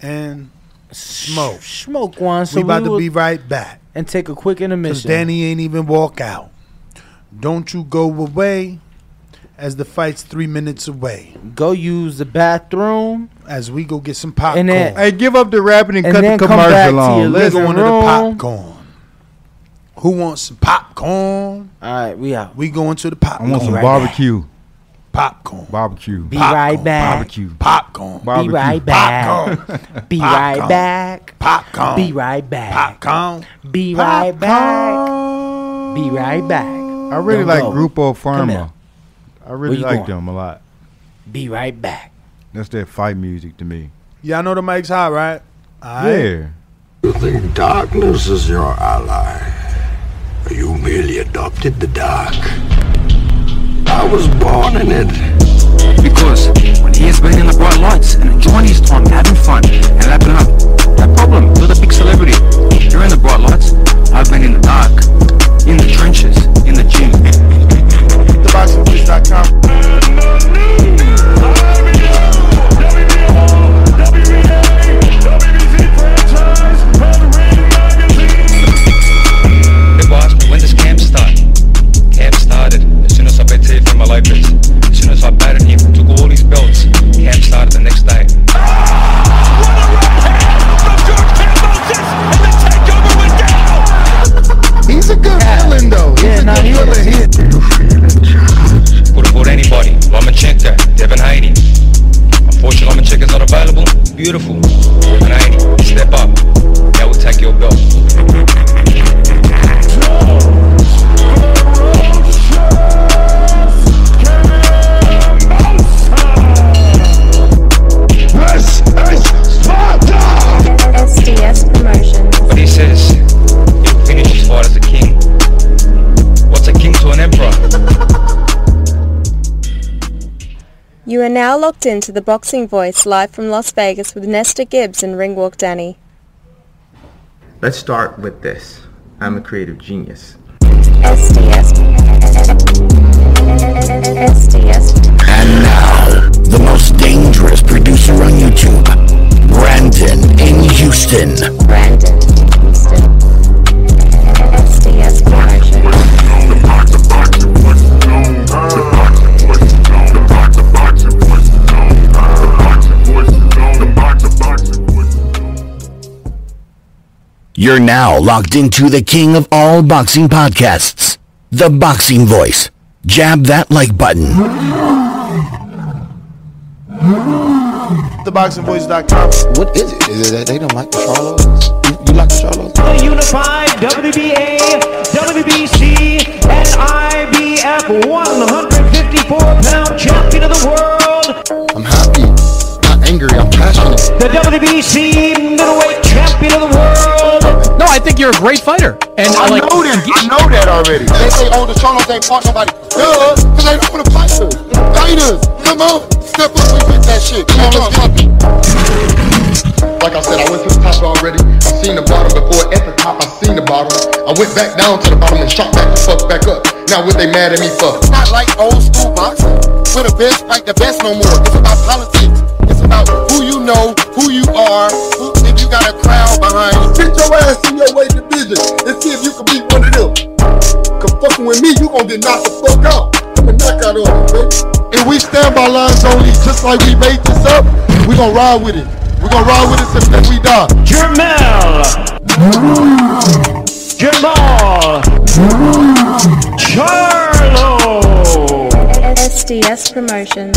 F: and smoke.
K: Smoke one. So
F: we about to
K: will-
F: be right back.
K: and take a quick
F: Cause
K: intermission.
F: Danny ain't even walk out. Don't you go away, as the fight's three minutes away.
K: go use the bathroom.
F: As we go get some popcorn.
K: then-
A: Hey, give up the rapping and,
K: And
A: cut the
K: then come back to
A: commercial
K: your
A: on.
F: Let's
A: Let's
F: go
K: living
F: into the
K: room.
F: popcorn. Who wants some popcorn?
K: All right, we out.
F: We going to the popcorn.
A: I want some
K: right
A: barbecue.
F: popcorn.
A: Barbecue.
K: Be
F: Popcorn,
K: right back.
A: barbecue.
F: Popcorn.
K: Be
A: Barbecue.
K: right back. Be right
F: Popcorn.
K: back.
F: Popcorn.
K: Be right back.
F: Popcorn.
K: Be right back.
F: Popcorn.
K: Be right back.
A: I really
K: Don't
A: like
K: go.
A: Grupo
K: here.
A: Pharma. I really
K: you
A: like
K: going?
A: them a lot.
K: Be right back.
A: That's their fight music to me.
F: Y'all know the mic's hot, right? Alright.
A: Yeah.
N: You think darkness is your ally? You merely adopted the dark. I was born in it.
O: Because when he is banging the bright lights and enjoying his time and having fun and lapping up, no problem, you're the big celebrity. You're in the bright lights, I've been in the dark, in the trenches, in the gym.
I: TheBoxingBoys.com.
G: now locked into the Boxing Voice live from Las Vegas with Nesta Gibbs and Ringwalk Danny.
P: Let's start with this. I'm a creative genius.
G: SDS. SDS.
Q: And now, the most dangerous producer on YouTube, Brandon in Houston.
G: Brandon Houston. SDS
Q: You're now locked into the king of all boxing podcasts, The Boxing Voice. Jab that like button.
F: TheBoxingVoice.com.
L: What is it? Is it that they don't like the Charlos? You, you like the Charlos?
E: The unified WBA, WBC, and IBF 154 pound champion of the world.
L: I'm happy. I'm not angry. I'm passionate.
E: The WBC middleweight champion of the world.
R: No, I think you're a great fighter. And I, like,
I: know that. I know that already.
L: They say, oh, the Charlos ain't fought nobody. Duh, because they don't want to fight us. Fighters, come on. Step up and fix that shit. Come on, let's pop it. Like I said, I went to the top already. I seen the bottom before. At the top, I seen the bottom. I went back down to the bottom and shot back the fuck back up. Now what they mad at me for? Not like old school boxing. We're the best fight the best no more. It's about politics. It's about who you know, who you are, who, if you got a crowd behind you. Get your ass in your weight division and see if you can beat one of them. Cause fucking with me, you gonna get knocked the fuck out. I'm a knockout on you, baby. And we stand by lines only, just like we made this up. We gonna ride with it. We gonna ride with it until we die.
E: Jermel. Jamal. Charlo.
G: SDS Promotions.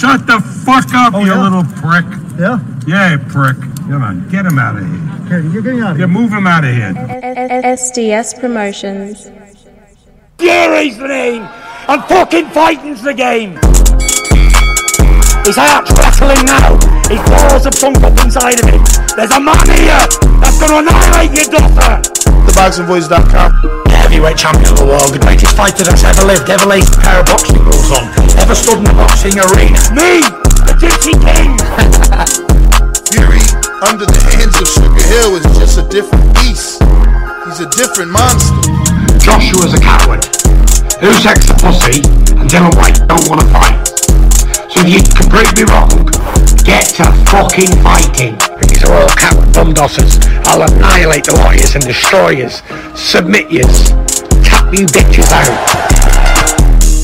S: Shut the fuck up, you little prick. Oh, Yeah? Yeah, prick. Come on, get him out of here. you're getting out of here. Yeah, move him out of here.
G: SDS Promotions.
E: Gary's the name, and fucking fighting's the game. His heart's rattling now. His balls have sunk up inside of him. There's a man here that's going to annihilate your daughter.
F: TheBoxingVoice.com.
O: The heavyweight champion of the world, the greatest fighter that's ever lived, ever laid a pair of boxing gloves on, ever stood in a boxing arena.
E: Me, the Gypsy King.
I: Fury under the hands of Sugar Hill is just a different beast. He's a different monster.
O: Joshua's a coward. Who sex a pussy and Dylan White don't want to fight. So if you can prove me wrong, get to fucking fighting. These are all coward bumdossers. I'll annihilate the lawyers and destroyers, submit yous, tap you bitches out.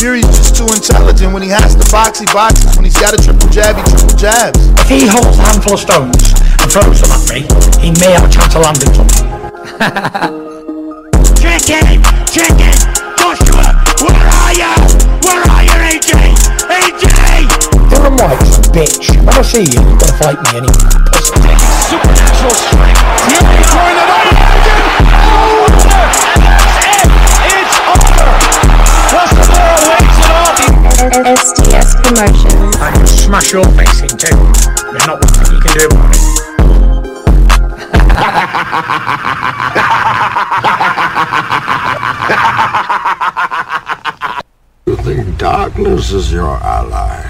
F: Fury's just too intelligent. When he has to box, he boxes. When he's got a triple jab, he triple jabs.
O: If he holds a handful of stones and throws them at me, he may have a chance of landing something.
E: Chicken, chicken, Joshua, where are you? Where are you, AJ? AJ!
O: Dylan White's a bitch. When I see you, you're gonna fight me anyway.
E: Supernatural strength. Fury throwing it on Hogan. Over. And that's it. It's over. Russell waits it off.
G: SDS Promotions.
O: I can smash your face in two. There's not one thing you can do about it.
N: You think darkness is your ally?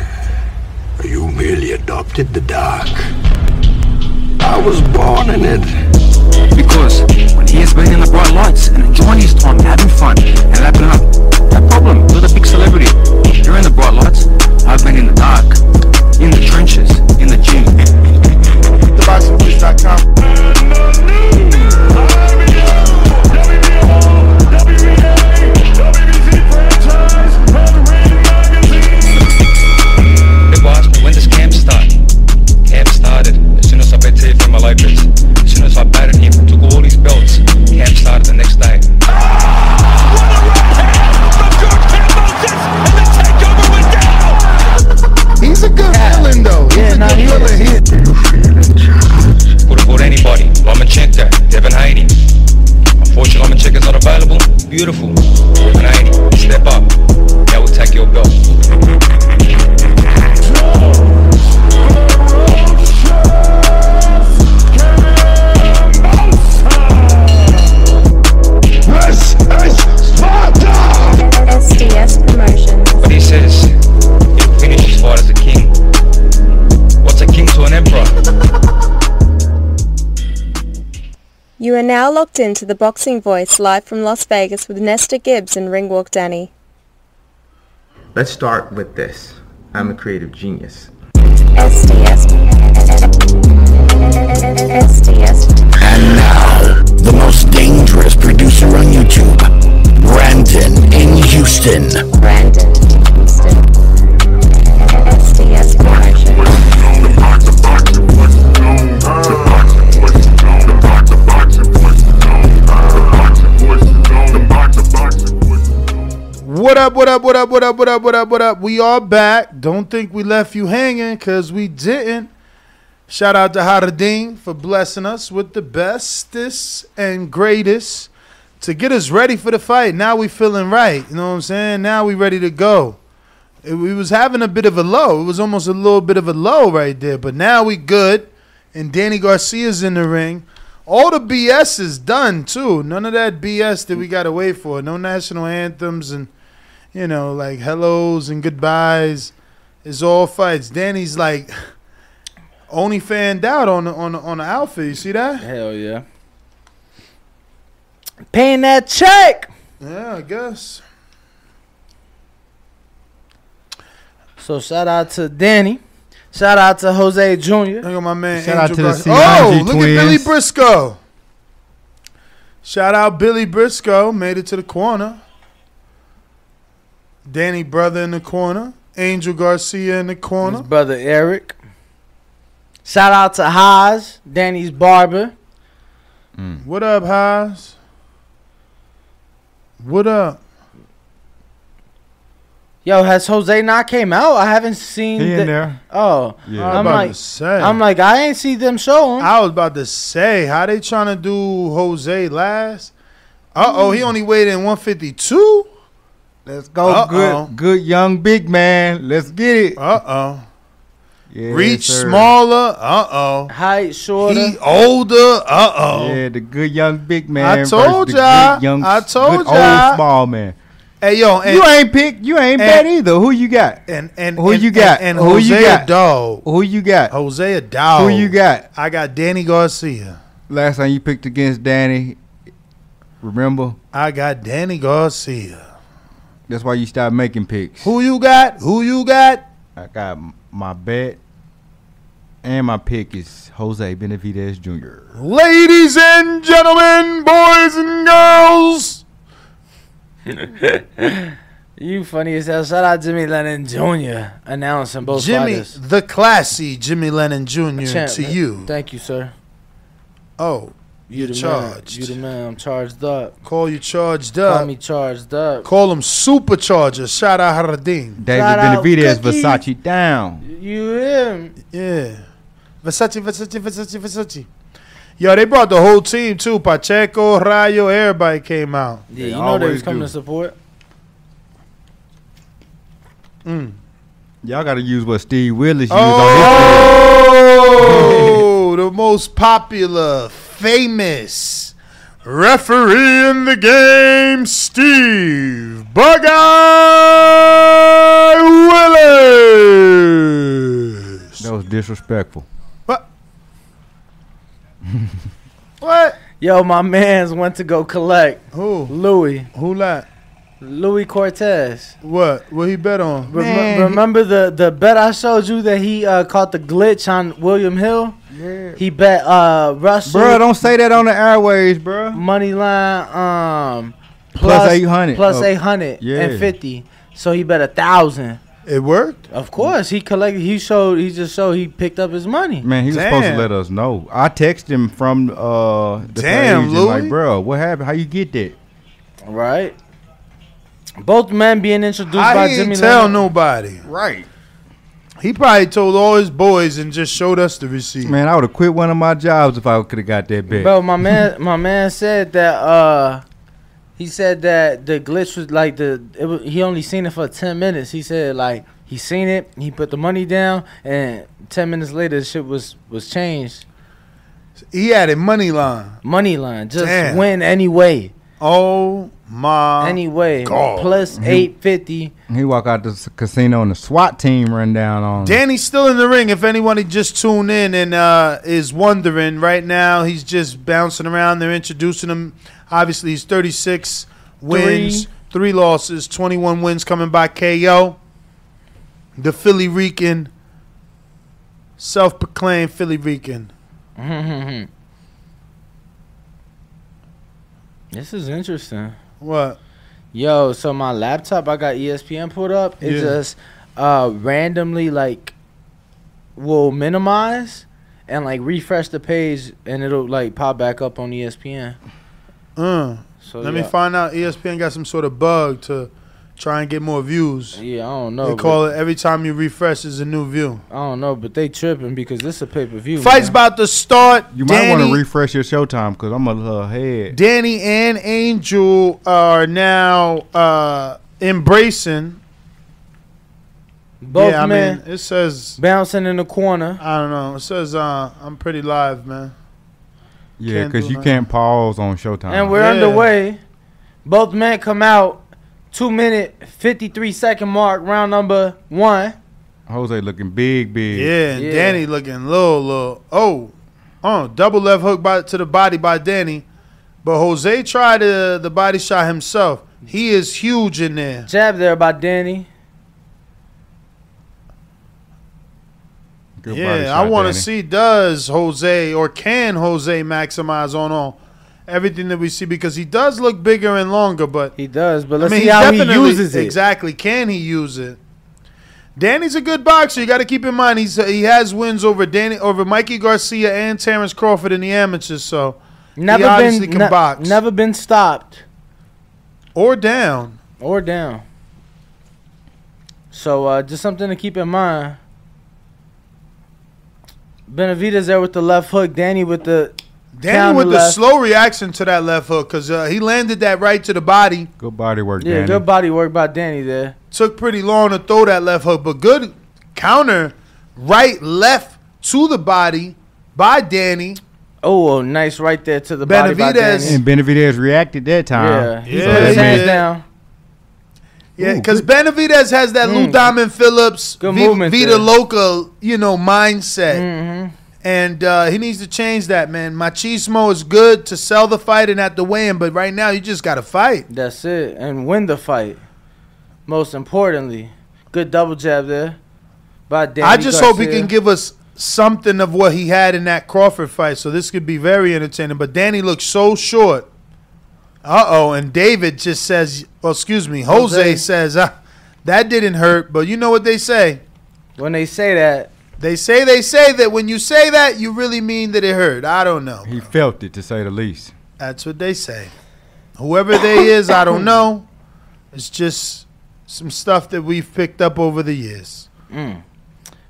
N: You merely adopted the dark. I was born in it.
O: Because when he is been in the bright lights and enjoying his time, having fun and lapping up, no problem, you're the big celebrity. You're in the bright lights. I've been in the dark, in the trenches, in the gym.
F: TheBoxingVoice.com.
T: They asked me when does camp start? Camp started as soon as I bet Ted from my Lopez. As soon as I batted him, took all his belts, camp started the next day.
I: He's a good villain though.
G: You are now locked into the Boxing Voice live from Las Vegas with Nesta Gibbs and Ringwalk Danny.
P: Let's start with this. I'm a creative genius.
G: SDS. SDS.
Q: And now, the most dangerous producer on YouTube, Brandon in Houston.
G: Brandon in Houston. SDS
F: What up, what up, what up, what up, what up, what up, what up? We are back. Don't think we left you hanging because we didn't. Shout out to Haradin for blessing us with the bestest and greatest to get us ready for the fight. Now we feeling right. You know what I'm saying? Now we ready to go. It- we was having a bit of a low. It was almost a little bit of a low right there. But now we good. And Danny Garcia's in the ring. All the BS is done too. None of that BS that we gotta wait for. No national anthems and you know, like hellos and goodbyes. It's all fights. Danny's like only fanned out on the, on the, on the outfit. You see that?
K: Hell yeah. Paying that check.
F: Yeah, I guess.
K: So shout out to Danny. Shout out to Jose Jr. Look
F: at my man.
K: Shout
F: Angel Gar- oh, look at Billy Briscoe. Shout out Billy Briscoe. Made it to the corner. Danny brother in the corner. Angel Garcia in the corner.
K: His brother Eric. Shout out to Haas, Danny's barber. Mm.
F: What up, Haas? What up?
K: Yo, has Jose not came out? I haven't seen.
F: He in
K: the-
F: there.
K: Oh,
F: I was
K: I'm
F: about
K: like,
F: to say.
K: I'm like, I ain't see them show him.
F: I was about to say, how they trying to do Jose last? Uh oh, he only weighed in 152.
A: Let's go, good, good young big man. Let's get it.
F: Uh oh.
A: Yeah,
F: Reach
A: sir.
F: smaller. Uh oh.
K: Height shorter.
F: He older. Uh oh.
A: Yeah, the good young big man.
F: I
A: versus
F: told
A: the
F: y'all.
A: good young
F: I
A: s-
F: told
A: good
F: y'all.
A: Old small man.
F: Hey yo, and,
A: you ain't pick. You ain't bet either. Who you got?
F: And and
A: Who
F: and-
A: you got?
F: And, and
A: Who
F: Jose
A: you got?
F: a dog.
A: Who you got?
F: Jose a dog.
A: Who you got?
F: Oh. I got Danny Garcia.
A: Last time you picked against Danny, remember?
F: I got Danny Garcia.
A: That's why you stopped making picks.
F: Who you got? Who you got?
A: I got m- my bet, and my pick is Jose Benavidez Jr.
F: Ladies and gentlemen, boys and girls.
K: you funny as hell. Shout out Jimmy Lennon Jr. announcing both
F: Jimmy,
K: fighters.
F: the classy Jimmy Lennon Jr.
K: Champ,
F: to
K: man.
F: you.
K: Thank you, sir.
F: Oh,
K: You the
F: charged.
K: man. You the man. I'm charged up.
F: Call you charged
K: Call
F: up.
K: me charged up.
F: Call him Supercharger. Shout out Haradin.
A: David
K: Shout out
A: Benavidez
K: Cookie.
A: Versace down.
K: You him.
F: Yeah. Versace, Versace, Versace, Versace. Yo, they brought the whole team too. Pacheco, Rayo, everybody came out.
K: Yeah, you know they was coming to support.
F: Mm.
A: Y'all got to use what Steve Willis used
F: Oh, the most popular, famous referee in the game, Steve Bugeye Willis. on his.
A: That was disrespectful.
F: What?
K: Yo, my man's went to go collect.
F: Who?
K: Louis.
F: Who that?
K: Louis Cortez.
F: What? What he bet on?
K: Rem-
A: Man, he-
K: remember the, the bet I showed you that he uh, caught the glitch on William Hill?
A: Yeah.
K: He bet uh, Russell.
A: Bro, don't say that on the airways, bro.
K: money line um
A: Plus 800.
K: plus
A: Oh,
K: 800
A: yeah.
K: and 50 so he bet a thousand
F: It worked.
K: of course he collected he showed he just showed he picked up his money
A: Man, he was supposed to
F: Damn.
A: let us know. I texted him from uh the
F: Damn,
A: Parisian, like,
F: Louis.
A: bro, what happened? How you get that?
K: right both men being introduced
F: I
K: by
F: didn't
K: jimmy
F: tell
K: Lennon.
F: nobody.
A: Right.
F: He probably told all his boys and just showed us the receipt.
A: Man, I would have quit one of my jobs if I could have got that bet.
K: bro my man my man said that uh he said that the glitch was like the it was, he only seen it for 10 minutes he said like he seen it he put the money down and 10 minutes later the shit was was changed
F: He had a money line.
K: money line just
F: Damn.
K: win anyway
F: Oh My
K: anyway,
A: God.
K: plus
A: He-
K: eight fifty.
A: He walk out the s- casino and the SWAT team run down on. him.
F: Danny's still in the ring. If anyone had just tuned in and uh, is wondering right now, he's just bouncing around. They're introducing him. Obviously, he's 36 wins,
K: Three.
F: three losses, 21 wins coming by KO. The Philly Rican, self proclaimed Philly Rican.
K: This is interesting.
F: What?
K: Yo, so my laptop, I got E ESPN pulled up. It
F: Yeah.
K: just uh, randomly like will minimize and like refresh the page, and it'll like pop back up on E ESPN.
F: Uh,
K: So
F: let me
K: yeah.
F: find out. E ESPN got some sort of bug to try and get more views.
K: Yeah, I don't know.
F: they call it every time you refresh is a new view.
K: I don't know, but they tripping because this a pay per view.
F: Fight's about to start.
A: You might want
F: Danny-
A: to refresh your showtime because I'm a little ahead.
F: Danny and Angel are now uh, embracing.
K: Both
F: yeah, I
K: men
F: mean, it says
K: bouncing in the corner.
F: I don't know. It says uh, I'm pretty live, man.
A: Yeah,
F: Can't
A: because
F: do
A: you
F: that.
A: can't pause on showtime.
K: And we're
F: Oh, Yeah.
K: underway. Both men come out. Two minute, 53 second mark, round number one.
A: Jose looking big, big.
F: Yeah, and
K: Yeah.
F: Danny looking low, low. Oh, oh, double left hook by, to the body by Danny, but Jose tried uh, the body shot himself. He is huge in there.
K: Jab there by Danny.
A: Good body
F: yeah,
A: shot,
F: I want to
A: Danny.
F: see does Jose or can Jose maximize on all everything that we see because he does look bigger and longer, but
K: He does, but
F: I
K: let's
F: mean,
K: see how he
F: definitely-
K: uses it.
F: Exactly. Can he use it? Danny's a good boxer. You got to keep in mind he's he has wins over Danny over Mikey Garcia and Terrence Crawford in the amateurs, so he
K: Never
F: obviously
K: been
F: can
K: ne-
F: box
K: never been stopped
F: or down.
K: or down. So uh, just something to keep in mind. Benavidez there with the left hook. Danny with the
F: Danny
K: counter
F: with the
K: left.
F: slow reaction to that left hook because uh, he landed that right to the body.
A: Good body work,
K: yeah,
A: Danny.
K: good body work by Danny there.
F: Took pretty long to throw that left hook, but good counter right left to the body by Danny.
K: Oh, oh, nice right there to the body by
F: Benavidez.
K: Danny.
A: And Benavidez reacted
K: Yeah,
A: that time.
K: he's
A: So
K: put his
A: that
K: hands
A: means-
K: down. Mm.
F: Yeah, because Benavidez has that Lou Diamond Phillips,
K: Good
F: Vi-
K: movement
F: Vita
K: there. Mm-hmm.
F: Loca, you know, mindset. And uh, he needs to change that, man. Machismo is good to sell the fight and at the weigh-in, but right now you just got to fight.
K: That's it, and win the fight. Most importantly, good double jab there by Danny.
F: I just hope he
K: Garcia.
F: can give us something of what he had in that Crawford fight, so this could be very entertaining. But Danny looks so short. Uh-oh, and David just says, well, excuse me, Jose,
K: Jose.
F: says, ah, that didn't hurt, but you know what they say.
K: when they say that.
F: They say they say that when you say that, you really mean that it hurt. I don't know.
A: He felt it, to say the least.
F: That's what they say. Whoever they is, I don't know. It's just some stuff that we've picked up over the years.
K: Mm.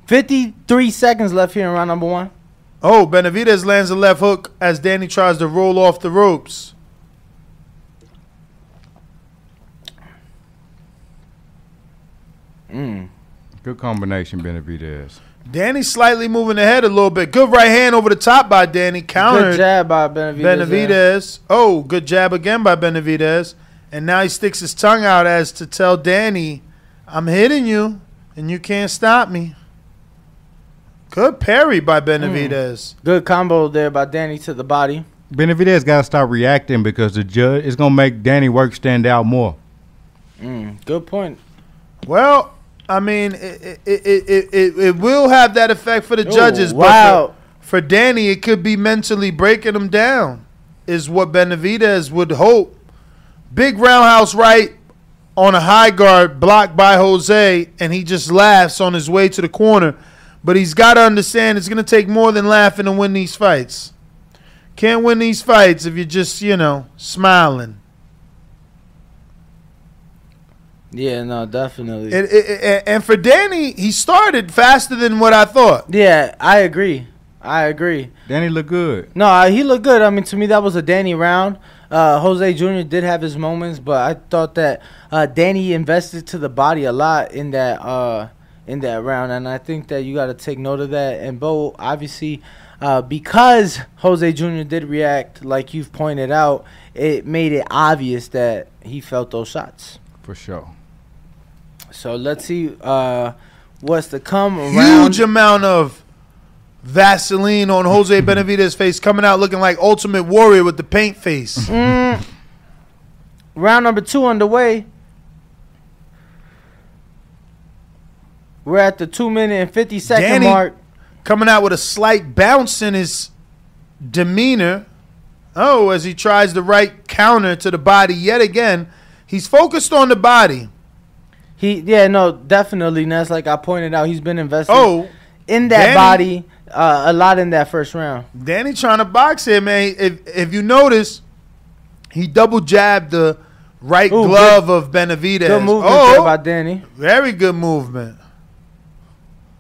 K: Fifty-three seconds left here in round number one.
F: Oh, Benavidez lands a left hook as Danny tries to roll off the ropes.
K: Mm.
A: Good combination, Benavidez.
F: Danny slightly moving ahead a little bit. Good right hand over the top by Danny.
K: Good
F: Countered
K: jab by Benavidez. there.
F: Benavidez. Oh, good jab again by Benavidez. And now he sticks his tongue out as to tell Danny, I'm hitting you and you can't stop me. Good parry by Benavidez.
K: Mm. Good combo there by Danny to the body.
A: Benavidez got to stop reacting because the judge is going to make Danny work stand out more.
K: Mm. Good point.
F: Well, I mean, it it, it, it, it it will have that effect for the
K: Oh,
F: judges.
K: wow.
F: But for, for Danny, it could be mentally breaking him down, is what Benavidez would hope. Big roundhouse right on a high guard, blocked by Jose, and he just laughs on his way to the corner. But he's got to understand it's going to take more than laughing to win these fights. Can't win these fights if you're just, you know, smiling.
K: Yeah, no, definitely.
F: And, and- and for Danny, he started faster than what I thought.
K: yeah, I agree. I agree.
A: Danny looked good.
K: No, uh, he looked good. I mean, to me, that was a Danny round. Uh, Jose Jr. did have his moments, but I thought that uh, Danny invested to the body a lot in that uh, in that round, and I think that you got to take note of that. And Bo, obviously, uh, because Jose Jr. did react like you've pointed out, it made it obvious that he felt those shots.
A: For sure.
K: So let's see uh, what's to come.
F: Huge amount of Vaseline on Jose Benavidez' face, coming out looking like Ultimate Warrior with the paint face.
K: Mm. Round number two underway. We're at the two minute and fifty second
F: Danny
K: mark.
F: coming out with a slight bounce in his demeanor. Oh, as he tries the right counter to the body yet again. He's focused on the body.
K: He yeah no definitely. And that's like I pointed out. He's been invested
F: Oh,
K: in that
F: Danny-
K: body uh, a lot in that first round.
F: Danny trying to box here, man. If if you notice, he double jabbed the right
K: Ooh,
F: glove of Benavidez.
K: Good movement
F: Oh,
K: there by Danny.
F: Very good movement.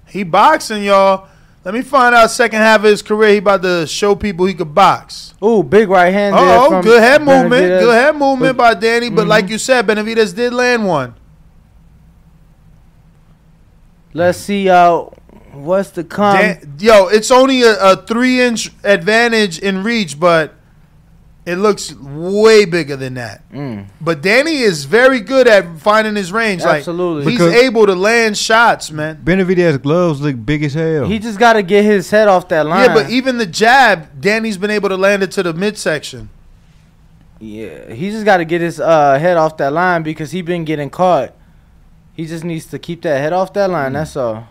F: He boxing, y'all. Let me find out second half of his career. He about to show people he could box.
K: Ooh, big right hand. there
F: Oh,
K: from
F: good head movement.
K: Benavidez.
F: Good head movement by Danny. But
K: Mhm.
F: like you said, Benavidez did land one.
K: Let's see uh, what's to come.
F: Mm. Dan- yo, it's only a, a three inch advantage in reach, but it looks way bigger than that.
K: Mm.
F: But Danny is very good at finding his range.
K: Absolutely.
F: like, he's
K: Because-
F: able to land shots, man.
A: Benavidez gloves look big as hell.
K: He just got to get his head off that line.
F: Yeah, but even the jab, Danny's been able to land it to the midsection.
K: Yeah, he just got to get his uh, head off that line because he been getting caught. He just needs to keep that head off that line.
F: Mm.
K: That's all.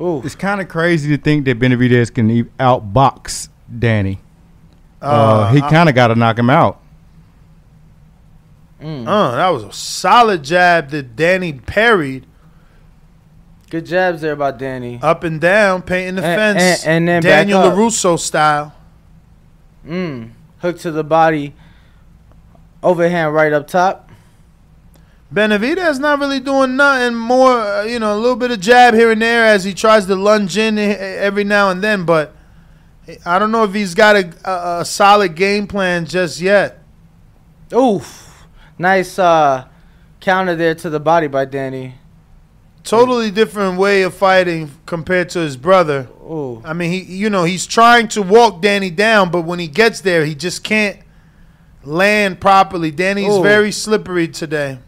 K: Ooh.
A: It's kind of crazy to think that Benavidez can e- outbox Danny. Uh,
F: Uh,
A: he
F: I-
A: kind of got to knock him out.
K: Mm.
F: Uh, that was a solid jab that Danny parried
K: Good jabs there by Danny.
F: up and down, painting the
K: And-
F: fence,
K: and- and then back
F: Daniel
K: up.
F: Larusso style.
K: Mm. Hook to the body. Overhand right up top.
F: Benavidez not really doing nothing more, uh, you know, a little bit of jab here and there as he tries to lunge in e- every now and then, but I don't know if he's got a, a, a solid game plan just yet.
K: Oof. Nice uh, counter there to the body by Danny.
F: Totally different way of fighting compared to his brother.
K: Ooh.
F: I mean, he you know he's trying to walk Danny down, but when he gets there, he just can't land properly. Danny's
K: Ooh.
F: very slippery today.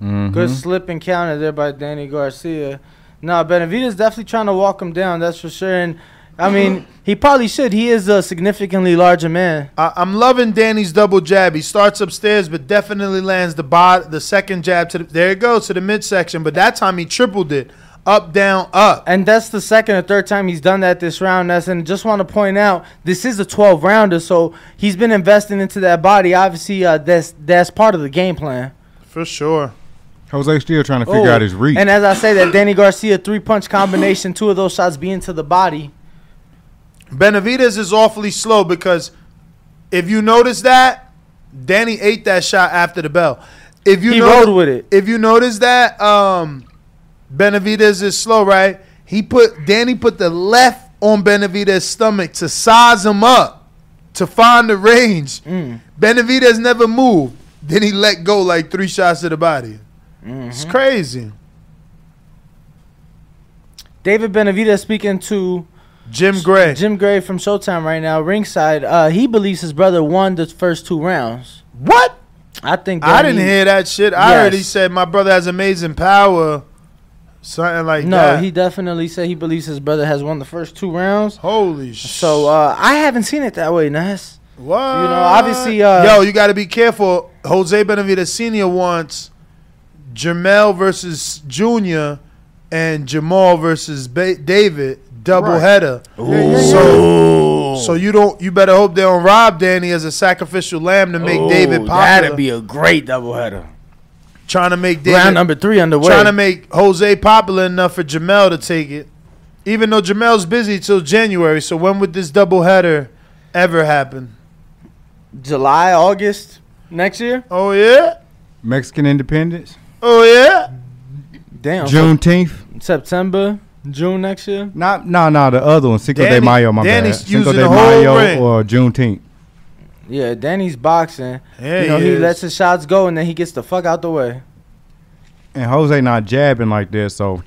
K: Good slip and counter there by Danny Garcia. Now Benavidez definitely trying to walk him down. That's for sure. And I mean, he probably should. He is a significantly larger man.
F: I, I'm loving Danny's double jab. He starts upstairs, but definitely lands the bot, the second jab to the, there it goes to the midsection. But that time he tripled it, up down up.
K: And that's the second or third time he's done that this round. That's and just want to point out this is a 12 rounder, so he's been investing into that body. Obviously, uh, that's that's part of the game plan.
F: for sure.
A: Jose still trying to
K: Ooh.
A: figure out his reach.
K: And as I say, that Danny Garcia three punch combination, two of those shots being to the body.
F: Benavides is awfully slow because if you notice that, Danny ate that shot after the bell. If you
K: He
F: noti-
K: rode with it.
F: If you notice that, um, Benavides is slow, right? He put Danny put the left on Benavides' stomach to size him up to find the range.
K: Mm.
F: Benavides never moved. Then he let go like three shots to the body.
K: Mm-hmm.
F: It's crazy.
K: David Benavidez speaking to
F: Jim Gray.
K: Jim Gray from Showtime right now, ringside. Uh, he believes his brother won the first two rounds.
F: What?
K: I think
F: I
K: that
F: didn't
K: he-
F: hear that shit. I
K: Yes.
F: already said my brother has amazing power. Something like
K: No,
F: that.
K: he definitely said he believes his brother has won the first two rounds.
F: Holy sh!
K: So uh, I haven't seen it that way, Nas.
F: What?
K: You know, obviously, uh,
F: Yo, you got to be careful. Jose Benavides Sr. wants Jermel versus Junior and Jamal versus ba- David double
I: Right.
F: header. So, so you don't. You better hope they don't rob Danny as a sacrificial lamb to make David popular.
K: That'd be a great doubleheader.
F: trying to make David
K: Round number three underway.
F: Trying to make Jose popular enough for Jamel to take it, even though Jamel's busy till January. So when would this doubleheader ever happen?
K: July, August next year.
F: Oh yeah,
A: Mexican Independence,
F: oh yeah.
K: Damn.
A: Juneteenth.
K: September, June next year.
A: Not no no the other one Cinco de
K: Danny-
A: Mayo. My
K: Danny's
A: bad. Cinco
K: using
A: de
K: the whole
A: Mayo
K: ring.
A: or Juneteenth.
K: Yeah, Danny's boxing.
F: Yeah,
K: you know
F: he
K: he
F: is.
K: lets his shots go and then he gets the fuck out the way.
A: And Jose not jabbing like this, so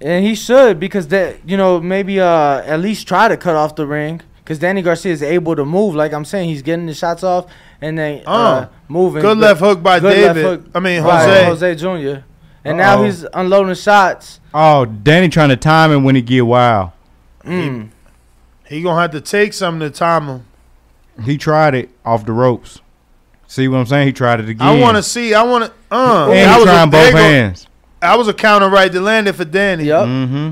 K: And he should because that you know maybe uh at least try to cut off the ring because Danny Garcia is able to move. Like I'm saying, he's getting the shots off and then uh,
F: Oh.
K: moving.
F: Good left hook by David. I mean,
K: by
F: Jose.
K: Jose Jr. And now
A: Uh-oh.
K: he's unloading shots.
A: oh Danny trying to time him when he get wild.
K: Mm.
F: He gonna have to take something to time him.
A: He tried it off the ropes. See what I'm saying? He tried it again.
F: I want to see. I want to. Uh,
A: And he
F: I was a-
A: trying both
F: they go-
A: hands.
F: I was a counter right to land it for Danny.
K: Yep.
A: Mm-hmm.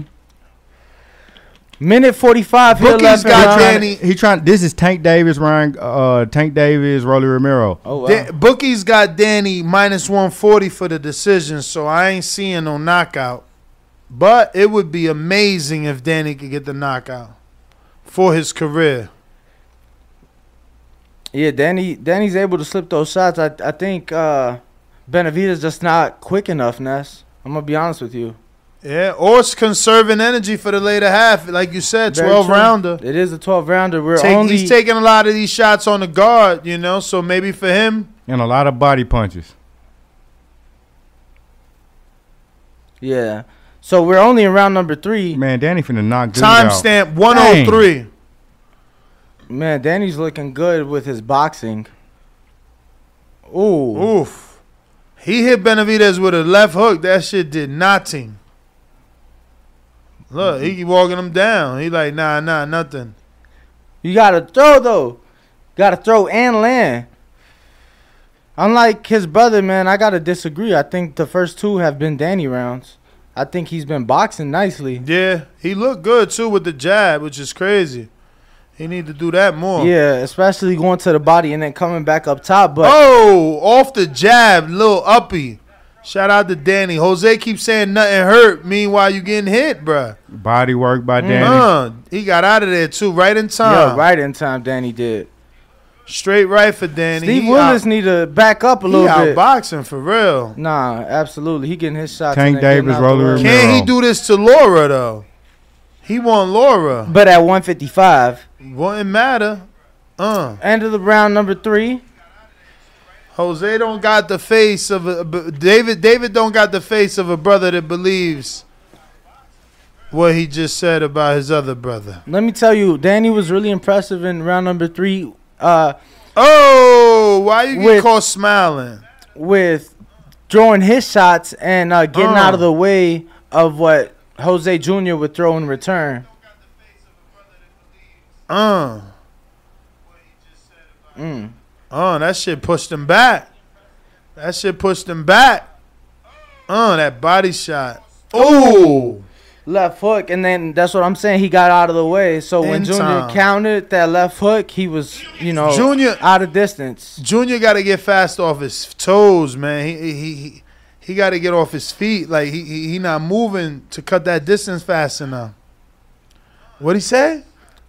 K: Minute 45 here
F: Bookie's
K: left.
F: got
K: Got
F: Danny.
A: He trying. This is Tank Davis, Ryan. Uh, Tank Davis, Rolly Romero.
K: Oh
F: Da- Bookie's got Danny minus one forty for the decision, so I ain't seeing no knockout. But it would be amazing if Danny could get the knockout for his career.
K: Yeah, Danny. Danny's able to slip those shots. I I think uh, Benavidez just not quick enough. Ness. I'm gonna be honest with you.
F: Yeah, or it's conserving energy for the later half, like you said,
K: Very
F: twelve
K: true.
F: rounder.
K: It is a 12 rounder. We're
F: Take-
K: only
F: he's taking a lot of these shots on the guard, you know. So maybe for him,
A: And a lot of body punches.
K: yeah. So we're only in round number three.
A: Man, Danny finna knock dude out.
F: timestamp one oh three.
K: Man, Danny's looking good with his boxing. Ooh.
F: Oof. He hit Benavidez with a left hook. That shit did nothing. Look, he keep
K: Mm-hmm.
F: walking him down. He like, nah, nah, nothing.
K: You gotta throw though. Gotta throw and land. Unlike his brother, man, I gotta disagree. I think the first two have been Danny rounds. I think he's been boxing nicely.
F: Yeah, he looked good too with the jab, which is crazy. He need to do that more.
K: Yeah, especially going to the body and then coming back up top. But
F: Oh, off the jab, little uppy. Shout out to Danny. Jose keeps saying nothing hurt. Meanwhile, you getting hit, bruh.
A: Body work by
K: Mm-hmm.
A: Danny.
F: Uh, he got out of there too, right in time.
K: yeah, right in time, Danny did.
F: Straight right for Danny.
K: Steve
F: He
K: Willis
F: out-
K: need to back up a
F: he
K: little
F: out
K: bit.
F: boxing for real.
K: Nah, absolutely. He getting his shots.
A: Tank
K: and then getting
A: Davis,
K: out the
A: Rolly
K: way.
A: Romero.
F: Can he do this to Laura though? He want Laura.
K: But at 155,
F: Wouldn't matter. Uh,
K: end of the round number three.
F: Jose don't got the face of a b- David. David don't got the face of a brother that believes what he just said about his other brother.
K: Let me tell you, Danny was really impressive in round number three. Uh,
F: Oh, why you get
K: With-
F: caught smiling?
K: with throwing his shots and uh, getting
F: Uh.
K: out of the way of what Jose Jr. would throw in return.
F: Uh,
K: Mm.
F: uh, that shit pushed him back. That shit pushed him back. Uh, that body shot. Oh,
K: Left hook, and then that's what I'm saying. He got out of the way. So when
F: In
K: Junior
F: time.
K: countered that left hook, he was, you know,
F: Junior-
K: out of distance.
F: Junior got to get fast off his toes, man. He he he, he got to get off his feet. Like he, he he not moving to cut that distance fast enough. What he say?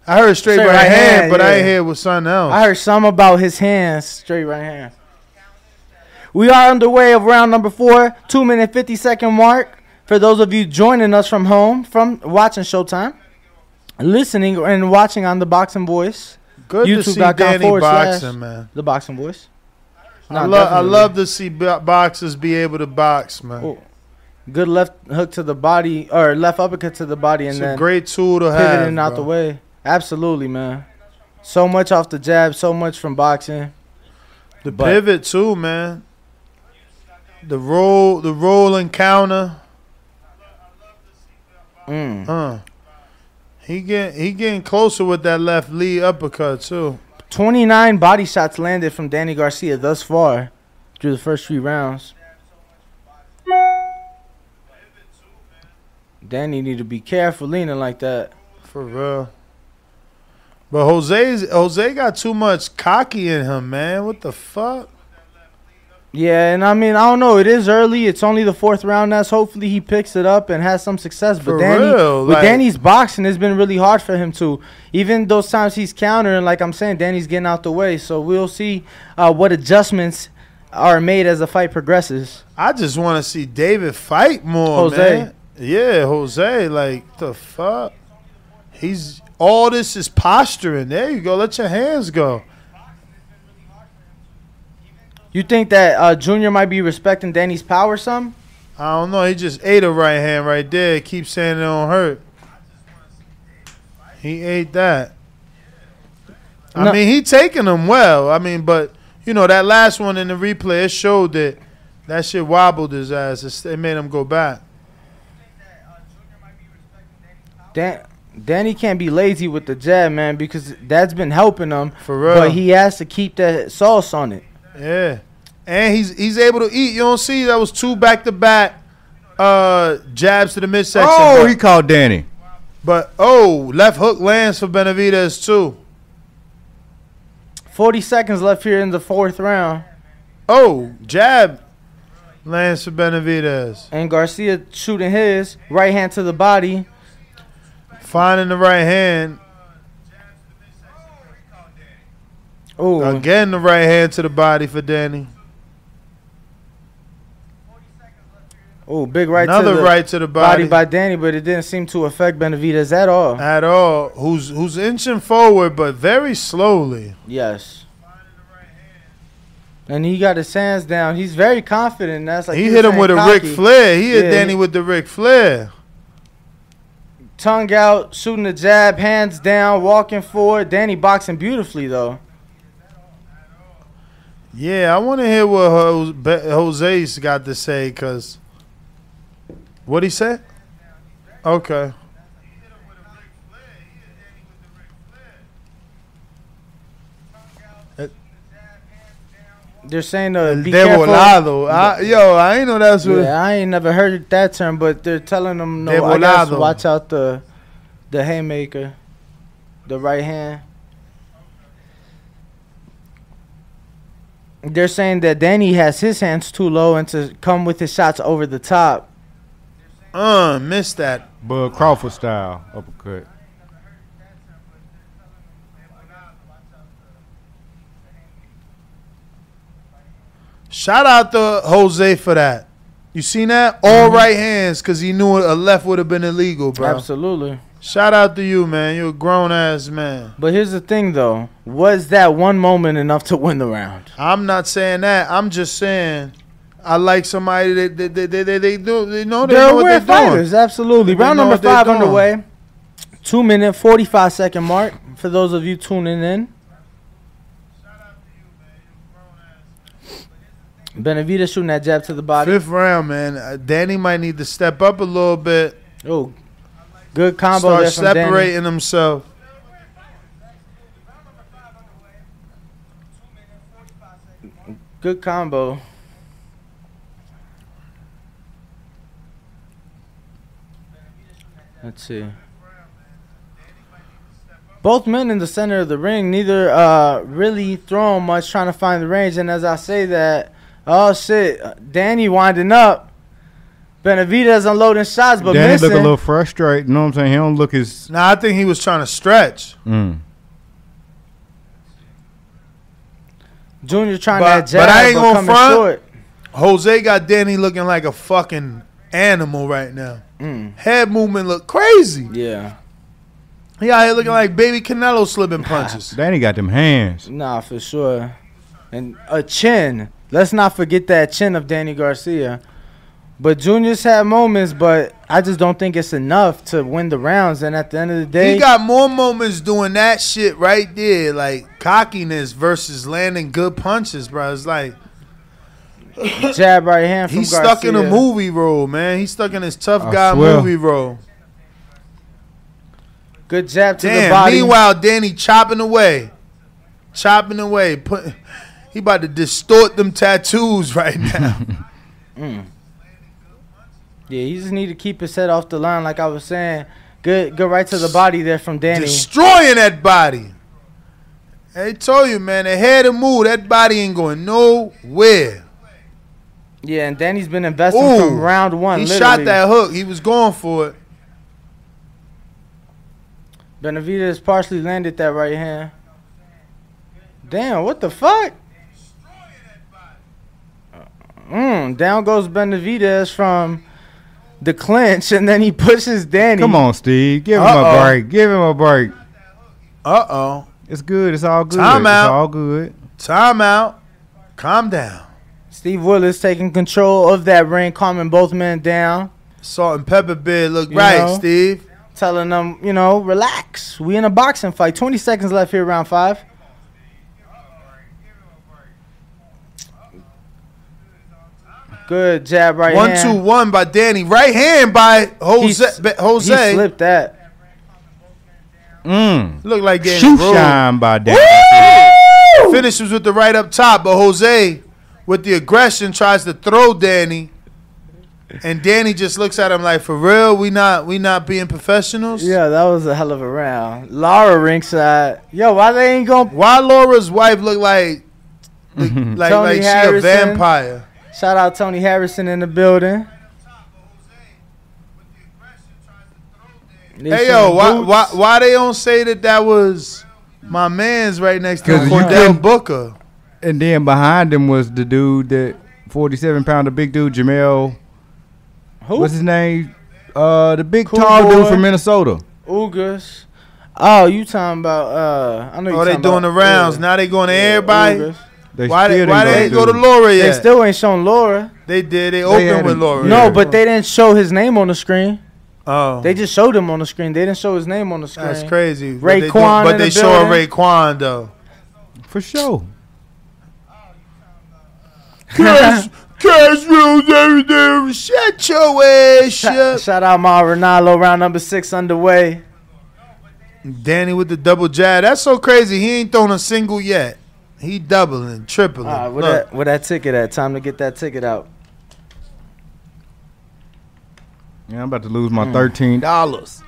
F: I heard straight,
K: Straight
F: right,
K: right
F: hand,
K: hand,
F: but I
K: yeah.
F: ain't hear with something else.
K: I heard some about his hands, straight right hand. We are underway of round number four, two minute fifty second mark. For those of you joining us from home, from watching Showtime, listening and watching on the Boxing Voice,
F: Good to see Danny
K: forward
F: boxing,
K: slash
F: man.
K: The Boxing Voice.
F: I,
K: No,
F: love I
K: definitely.
F: love to see bo- boxers be able to box, man.
K: Oh, Good left hook to the body or left uppercut to the body, and
F: it's
K: then
F: a great tool to have.
K: pivoting out
F: bro.
K: the way. Absolutely, man. So much off the jab, so much from boxing.
F: The
K: But-
F: pivot too, man. The roll, the roll and counter.
K: Mm.
F: Huh. He get he getting closer with that left lead uppercut too.
K: 29 body shots landed from Danny Garcia thus far through the first three rounds. Danny need to be careful leaning like that.
F: For real. But Jose's Jose got too much cocky in him, man. What the fuck?
K: Yeah, and I mean I don't know. It is early. It's only the fourth round. That's hopefully he picks it up and has some success. But
F: For
K: Danny,
F: real,
K: with
F: like-
K: Danny's boxing, it's been really hard for him to. Even those times he's countering, like I'm saying, Danny's getting out the way. So we'll see uh, what adjustments are made as the fight progresses.
F: I just want to see David fight more,
K: Jose.
F: man. Yeah, Jose. Like the fuck. He's all this is posturing. There you go. Let your hands go.
K: You think that uh, Junior might be respecting Danny's power some?
F: I don't know. He just ate a right hand right there. Keep saying it don't hurt. He ate that. I
K: No.
F: mean, he taking them well. I mean, but you know that last one in the replay it showed that that shit wobbled his ass. It's- It made him go back.
K: Dan- Danny can't be lazy with the jab, man, because that's been helping him. For
F: real.
K: But he has to keep that sauce on it.
F: Yeah, and he's he's able to eat. You don't see that was two back to back uh jabs to the midsection.
A: Oh,
F: but,
A: he called Danny.
F: but oh, left hook lands for Benavidez too.
K: 40 seconds left here in the fourth round.
F: Oh, jab lands for Benavidez.
K: And Garcia shooting his right hand to the body.
F: Finding the right hand.
K: Oh,
F: again the right hand to the body for Danny.
K: Oh, big right to
F: Another
K: the
F: right to the body.
K: by Danny, but it didn't seem to affect Benavidez at all.
F: At all. Who's who's inching forward, but very slowly.
K: Yes. And he got his hands down. He's very confident. That's like
F: he
K: was
F: hit him
K: saying,
F: with a Ric
K: cocky.
F: Flair. He hit
K: Yeah,
F: Danny with the Ric Flair.
K: tongue out, shooting the jab, hands down, walking forward. Danny boxing beautifully though.
F: Yeah, I want to hear what Ho- Be- Jose's got to say because what he said. Okay.
K: They're saying uh, be
F: De
K: careful.
F: volado. I- yo, I ain't know that's what.
K: Yeah, I ain't never heard that term, but they're telling them no.
F: De
K: I guess
F: volado.
K: watch out the the haymaker, the right hand. They're saying that Danny has his hands too low and to come with his shots over the top.
F: Uh, missed that.
A: Bud Crawford style uppercut.
F: Shout out to Jose for that. You seen that? All right hands because he knew a left would have been illegal, bro.
K: Mm-hmm. Absolutely.
F: Shout out to you, man. You're a grown ass man.
K: But here's the thing, though: was that one moment enough to win the round?
F: I'm not saying that. I'm just saying I like somebody that they they they, they, they do they know they
K: They're
F: know what
K: aware
F: they're
K: fighters,
F: doing.
K: absolutely.
F: They
K: Round
F: know
K: number
F: what they're
K: five
F: doing.
K: underway. Two minute forty five second mark for those of you tuning in. Benavidez shooting that jab to the body.
F: Fifth round, man. Uh, Danny might need to step up a little bit.
K: Oh, good combo
F: Start
K: there from Danny.
F: separating himself.
K: Good combo. Let's see. Both men in the center of the ring, neither uh, really throwing much, trying to find the range. And as I say that, oh shit, Danny winding up. Benavidez unloading shots, but
A: Danny
K: missing.
A: look a little frustrated. You know what I'm saying? He don't look as.
F: Now I think he was trying to stretch.
A: Mm.
K: Junior trying
F: But,
K: that jab,
F: but I ain't
K: but
F: gonna
K: coming
F: front.
K: short.
F: Jose got Danny looking like a fucking animal right now. Head movement look crazy.
K: Yeah.
F: He out here looking like baby Canelo slipping punches.
A: Danny got them hands.
K: Nah, for sure. And a chin. Let's not forget that chin of Danny Garcia. But Junior's had moments, but I just don't think it's enough to win the rounds. And at the end of the day,
F: he got more moments doing that shit right there, like cockiness versus landing good punches, bro. It's like
K: jab right hand from
F: he's stuck in a
K: Garcia.
F: movie role, man. He's stuck in his tough
K: I
F: guy
K: swear.
F: movie role.
K: Good jab to the
F: Damn.
K: body.
F: Meanwhile, Danny chopping away, chopping away. Put he about to distort them tattoos right now.
K: Mm. Yeah, he just need to keep his head off the line, like I was saying. Good, good right to the body there from Danny.
F: destroying that body. I told you, man, the head to move. That body ain't going nowhere.
K: Yeah, and Danny's been investing from round one.
F: He shot
K: literally.
F: that hook. He was going for it.
K: Benavidez partially landed that right hand. Damn, what the fuck? Mm, down goes Benavidez from the clinch, and then he pushes Danny.
A: Come on, Steve. Give him
K: Uh-oh.
A: a break. Give him a break.
F: Uh oh.
A: It's good. It's all good.
F: Time
A: It's
F: out.
A: all good.
F: Timeout. Calm down.
K: Steve Willis taking control of that ring, calming both men down.
F: Salt and pepper bid look right, Steve.
K: Telling them, you know, relax. We in a boxing fight. 20 seconds left here, round five. Good jab right
F: One
K: hand.
F: two one by Danny. Right hand by Jose.
K: He's-
F: Be- Jose.
K: He slipped that.
A: Mm.
F: Look like Danny
A: Shoe
F: Rose.
A: shine by Danny.
F: Finishes with the right up top, but Jose, with the aggression, tries to throw Danny, and Danny just looks at him like, "For real, we not we not being professionals."
K: Yeah, that was a hell of a round. Laura ringside. Yo, why they ain't going?
F: Why Laura's wife look like like
K: Tony
F: like
K: Harrison.
F: she a vampire?
K: Shout out Tony Harrison in the building.
F: Hey yo, why, why why they don't say that that was my man's right next to him, Cordell Booker?
A: And then behind him was the dude that 47 pounder big dude, Jamel.
K: Who?
A: What's his name? Uh, the big
K: Cool
A: tall dude
K: boy.
A: from Minnesota.
K: Ugas. Oh, you talking about? Uh, I know.
F: Oh, they doing the rounds now. They going to everybody.
A: They
F: Why they-
A: still
F: why
A: didn't
F: they ain't go to
A: dude.
F: Laura
K: They
F: yet?
K: still ain't shown Laura.
F: They did. They
A: had
F: opened with
A: him.
F: Laura.
K: No, but they didn't show his name on the screen.
F: Oh,
K: They just showed him on the screen. They didn't show his name on the screen.
F: that's crazy. But they
K: Raekwon,
F: do- but they showing
K: Ray.
F: Raekwon though.
A: For sure.
F: Cash, cash rules everything. Shut your ass
K: Shout,
F: up.
K: shout out Ma Ronaldo. Round number six underway.
F: Danny with the double jab. That's so crazy. He ain't thrown a single yet. He doubling, tripling.
K: All right, Ah, where
F: Look.
K: that where that ticket at? Time to get that ticket out.
A: Yeah, I'm about to lose my
K: Mm.
A: $13.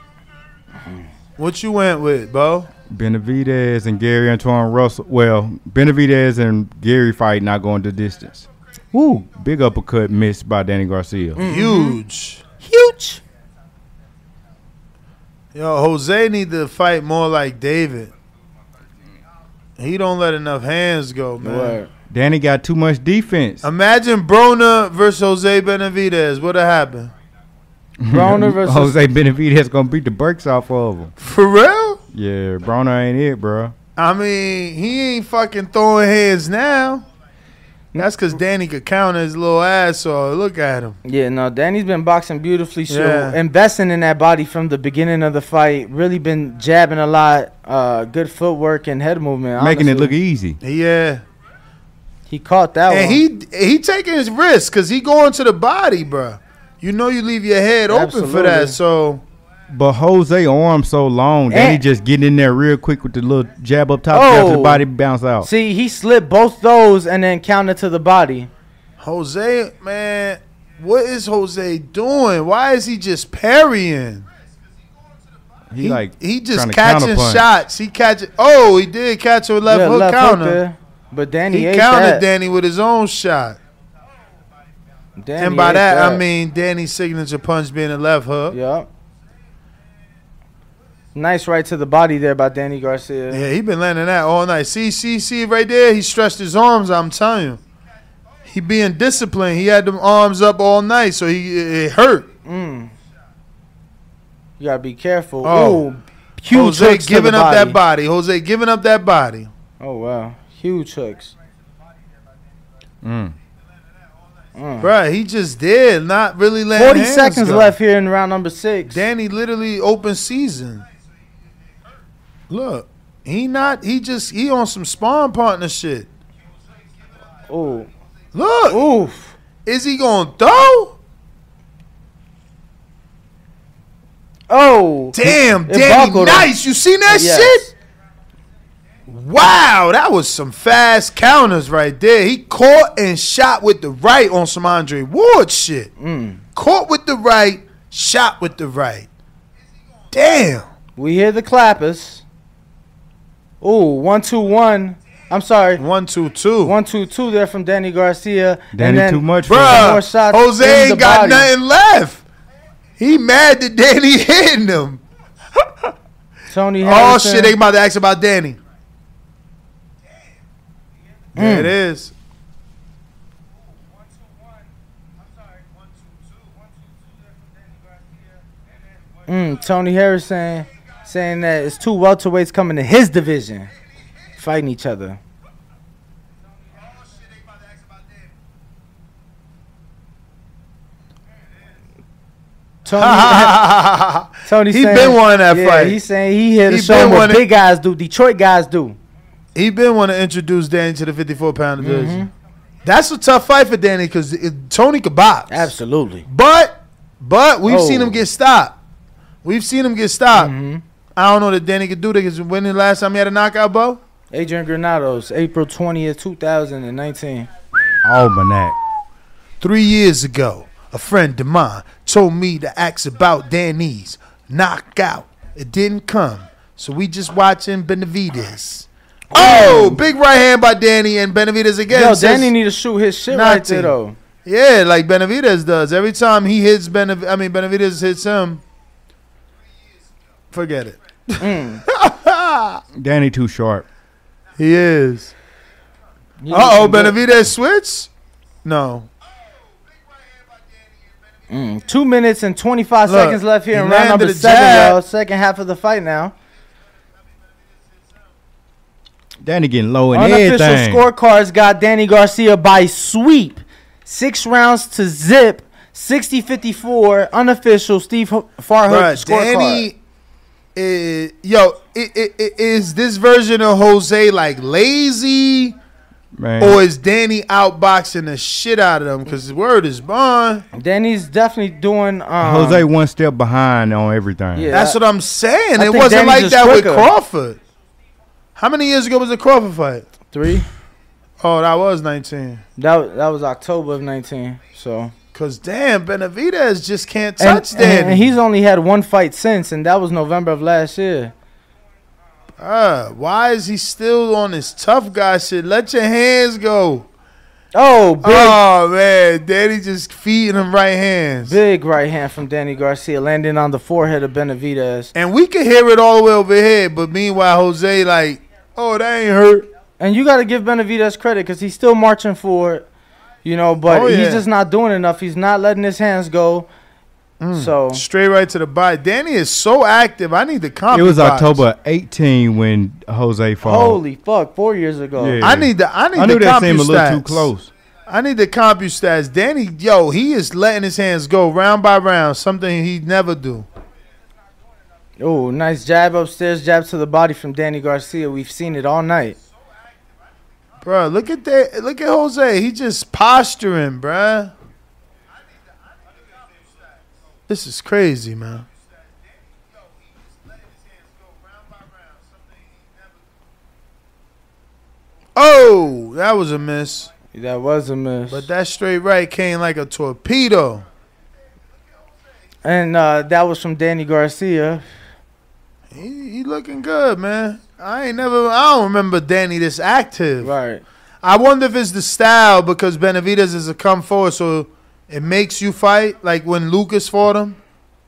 F: Hmm. What you went with, Bo?
A: Benavidez and Gary Antoine Russell. Well, Benavidez and Gary fight not going the distance. Woo! Big uppercut missed by Danny Garcia.
K: Mm-hmm.
F: Huge.
K: Huge.
F: Yo, Jose need to fight more like David. He don't let enough hands go, man.
A: Danny got too much defense.
F: Imagine Brona versus Jose Benavidez. What'd have happened?
K: Broner versus-
A: Jose Benavidez gonna beat the brakes off of him.
F: For real?
A: Yeah, Broner ain't it, bro.
F: I mean, he ain't fucking throwing hands now. That's because Danny could count his little ass off. Look at him.
K: Yeah, no, Danny's been boxing beautifully. So
F: Yeah.
K: investing in that body from the beginning of the fight. Really been jabbing a lot. Uh, good footwork and head movement.
A: Making it
K: honestly.
A: look easy.
F: e- Yeah.
K: He caught that
F: And
K: one.
F: he he taking his risk because he going to the body, bruh. You know you leave your head open for
K: Absolutely.
F: that. So
A: But Jose arm so long, Danny
K: And-
A: just getting in there real quick with the little jab up top, jab to
K: Oh.
A: the body, bounce out.
K: See, he slipped both those and then counted to the body.
F: Jose, man, what is Jose doing? Why is he just parrying?
A: he, like
F: He just
A: tryna
F: catching
A: counterpunch.
F: shots. He catching. Oh, he did catch a left
K: Yeah,
F: hook
K: left hook
F: counter.
K: there. But Danny
F: he
K: ate
F: countered
K: that.
F: Danny with his own shot.
K: Danny
F: and by
K: ate
F: that, I mean Danny's signature punch being a left hook.
K: Yep. Nice right to the body there by Danny Garcia.
F: Yeah, he been landing that all night. See, see, see, right there. He stretched his arms. I'm telling you, he being disciplined. He had them arms up all night, so he it hurt.
K: Mm. You gotta be careful.
F: Oh.
K: Ooh, huge
F: Jose
K: hooks to
F: giving
K: the
F: up
K: body.
F: that body. Jose giving up that body.
K: Oh wow, huge hooks.
A: Mm.
K: Mm.
F: Bruh, he just did not really land.
K: Forty
F: hands
K: seconds
F: go.
K: left here in round number six.
F: Danny literally open season. Look, he not. He just he on some spawn partner shit.
K: Ooh,
F: Look,
K: oof.
F: is he gonna throw?
K: Oh,
F: Damn,
K: It
F: Danny,
K: buckled him.
F: nice. You seen that
K: Yes.
F: shit? Wow, that was some fast counters right there. He caught and shot with the right on some Andre Ward shit.
K: Mm.
F: Caught with the right, shot with the right. Damn.
K: We hear the clappers. Ooh, one two one. I'm sorry.
F: One two two.
K: One two two there from Danny Garcia.
A: Danny too much for
K: Bruh,
A: him.
K: more shots
F: Jose
K: in the
F: ain't got
K: body.
F: nothing left. He mad that Danny hitting him.
K: Tony
F: Oh
K: Harrison.
F: shit, they about to ask about Danny.
K: Mm.
F: There it is.
K: Mm, Tony Harrison saying that it's two welterweights coming to his division, fighting each other. Tony, Tony
F: He
K: saying,
F: been wanting that
K: yeah,
F: fight.
K: He's saying he here to
F: He
K: show
F: been
K: him what
F: wanting-
K: big guys do, Detroit guys do.
F: He been want to introduce Danny to the 54 pound division.
K: Mhm.
F: That's a tough fight for Danny because Tony could box.
K: Absolutely.
F: But but we've seen
K: Oh. Mm-hmm.
F: him get stopped. We've seen him get stopped. I don't know that Danny could do that because when the last time he had a knockout, Bo?
K: Adrian Granados, April 20th, 2019.
F: Almanac. Three years ago, a friend of mine told me to ask about Danny's knockout. It didn't come, so we just watching Benavides. Oh, big right hand by Danny and Benavides again.
K: Yo,
F: says
K: Danny need to shoot his shit right
F: 19.
K: there, though.
F: Yeah, like Benavides does. Every time he hits Benav, I mean Benavides hits him. Forget it.
K: Mm.
A: Danny too sharp.
F: He is.
A: You
F: Uh oh,
A: can go-
F: Benavides switch. No.
K: Mm, two minutes and 25
F: Look,
K: seconds left here
F: he
K: in
F: landed
K: round number
F: a
K: seven,
F: jab.
K: y'all. Second half of the fight now.
A: Danny getting low in
K: Unofficial
A: everything.
K: scorecards got Danny Garcia by sweep. Six rounds to zip. 60 54. Unofficial Steve Ho- Farhood
F: Bruh,
K: scorecard.
F: Danny is yo. i- i- i- is this version of Jose like lazy,
A: Man.
F: or is Danny outboxing the shit out of them? Because word is bond.
K: Danny's definitely doing. Um,
A: Jose one step behind on everything.
F: That's what I'm saying.
K: I
F: it
K: think
F: wasn't
K: Danny's
F: like
K: just
F: that with
K: quicker.
F: Crawford. How many years ago was the Crawford fight?
K: Three.
F: Oh, that was 19.
K: That, wa- that was October of 19. So.
F: Cause damn, Benavidez just can't
K: And-
F: touch
K: and,
F: Danny.
K: and he's only had one fight since, and that was November of last year.
F: Uh, why is he still on this tough guy shit? Let your hands go.
K: Oh, big-
F: oh man, Danny just feeding him right hands.
K: Big right hand from Danny Garcia landing on the forehead of Benavidez.
F: And we can hear it all the way over here, but meanwhile, Jose like, oh, that ain't hurt.
K: And you got to give Benavidez credit because he's still marching for it, you know, but
F: Oh, yeah.
K: he's just not doing enough. He's not letting his hands go. So
F: Mm. straight right to the body. Danny is so active. I need the
A: It
F: comp.
A: was
F: box.
A: October 18 when Jose fought.
K: Holy fuck, four years ago.
A: Yeah.
F: I need the I need
A: I knew
F: the
A: that seemed a little too
F: CompuStats.
A: close.
F: I need the CompuStats. Danny, yo, he is letting his hands go round by round, something he never do.
K: Oh, nice jab upstairs, jab to the body from Danny Garcia. We've seen it all night.
F: Bro, look at that. Look at Jose. He just posturing, bruh. This is crazy, man. Oh, that was a miss.
K: That was a miss.
F: But that straight right came like a torpedo.
K: And uh, that was from Danny Garcia.
F: He, he looking good, man. I ain't never. I don't remember Danny this active.
K: Right.
F: I wonder if it's the style because Benavides is a come forward, so it makes you fight like when Lucas fought him.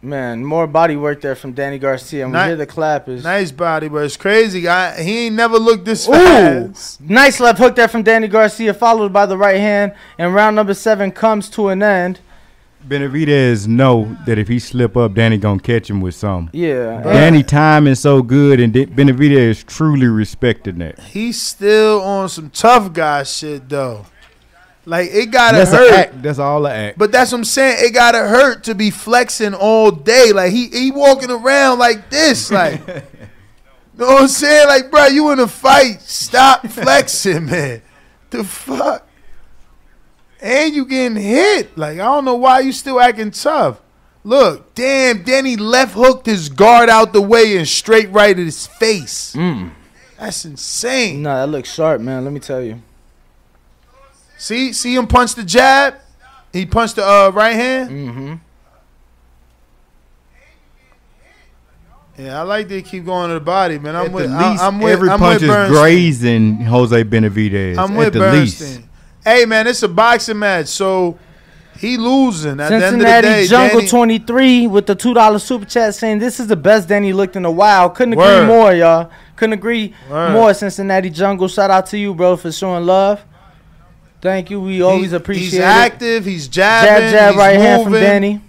K: Man, more body work there from Danny Garcia. And we
F: Ni-
K: hear the clappers.
F: Nice body, but it's crazy. I, he ain't never looked this
K: Ooh,
F: fast.
K: nice left hook there from Danny Garcia, followed by the right hand. And round number seven comes to an end.
A: Benavidez know that if he slip up, Danny gonna catch him with something.
K: Yeah.
A: Danny timing so good, and De- Benavidez truly respecting that.
F: He's still on some tough guy shit though. Like it gotta
A: That's
F: hurt.
A: a act. That's all an act.
F: But that's what I'm saying. It gotta hurt to be flexing all day. Like he he walking around like this. Like, know what I'm saying? Like, bro, you in a fight? Stop flexing, man. The fuck. And you getting hit. Like, I don't know why you still acting tough. Look, damn, Danny left hooked his guard out the way and straight right at his face.
A: Mm.
F: That's insane.
K: No, that looks sharp, man. Let me tell you.
F: See, see him punch the jab. He punched the uh, right hand.
K: Mm-hmm.
F: Yeah, I like they keep going to the body, man. I'm with,
A: At
F: I,
A: least
F: I'm with,
A: every
F: I'm
A: punch
F: with
A: is
F: Bernstein.
A: grazing Jose Benavidez.
F: I'm
A: at
F: with
A: the
F: Bernstein.
A: least.
F: Hey, man, it's a boxing match, so he losing at the end
K: Cincinnati
F: of the day.
K: Jungle
F: Danny-
K: 23 with the $2 super chat saying this is the best Danny looked in a while. Couldn't agree
F: Word.
K: more, y'all. Couldn't agree
F: Word.
K: more, Cincinnati Jungle. Shout out to you, bro, for showing love. Thank you. We always
F: he-
K: appreciate
F: He's
K: it.
F: active. He's jabbing.
K: jab, jab,
F: he's
K: right
F: moving.
K: hand from Danny.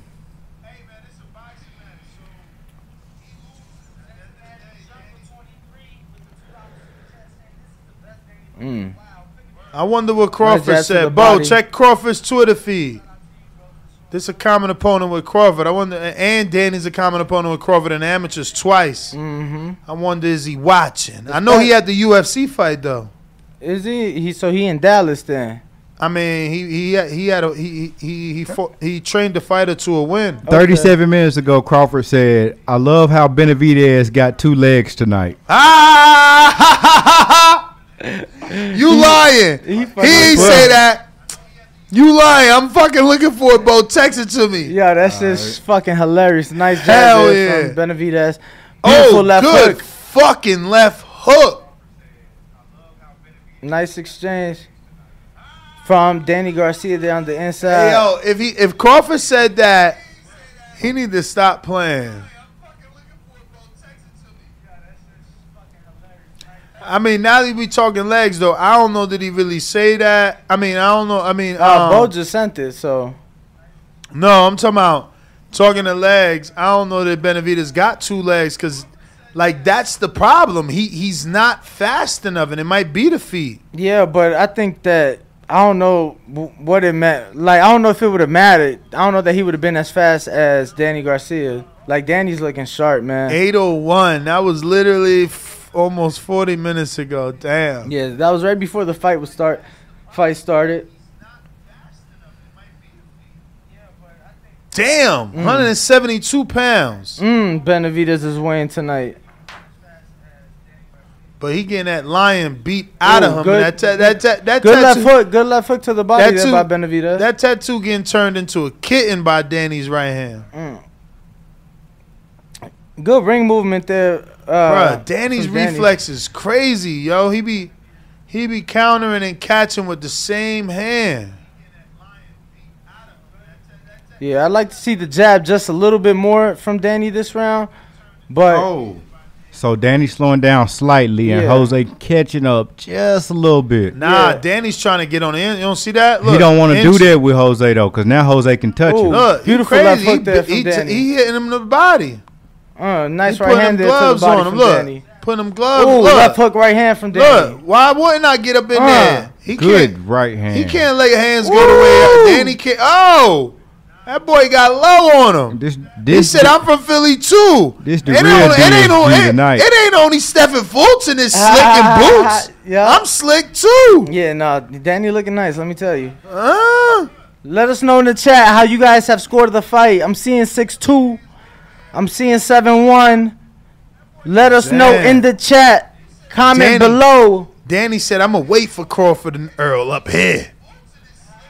K: Mm.
F: I wonder what
K: Nice jab
F: Crawford
K: to the
F: said. Bo,
K: body.
F: check Crawford's Twitter feed. This is a common opponent with Crawford. I wonder, and Danny's a common opponent with Crawford in amateurs twice. Mm-hmm. I wonder, is he watching? I know he had the UFC fight though.
K: Is he? He so he in Dallas then?
F: I mean, he he had- he had a, he he he he, fought, he trained the fighter to a win.
A: 37 minutes ago, Crawford said, I love how Benavidez got two legs tonight.
F: Ah! You lying? He, ain't say that. You lying? I'm fucking looking for it, Bo. Text it to me.
K: Yeah, that's just fucking hilarious. Nice job
F: Hell
K: there
F: yeah.
K: from Benavidez. Beautiful
F: Oh,
K: left
F: good
K: hook.
F: fucking left hook.
K: Nice exchange from Danny Garcia there on the inside.
F: Hey, yo, if he if Crawford said that, he need to stop playing. I mean, now that we talking legs though, I don't know did he really say that. I mean, I don't know. I mean,
K: uh,
F: um,
K: Bo just sent it, so
F: No, I'm talking about talking to legs. I don't know that Benavides got two legs because, like, that's the problem. He he's not fast enough, and it might be the feet.
K: yeah. But I think that I don't know w- what it meant. Like I don't know if it would have mattered. I don't know that he would have been as fast as Danny Garcia. Like Danny's looking sharp, man.
F: 801. That was literally f- almost 40 minutes ago. Damn.
K: Yeah, that was right before the fight was start. Fight started.
F: Damn, 172 pounds.
K: Mm, Benavides is weighing tonight.
F: But he getting that lion beat out
K: Ooh,
F: of him.
K: good-
F: and that ta- that ta- that
K: good left
F: tattoo,
K: hook. Good left hook to the body
F: That
K: there
F: too-
K: by Benavides.
F: That tattoo getting turned into a kitten by Danny's right hand.
K: Mm. Good ring movement there. Uh,
F: Bruh, Danny's
K: from Danny.
F: reflex is crazy, yo. He be he be countering and catching with the same hand.
K: Yeah, I'd like to see the jab just a little bit more from Danny this round, but
F: Oh.
A: So Danny slowing down slightly and
K: Yeah.
A: Jose catching up just a little bit.
F: Nah, Danny's trying to get on the end. You don't see that?
A: he don't want to
F: inch-
A: do that with Jose though, because now Jose can touch him.
F: Look, beautiful
K: Beautiful
F: crazy.
K: left
F: He,
K: hook there
F: he,
K: from
F: t-
K: Danny.
F: he hitting him in the body.
K: uh, nice
F: He
K: right
F: putting
K: hand
F: them
K: there to the
F: gloves
K: body
F: on him.
K: from
F: Look,
K: Danny.
F: putting them gloves.
K: Ooh,
F: look,
K: left hook, right hand from Danny.
F: look, why wouldn't I get up in
K: Uh,
F: there? He
A: Good
F: can't.
A: right hand.
F: He can't let hands go the way Danny can't. Oh, that boy got low on him.
A: This
F: He
A: this
F: said, "I'm from Philly too."
A: This the
F: it, ain't
A: real
F: only, it, ain't
A: DSG
F: on- it-
A: tonight.
F: it ain't only Stephen Fulton is
K: Ah,
F: slick and boots. I'm slick too.
K: Yeah, no, Danny looking nice. Let me tell you.
F: Uh,
K: let us know in the chat how you guys have scored the fight. I'm seeing six two. I'm seeing seven one. Let us know
F: Damn.
K: in the chat. Comment
F: Danny-
K: below.
F: Danny said, "I'm gonna wait for Crawford and Earl up here."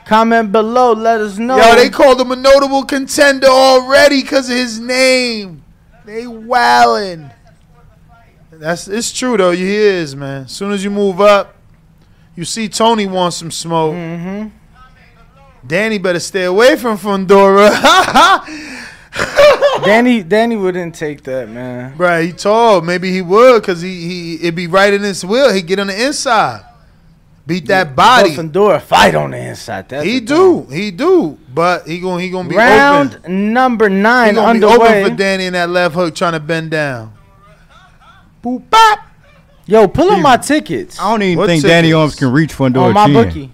K: Comment below. Let us know.
F: Yo, they called him a notable contender already because of his name. They wildin'. That's it's true though. He is man. As soon as you move up, you see Tony wants some smoke. Mm-hmm. Danny better stay away from Fondora.
K: Danny Danny wouldn't take that, man.
F: Bruh, he told maybe he would because he he it'd be right in his will. He get on the inside, beat that body.
K: Fandora fight on the inside. That's
F: he
K: the
F: do, he do, but he gonna he gonna be
K: Round
F: open.
K: number
F: He
K: nine
F: gonna be
K: underway.
F: open for Danny in that left hook trying to bend down. Boop bop.
K: Yo, pull up my tickets.
A: I don't even
K: What
A: think
K: tickets?
A: Danny Arms can reach for
K: on
A: Honduras.
K: my
A: chin.
K: bookie.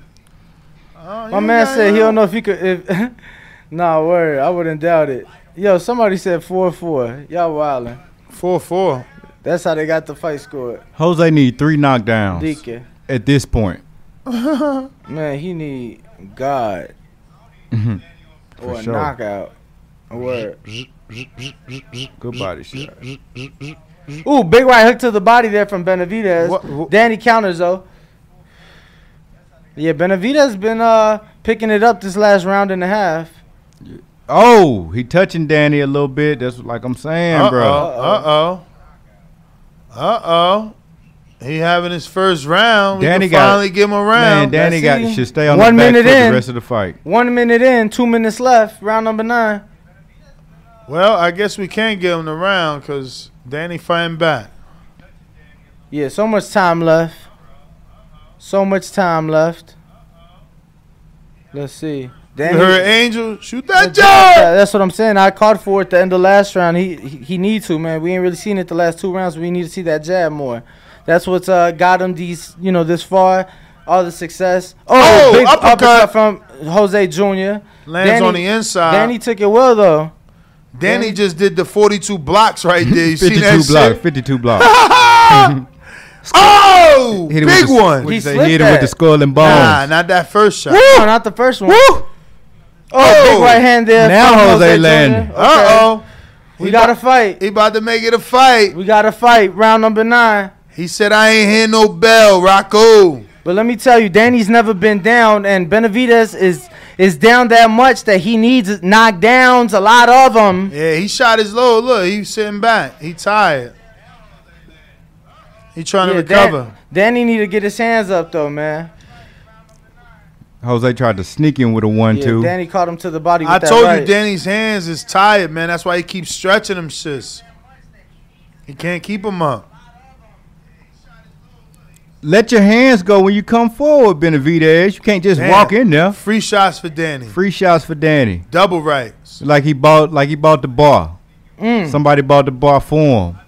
F: Oh,
K: my man said he don't know if he could. If nah, word, I wouldn't doubt it. Yo, somebody said four four. Y'all wildin'.
F: Four four.
K: That's how they got the fight scored.
A: Jose need three knockdowns
K: Deacon.
A: at this point.
K: Man, he need God
A: Mhm.
K: or a
A: sure.
K: knockout. A word.
A: Good body shot.
K: Ooh, big right hook to the body there from Benavidez. Danny counters though. Yeah, Benavidez been uh picking it up this last round and a half.
A: Oh, he touching Danny a little bit. That's like I'm saying,
F: Uh
A: bro.
F: oh. Uh oh. Uh oh. He having his first round.
A: Danny
F: Danny
A: got-
F: finally give him a round.
A: Man, Danny
K: That's
A: got
K: it.
A: should stay on
K: One
A: the back
K: minute
A: foot
K: in.
A: the rest of the fight.
K: One minute in, two minutes left. Round number nine.
F: Well, I guess we can't give him the round because Danny fighting back.
K: Yeah, so much time left. So much time left. Let's see.
F: You heard Angel shoot that
K: Yeah,
F: jab.
K: that's what I'm saying. I called for it at the end of last round. He, he he need to man. We ain't really seen it the last two rounds. We need to see that jab more. That's what's uh, got him these you know this far, all the success. Oh,
F: Oh,
K: big
F: uppercut.
K: from Jose Jr.
F: Lands on the inside.
K: Danny took it well though.
F: Danny just did the 42 blocks right there. You seen
A: 52
F: that
A: block.
F: shit?
A: 52 block.
F: Oh,
A: Hit it with
F: big
A: the-
F: one.
A: what'd you He say? Hit slipped it with the that. skull and bones.
F: Nah, not that first shot.
K: No, not the first one. Oh, big right hand there.
F: Now
K: from
F: Jose
K: Jr.
F: landed.
K: Okay.
F: Uh-oh.
K: We got to fight.
F: He about to make it a fight.
K: We got to fight. Round number nine.
F: He said, I ain't hear no bell, Rocco.
K: But let me tell you, Danny's never been down, and Benavides is is down that much that he needs knockdowns, a lot of them.
F: Yeah, he shot his load. Look, he's sitting back. He tired. He trying to recover.
K: Danny need to get his hands up though, man.
A: Jose tried to sneak in with a
K: Yeah,
A: one-two.
K: Danny caught him to the body. With
F: I
K: that
F: told
K: right.
F: you Danny's hands is tired, man. That's why he keeps stretching them shits. He can't keep them up.
A: Let your hands go when you come forward, Benavidez. You can't just
F: Damn.
A: walk in there.
F: Free shots for Danny.
A: Free shots for Danny.
F: Double right.
A: Like he bought, like he bought the bar.
K: Mm.
A: Somebody bought the bar for him.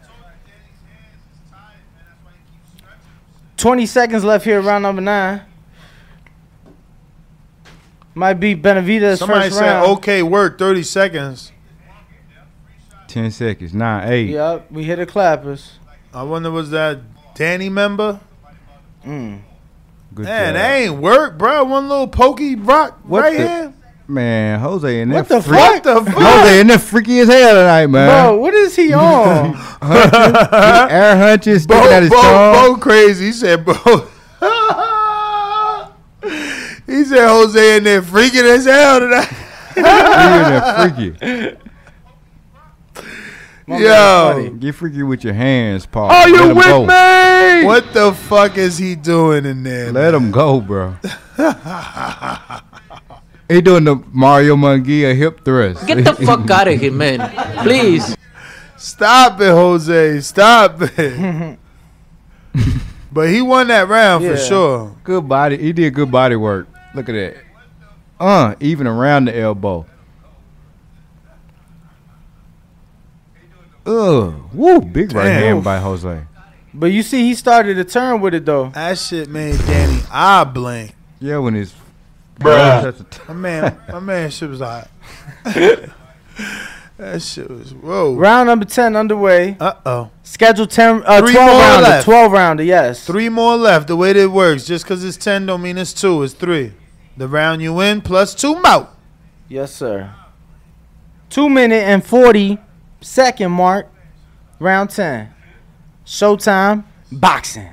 K: 20 seconds left here, round number nine. Might be Benavides
F: Somebody
K: first
F: said,
K: round.
F: okay, work, 30 seconds.
A: Ten seconds, nine, eight.
K: Yep, we hit the clappers.
F: I wonder, was that Danny member?
K: Mm.
A: Good
F: Man,
A: job.
F: that ain't work, bro. One little pokey rock
A: What
F: right
A: the-
F: here.
A: Man, Jose in there.
F: What the
A: freak-
F: fuck? What the fuck?
A: Jose in there freaky as hell tonight,
K: Bro,
A: man.
K: what is he on?
A: Hunches, air hunches,
F: Bo,
A: sticking out his
F: Bo-
A: tongue.
F: Bo crazy. He said, bro. he said, Jose in there freaking as hell tonight.
A: He in there freaky.
F: Yo.
A: Get freaky with your hands, Paul.
F: Are you
A: Let 'em
F: with
A: go.
F: me? What the fuck is he doing in there?
A: Let him go, bro. he doing the Mario Munguia hip thrust.
R: Get the fuck out of here, man. Please.
F: Stop it, Jose. Stop it. but he won that round for sure.
A: Good body. He did good body work. Look at that. Uh, even around the elbow. Ugh. Woo, big right
F: Damn.
A: hand by Jose.
K: But you see, he started to turn with it though.
F: That shit made Danny eye blink.
A: Yeah, when his
F: My man, my man shit was hot. that shit was whoa.
K: Round number ten underway.
F: Uh oh.
K: Scheduled ten, uh,
F: Three
K: twelve
F: more
K: rounder.
F: left.
K: Twelve rounder. Yes.
F: Three more left. The way that it works, just cause it's ten don't mean it's two, it's three. The round you win plus two out.
K: Yes, sir. Two minute and forty second mark. Round ten. Showtime boxing.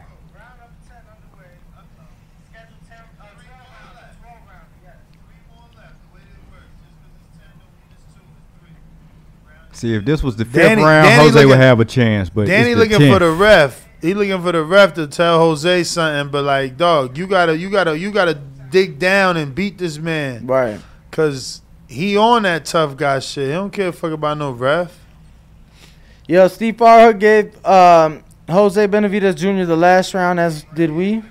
A: See, if this was the fifth
F: Danny-
A: round,
F: Danny
A: Jose would
F: looking-
A: have a chance. But
F: Danny
A: it's the
F: looking for
A: 10th.
F: the ref. He looking for the ref to tell Jose something, but like, dog, you gotta, you gotta, you gotta dig down and beat this man,
K: right?
F: Cause he on that tough guy shit. He don't care a fuck about no ref.
K: Yo, Steve Farr gave um, Jose Benavides Jr. the last round, as did we.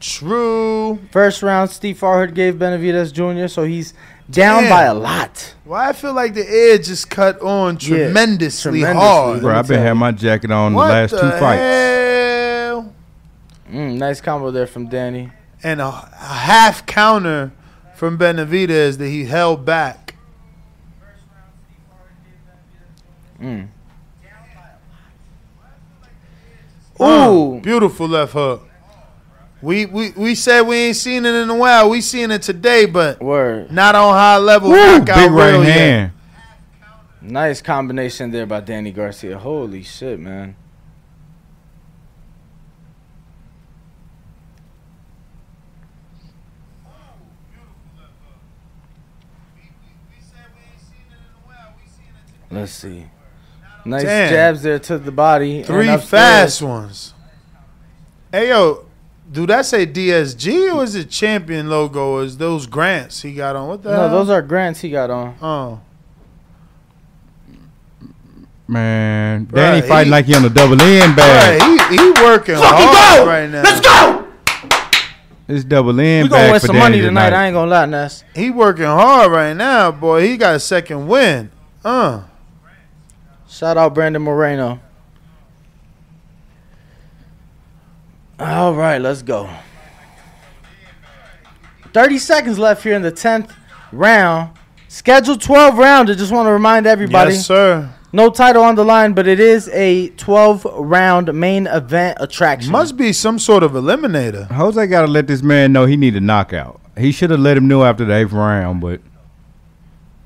F: True.
K: First round, Steve Farhood gave Benavides Jr., so he's down
F: Damn.
K: by a lot.
F: Why I feel like the edge is cut on
K: Yeah,
F: tremendously,
K: tremendously.
F: hard.
A: Bro, I've been having my jacket on
F: What
A: the last
F: the
A: two fights.
F: hell?
K: Mm, nice combo there from Danny.
F: And a, a half counter from Benavidez that he held back.
K: Mm. Oh.
F: Ooh, beautiful left hook. We, we we said we ain't seen it in a while. We seen it today, but
K: Word.
F: not on high level.
A: Woo,
F: knockout
A: big right
F: real yet.
A: hand.
K: Nice combination there by Danny Garcia. Holy shit, man. Let's see. Nice
F: Damn.
K: jabs there to the body. and
F: Three
K: upstairs.
F: fast ones. Hey yo, do that say DSG or is it champion logo? Or is those grants he got on? What the
K: No,
F: hell?
K: those are grants he got on.
F: Oh,
A: Man, Danny
F: Bruh,
A: fighting
F: he-
A: like he on the double end bag.
F: Hey, he, he working hard right now. Let's go.
A: It's double end
K: We
A: bag
K: gonna win
A: for
K: some
A: Danny
K: money tonight. I ain't gonna lie, Ness.
F: He working hard right now, boy. He got a second win. Uh,
K: Shout out Brandon Moreno. All right, let's go. 30 seconds left here in the 10th round. Scheduled 12 round. I just want to remind everybody.
F: Yes, sir.
K: No title on the line, but it is a 12 round main event attraction.
F: Must be some sort of eliminator.
A: Jose got to let this man know he need a knockout. He should have let him know after the eighth round, but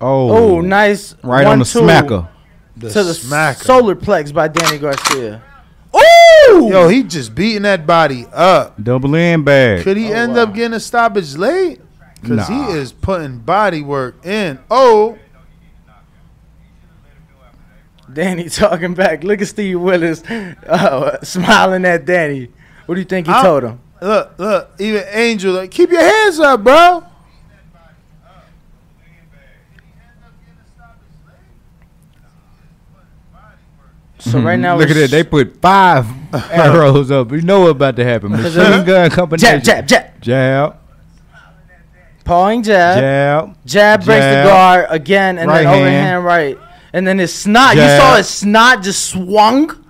A: oh,
K: Oh, nice.
A: right on the
K: one-two
A: smacker.
K: to the solar plex by Danny Garcia.
F: Ooh! Yo, he just beating that body up.
A: Double in bag.
F: Could
K: Oh,
F: he end up getting a stoppage late? Because
A: Nah.
F: he is putting body work in. Oh,
K: Danny talking back. Look at Steve Willis uh, smiling at Danny. What do you think he
F: I'm-
K: told him?
F: Look, look, even Angel, like, keep your hands up, bro.
K: So right now,
A: Mm-hmm. look at
K: we're
A: that. They put five arrows up. You know what's about to happen. Machine gun combination.
K: jab, jab.
A: jab,
K: pawing jab.
A: jab,
K: Jab breaks
A: Jab.
K: the guard again, and
A: Right
K: then
A: hand.
K: overhand right, and then his snot. You
A: Jab.
K: saw his snot just swung.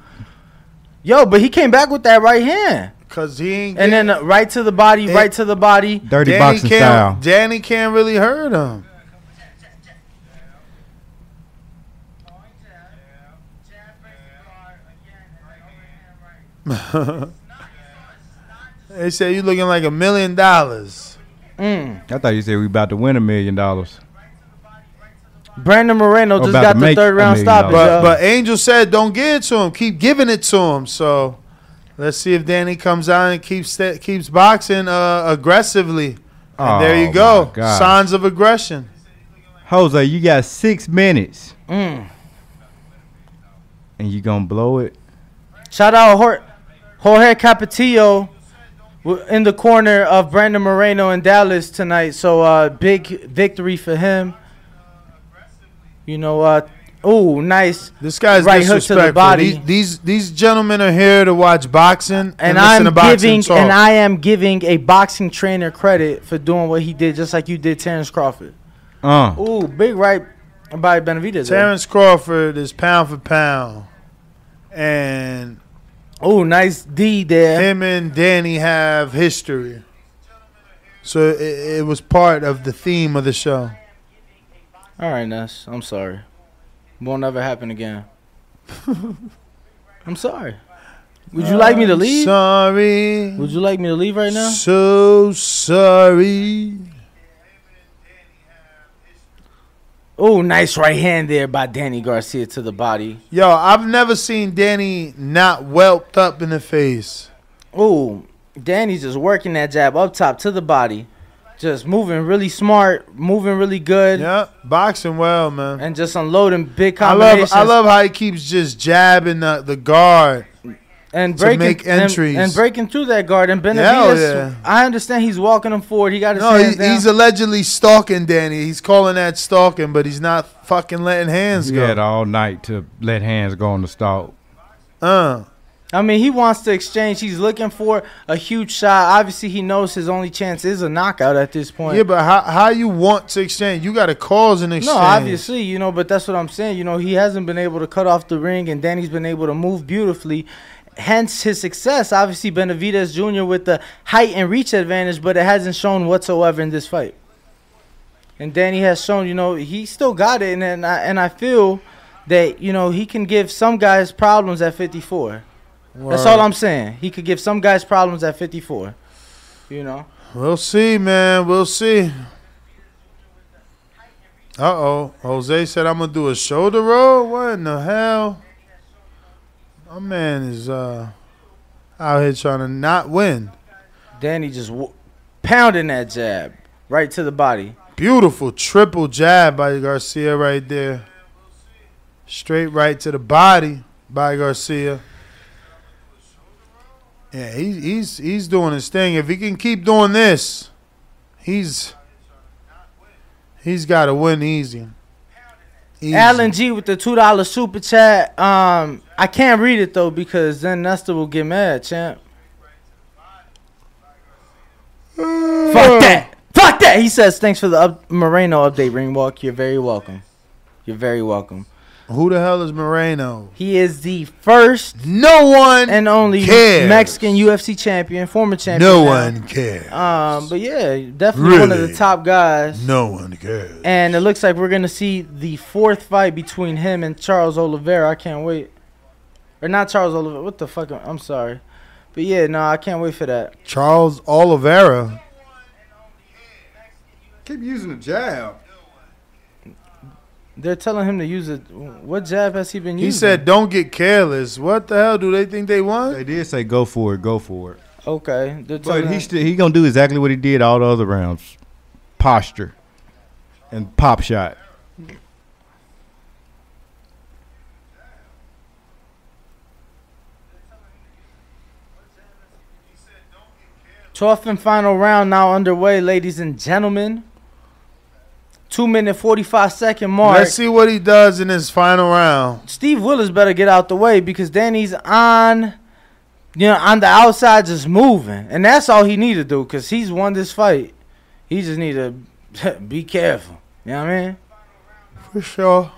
K: Yo, but he came back with that right hand,
F: Because he ain't.
K: and then uh, right to the body, right to the body.
A: dirty
F: Danny
A: boxing
F: can't,
A: style.
F: Danny can't really hurt him. they say you looking like a million dollars.
K: Mm.
A: I thought you said we about to win a million dollars.
K: Brandon Moreno
A: Oh,
K: just
A: about to
K: got the
A: make
K: third
A: a
K: round
A: million
K: stoppage. uh, yo.
A: dollars.
F: But but Angel said don't give it to him. Keep giving it to him. So let's see if Danny comes out and keeps sta- keeps boxing uh, aggressively. And there
A: Oh,
F: you go.
A: my God.
F: Signs of aggression.
A: Jose, you got six minutes
K: Mm.
A: and you gonna blow it.
K: Shout out Jorge, Jorge Capetillo w- in the corner of Brandon Moreno in Dallas tonight. So uh, big victory for him. You know, uh, oh, nice.
F: This guy's
K: right hook to
F: disrespectful.
K: the body.
F: These, these these gentlemen are here to watch boxing and,
K: and
F: listen
K: I'm
F: to boxing
K: giving
F: talk.
K: and I am giving a boxing trainer credit for doing what he did, just like you did, Terrence Crawford.
A: Uh.
K: Ooh, big right by Benavidez.
F: Terrence Crawford is pound for pound, and
K: oh, nice D there.
F: him and Danny have history. So it, it was part of the theme of the show.
K: All right, Ness. I'm sorry. Won't ever happen again. I'm sorry. Would you like me to
F: I'm
K: leave?
F: Sorry.
K: Would you like me to leave right now?
F: So sorry.
K: Oh, nice right hand there by Danny Garcia to the body.
F: Yo, I've never seen Danny not whelped up in the face.
K: Oh, Danny's just working that jab up top to the body. Just moving really smart, moving really good,
F: Yep, boxing well, man.
K: and just unloading big
F: I love
K: combinations.
F: I love how he keeps just jabbing the, the guard.
K: and
F: to
K: breaking
F: make
K: and-
F: entries.
K: and, breaking through that guard. And Benavides,
F: yeah.
K: I understand he's walking him forward. He got his
F: No, he,
K: hands down.
F: he's allegedly stalking Danny. He's calling that stalking, but he's not fucking letting hands
A: He
F: go.
A: had all night to let hands go on the stalk.
F: Uh,
K: I mean, he wants to exchange. He's looking for a huge shot. Obviously, he knows his only chance is a knockout at this point.
F: yeah, but how how you want to exchange? You got to cause an
K: no,
F: exchange.
K: obviously, you know, but that's what I'm saying. You know, he hasn't been able to cut off the ring, and Danny's been able to move beautifully. Hence his success. Obviously, Benavidez Jr. with the height and reach advantage, but it hasn't shown whatsoever in this fight. And Danny has shown, you know, he still got it, and and I, and I feel that you know he can give some guys problems at 54. That's all I'm saying. He could give some guys problems at 54. You know.
F: We'll see, man. We'll see. Uh oh. Jose said I'm gonna do a shoulder roll. What in the hell? My man is uh out here trying to not win.
K: Danny just w- pounding that jab right to the body.
F: Beautiful triple jab by Garcia right there. Straight right to the body by Garcia. Yeah, he, he's he's doing his thing. If he can keep doing this, he's he's got to win easy. Easy.
K: Alan G with the two dollar super chat. Um, I can't read it though because then Nestor will get mad, champ. Fuck that! Fuck that! He says thanks for the up- Moreno update, Ringwalk. You're very welcome. You're very welcome.
F: Who the hell is Moreno?
K: He is the first,
F: no one,
K: and only
F: cares.
K: Mexican UFC champion, former champion.
F: No
K: now.
F: one cares.
K: Um, but yeah, definitely one of
F: Really?
K: the top guys.
F: No one cares.
K: And it looks like we're gonna see the fourth fight between him and Charles Oliveira. I can't wait. Or not Charles Oliveira. What the fuck? I'm sorry. But yeah, no, I can't wait for that.
F: Charles Oliveira.
A: Keep using the jab.
K: They're telling him to use it. What jab has he been using?
F: He said, "Don't get careless." What the hell do they think they want?
A: They did say go for it, go for it.
K: Okay. they're
A: But
K: telling
A: he
K: him-
A: still he gonna do exactly what he did all the other rounds, posture, and pop shot.
K: Twelfth and final round now underway, ladies and gentlemen. Two minute forty five second mark.
F: Let's see what he does in his final round.
K: Steve Willis better get out the way because Danny's on, you know, on the outside just moving, and that's all he need to do because he's won this fight. He just need to be careful. You know what I mean?
F: For sure.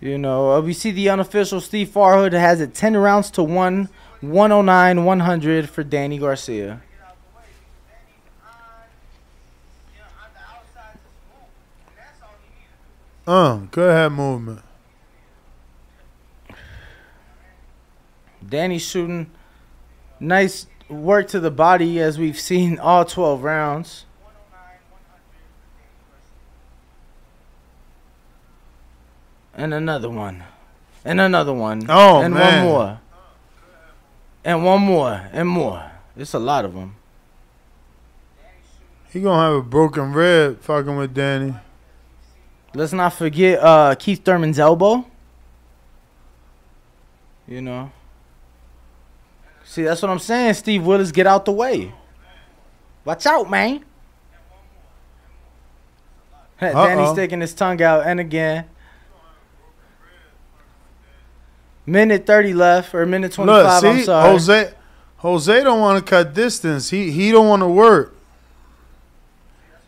K: You know, uh, we see the unofficial Steve Farhood has it ten rounds to one, one hundred nine, one hundred for Danny Garcia.
F: Um, good head movement.
K: Danny shooting nice work to the body as we've seen all 12 rounds. And another one. And another one.
F: Oh,
K: and
F: man.
K: one more. And one more. And more. It's a lot of them.
F: He gonna have a broken rib fucking with Danny.
K: Let's not forget uh, Keith Thurman's elbow. You know. See, that's what I'm saying. Steve Willis, get out the way. Watch out, man. Danny's
F: Uh-oh.
K: sticking his tongue out, and again. Minute thirty left, or minute twenty-five.
F: Look, see,
K: I'm sorry.
F: Jose, Jose don't want to cut distance. He he don't want to work.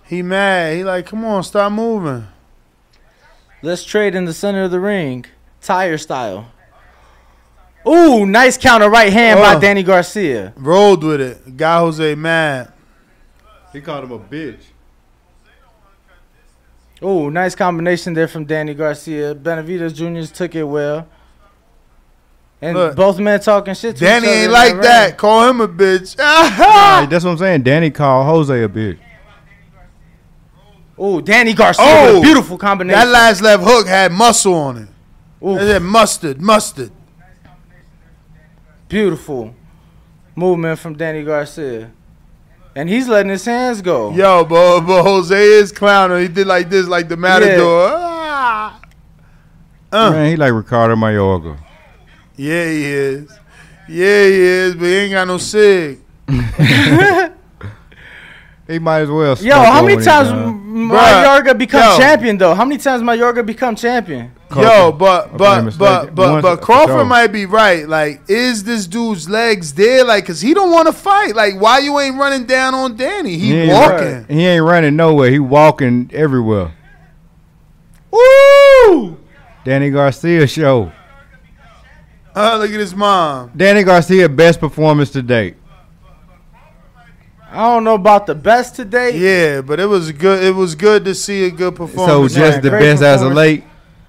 F: He mad. He like, come on, stop moving.
K: Let's trade in the center of the ring, tire style. Ooh, nice counter right hand by
F: Oh.
K: Danny Garcia.
F: Rolled with it. Got Jose mad.
A: He called him a bitch.
K: Oh, nice combination there from Danny Garcia. Benavides Jr.'s took it well. And
F: Look,
K: both men talking shit to
F: Danny
K: each other
F: ain't
K: in
F: like
K: ring.
F: that. Call him a bitch.
A: Hey, that's what I'm saying. Danny called Jose a bitch.
K: Oh, Danny Garcia with a beautiful combination.
F: That last left hook had muscle on it. It said mustard, mustard.
K: beautiful movement from Danny Garcia. And he's letting his hands go.
F: Yo, but, but Jose is clowning. He did like this, like the matador.
A: Man, he like Ricardo Mayorga.
F: Yeah, he is. Yeah, he is, but he ain't got no sig.
A: He might as well.
K: Yo,
A: smoke
K: how many
A: one
K: times
A: anytime.
K: M-
F: Bruh,
K: Mayorga become
F: yo.
K: champion though? How many times Mayorga become champion?
F: Yo, but
A: if
F: but
A: I'm mistaken,
F: but but
A: once
F: but
A: for
F: Crawford
A: sure.
F: might be right. Like, is this dude's legs there? Like, cause he don't want to fight. Like, why you ain't running down on Danny? He
A: ain't
F: walking.
A: run- He ain't running nowhere. He walking everywhere.
F: Woo!
A: Danny Garcia show.
F: Uh, look at his mom.
A: Danny Garcia best performance to date.
K: I don't know about the best today.
F: Yeah, but it was good. It was good to see a good
A: So
F: performance.
A: just
K: man.
A: the
K: Great
A: best as of
K: performance.
A: late.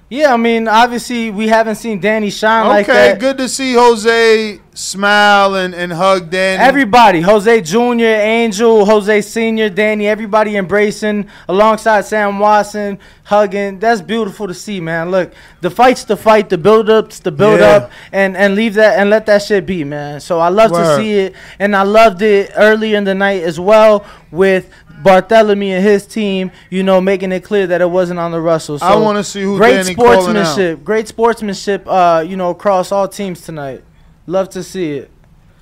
K: Yeah, I mean, obviously we haven't seen Danny shine like
F: okay,
K: that.
F: good to see Jose smile and, and hug Danny.
K: Everybody, Jose Jr., Angel, Jose Sr., Danny, everybody embracing alongside Sam Watson, hugging. That's beautiful to see, man. Look, the fight's the fight, the build up's the build
F: Yeah.
K: up, and, and leave that and let that shit be, man. So I love
F: Word.
K: to see it, and I loved it earlier in the night as well with Bartholomew and his team, you know, making it clear that it wasn't on the Russell. So
F: I want to see who
K: great
F: Danny calling out.
K: sportsmanship, great sportsmanship, uh, you know, across all teams tonight. Love to see it.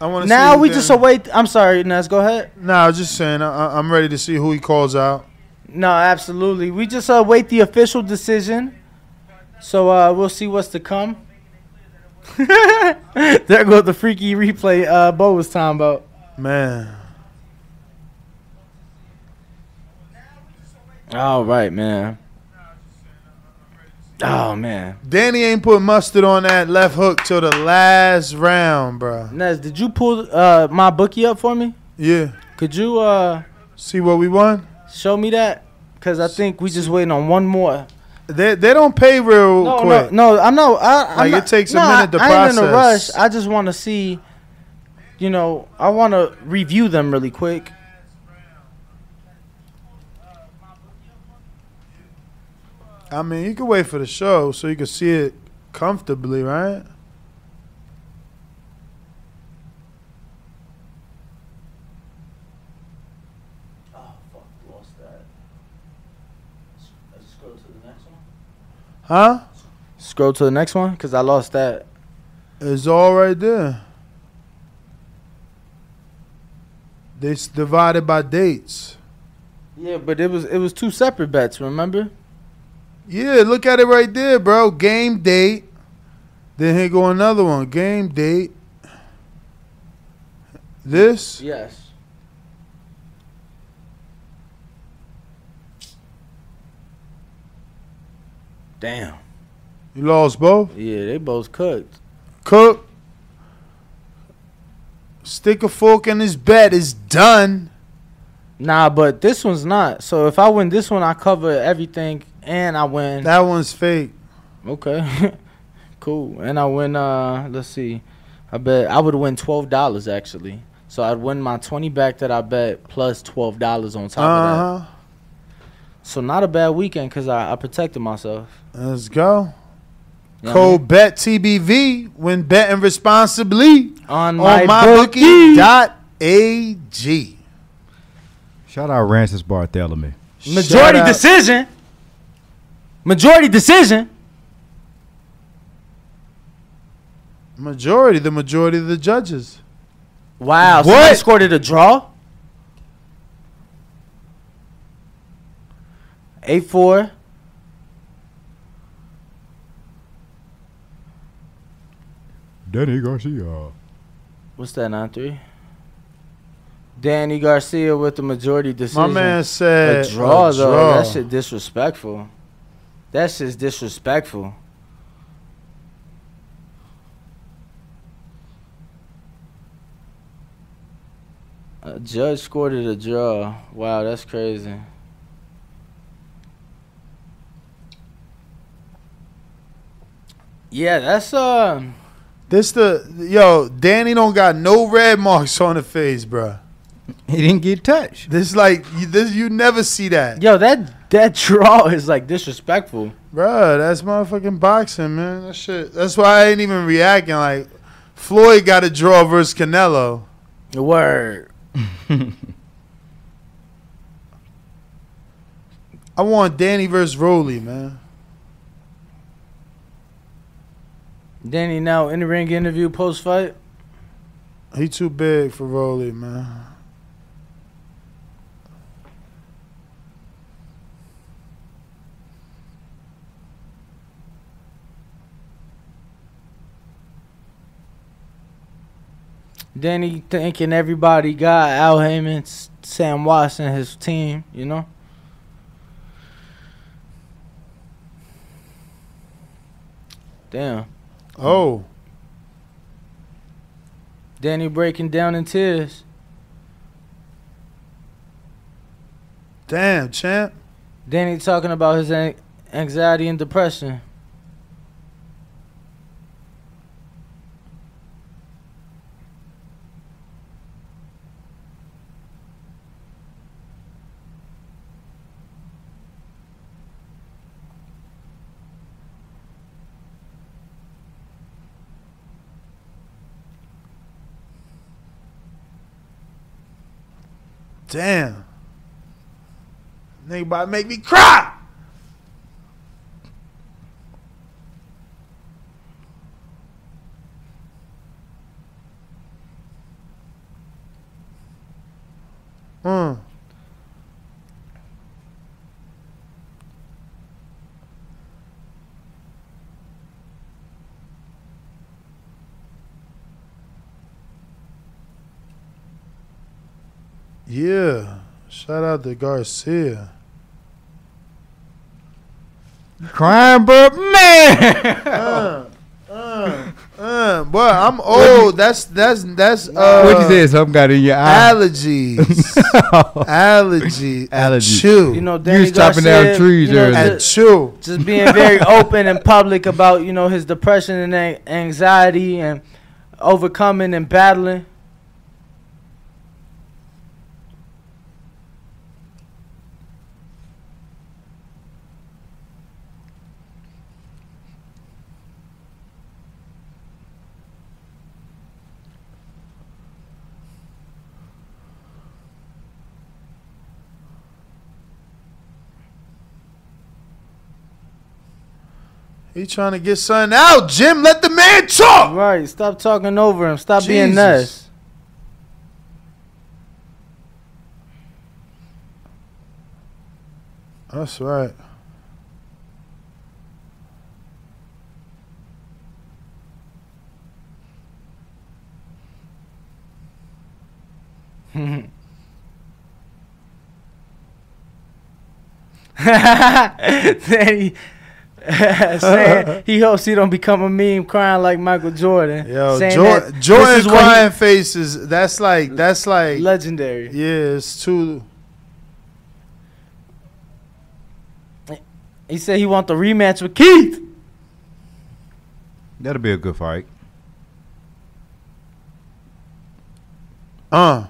F: I want to
K: Now we just await. I'm sorry, Nas. Go ahead.
F: Nah, I was just saying. I- I, I'm ready to see who he calls out.
K: No, absolutely. We just await the official decision. So uh, we'll see what's to come. there goes the freaky replay. Uh, Bo was talking about.
F: Man,
K: All right, man. Oh man.
F: Danny ain't put mustard on that left hook till the last round, bro.
K: Nez, did you pull uh, my bookie up for me?
F: Yeah.
K: Could you uh,
F: see what we won?
K: Show me that, cause I think we just waiting on one more.
F: They they don't pay real
K: no,
F: quick.
K: No, no, I'm not. I, I'm
F: Like, it
K: not-
F: takes a
K: no,
F: minute
K: I,
F: to
K: I ain't in a rush.
F: process.
K: I just want to see. You know, I want to review them really quick.
F: I mean, you can wait for the show so you can see it comfortably, right? Huh?
K: Scroll to the next one, cause I lost that.
F: It's all right there. It's divided by dates.
K: Yeah, but it was it was two separate bets. Remember?
F: Yeah, look at it right there, bro. Game date. Then here go another one. Game date. This.
K: Yes. Damn.
F: You lost both.
K: Yeah, they both cooked.
F: Cook. Stick a fork in his bet. It's done.
K: Nah, but this one's not. So if I win this one, I cover everything, and I win.
F: That one's fake.
K: Okay. cool. And I win uh let's see. I bet I would win twelve dollars actually. So I'd win my twenty back that I bet plus twelve dollars on top of
F: Uh huh.
K: that. So not a bad weekend because I, I protected myself.
F: Let's go.
K: Yeah,
F: Code bet TBV when betting responsibly
K: On
F: on mybookie.ag.
A: Shout out Rancis Bartholomew.
F: Shout
K: Majority
F: out.
K: decision. Majority decision.
F: Majority, the majority of the judges.
K: Wow. What? Somebody scored it a draw. Eight four.
A: Danny Garcia.
K: What's that nine three? Danny Garcia with the majority decision.
F: man said
K: a draw
F: a
K: though.
F: draw.
K: That shit disrespectful. That shit's disrespectful. A judge scored it a draw. Wow, that's crazy. Yeah, that's um.
F: This the yo Danny don't got no red marks on the face, bruh.
A: He didn't get touched.
F: This like you, this you never see that,
K: Yo, that that draw is like disrespectful.
F: bruh. That's motherfucking boxing, man. That shit. That's why I ain't even reacting. Like Floyd got a draw versus Canelo.
K: The word.
F: I want Danny versus Roley, man.
K: Danny now in the ring interview post fight.
F: He too big for Roley, man.
K: Danny thanking everybody God, Al Heyman, S- Sam Watson, his team, you know? Damn.
F: Oh,
K: Danny breaking down in tears.
F: damn champ.
K: Danny talking about his an- anxiety and depression.
F: Damn. Nigga about to make me cry. Mm. Yeah. Shout out to Garcia.
A: crying, bro. Man.
F: Uh, uh, uh, boy, I'm old. That's that's that's uh.
A: what you said? Something got in your eye.
F: Allergies. Allergy.
A: Allergy.
F: Chew.
K: You know, Danny
A: you was chopping down
K: Garcia,
A: trees
K: you know,
A: earlier.
K: just- Just being very open and public about you know his depression and an- anxiety and overcoming and battling.
F: He trying to get something out, Jim. Let the man talk.
K: Right. Stop talking over him. Stop being
F: Jesus.
K: nuts.
F: That's right.
K: Danny saying he hopes he don't become a meme crying like Michael Jordan.
F: Yo,
K: saying
F: Jor-
K: that this
F: Jordan
K: is what he-
F: crying faces. That's like that's like
K: legendary.
F: Yeah, it's too.
K: He said he want the rematch with Keith.
A: That'll be a good fight.
F: Uh.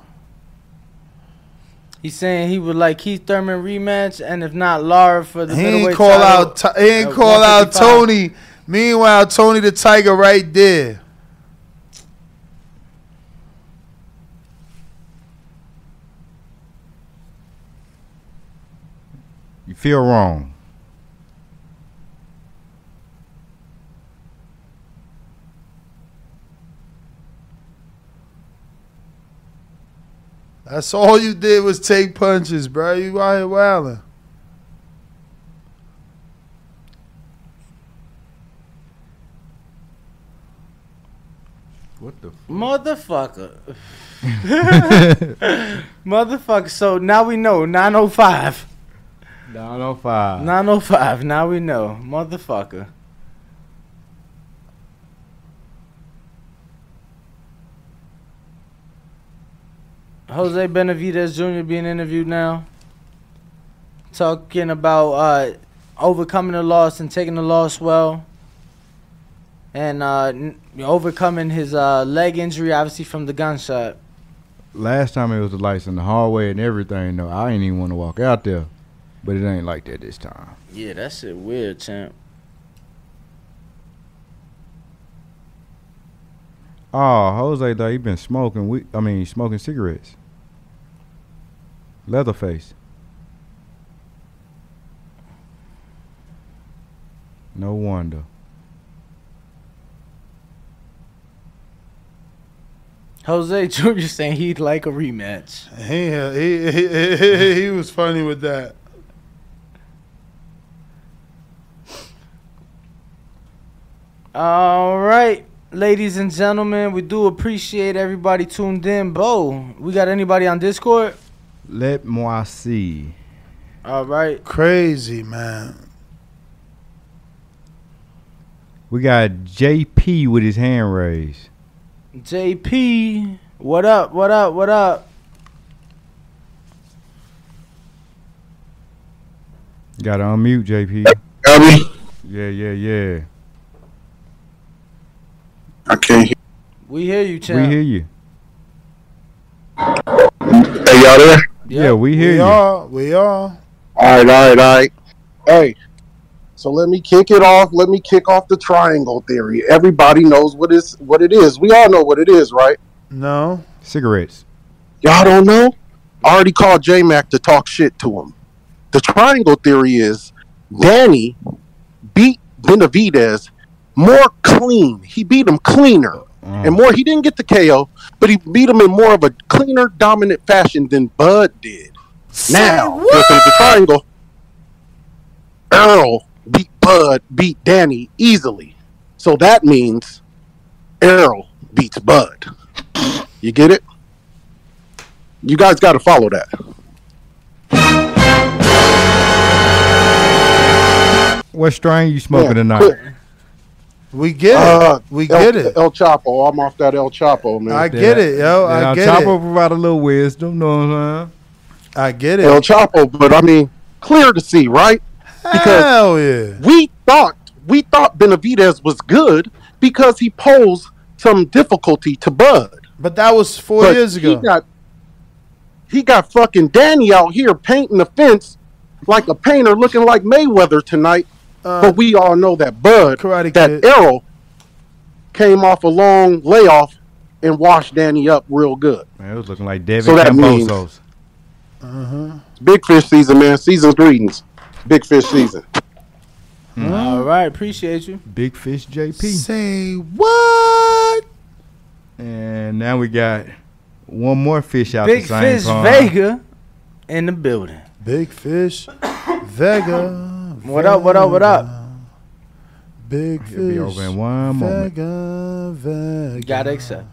K: He's saying he would like Keith Thurman rematch, and if not, Lara for the
F: He
K: middleweight
F: ain't call out.
K: title
F: Ti- He ain't
K: at
F: call out
K: 155.
F: Tony. Meanwhile, Tony the Tiger right there.
A: You feel wrong.
F: That's all you did was take punches, bro. You out here wilding.
A: What the? F-
K: Motherfucker. Motherfucker. So now we know. 905.
A: 905.
K: 905. Now we know. Motherfucker. Jose Benavidez Jr. being interviewed now. Talking about uh, overcoming the loss and taking the loss well. And uh, n- overcoming his uh, leg injury, obviously, from the gunshot.
A: Last time it was the lights in the hallway and everything. Though I ain't even want to walk out there, but it ain't like that this time.
K: Yeah, that shit weird, champ.
A: Oh, Jose, though he been smoking. We, I mean, smoking cigarettes. Leatherface. No wonder.
K: Jose Jr. saying he'd like a rematch.
F: He he, he, he, he was funny with that.
K: All right, ladies and gentlemen, we do appreciate everybody tuned in. Bo, we got anybody on Discord?
A: Let moi see.
K: All right.
F: Crazy man.
A: We got JP with his hand raised.
K: JP, what up? What up? What up?
A: Got to unmute JP. Yeah, yeah, yeah.
K: We hear you,
A: We
K: champ.
A: hear you.
U: Hey, y'all there?
A: Yeah, we hear
F: we
A: you.
F: are. We are.
U: All right, all right, all right. Hey, so let me kick it off. Let me kick off the triangle theory. Everybody knows what is what it is. We all know what it is, right?
F: No.
A: Cigarettes.
U: Y'all don't know? I already called J Mac to talk shit to him. The triangle theory is Danny beat Benavidez more clean. He beat him cleaner. And more, he didn't get the KO, but he beat him in more of a cleaner, dominant fashion than Bud did. Now, here comes the triangle. Earl beat Bud, beat Danny easily. So that means Earl beats Bud. You get it? You guys got to follow that.
A: What strain you smoking
N: Yeah,
A: tonight?
N: quick.
F: We get
N: Uh,
F: it. We
N: El-
F: get it.
N: El Chapo. I'm off that El Chapo, man.
F: I get it, yo. I get
A: Chapo
F: it.
A: provide a little wisdom. Know what I'm
F: I get
N: El Chapo, but I mean, clear to see, right? Because
F: Hell yeah.
N: we thought we thought Benavidez was good because he posed some difficulty to Bud.
F: But that was four
N: But
F: years ago.
N: He got, he got fucking Danny out here painting the fence like a painter, looking like Mayweather tonight.
F: Uh,
N: but we all know that Bud,
F: Karate
N: that
F: Kid.
N: arrow, came off a long layoff and washed Danny up real good.
A: Man, it was looking like Devin
N: So that means-
A: Camposos.
F: Uh-huh.
N: Big fish season, man. Season's greetings. Big fish season.
K: All right, appreciate you.
A: Big Fish JP.
F: Say what?
A: And now we got one more fish out
K: Big
A: the same
K: Fish
A: pond.
K: Vega in the building.
F: Big Fish Vega.
K: What up? What up? What up?
F: Big
A: It'll be over in one moment.
F: Vega, Vega.
K: You gotta accept.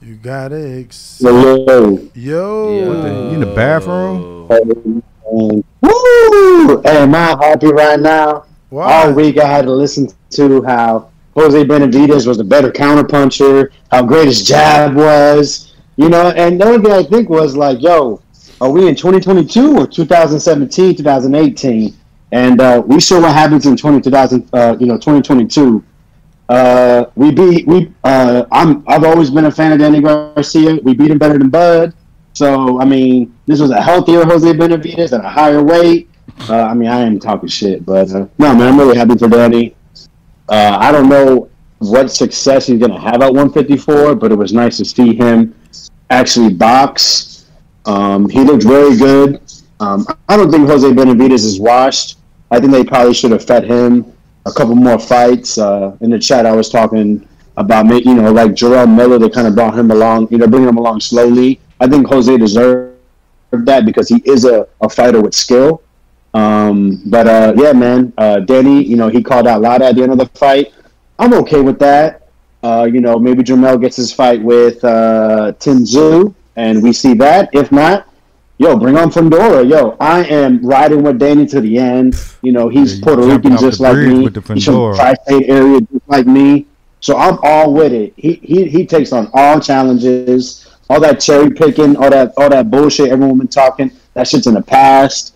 F: You gotta accept.
D: Hello.
F: Yo.
A: What the- you in the bathroom?
N: Woo! Am I happy right now? All week I had to listen to how Jose Benavides was the better counterpuncher, how great his jab was, you know. And the only thing I think was like, yo, are we in 2022 or 2017, 2018? And uh, we saw what happens in 20, 2000, uh, you know, 2022. Uh, we beat we. Uh, I'm I've always been a fan of Danny Garcia. We beat him better than Bud. So I mean, this was a healthier Jose Benavides at a higher weight. Uh, I mean, I am talking shit, but uh, no, man, I'm really happy for Danny. Uh, I don't know what success he's gonna have at 154, but it was nice to see him actually box. Um, he looked very good. Um, I don't think Jose Benavides is washed. I think they probably should have fed him a couple more fights. Uh, in the chat, I was talking about, ma- you know, like Jarrell Miller, they kind of brought him along, you know, bringing him along slowly. I think Jose deserved that because he is a, a fighter with skill. Um, but uh, yeah, man, uh, Danny, you know, he called out Lada at the end of the fight. I'm okay with that. Uh, you know, maybe Jamel gets his fight with uh, Tinzu, and we see that. If not, yo, bring on Fandora. Yo, I am riding with Danny to the end. You know, he's Puerto Rican
A: off
N: just
A: the
N: like
A: bridge
N: me.
A: with the
N: He's from
A: Fandora.
N: tri-state area just like me. So I'm all with it. He he he takes on all challenges, all that cherry picking, all that all that bullshit everyone been talking. That shit's in the past.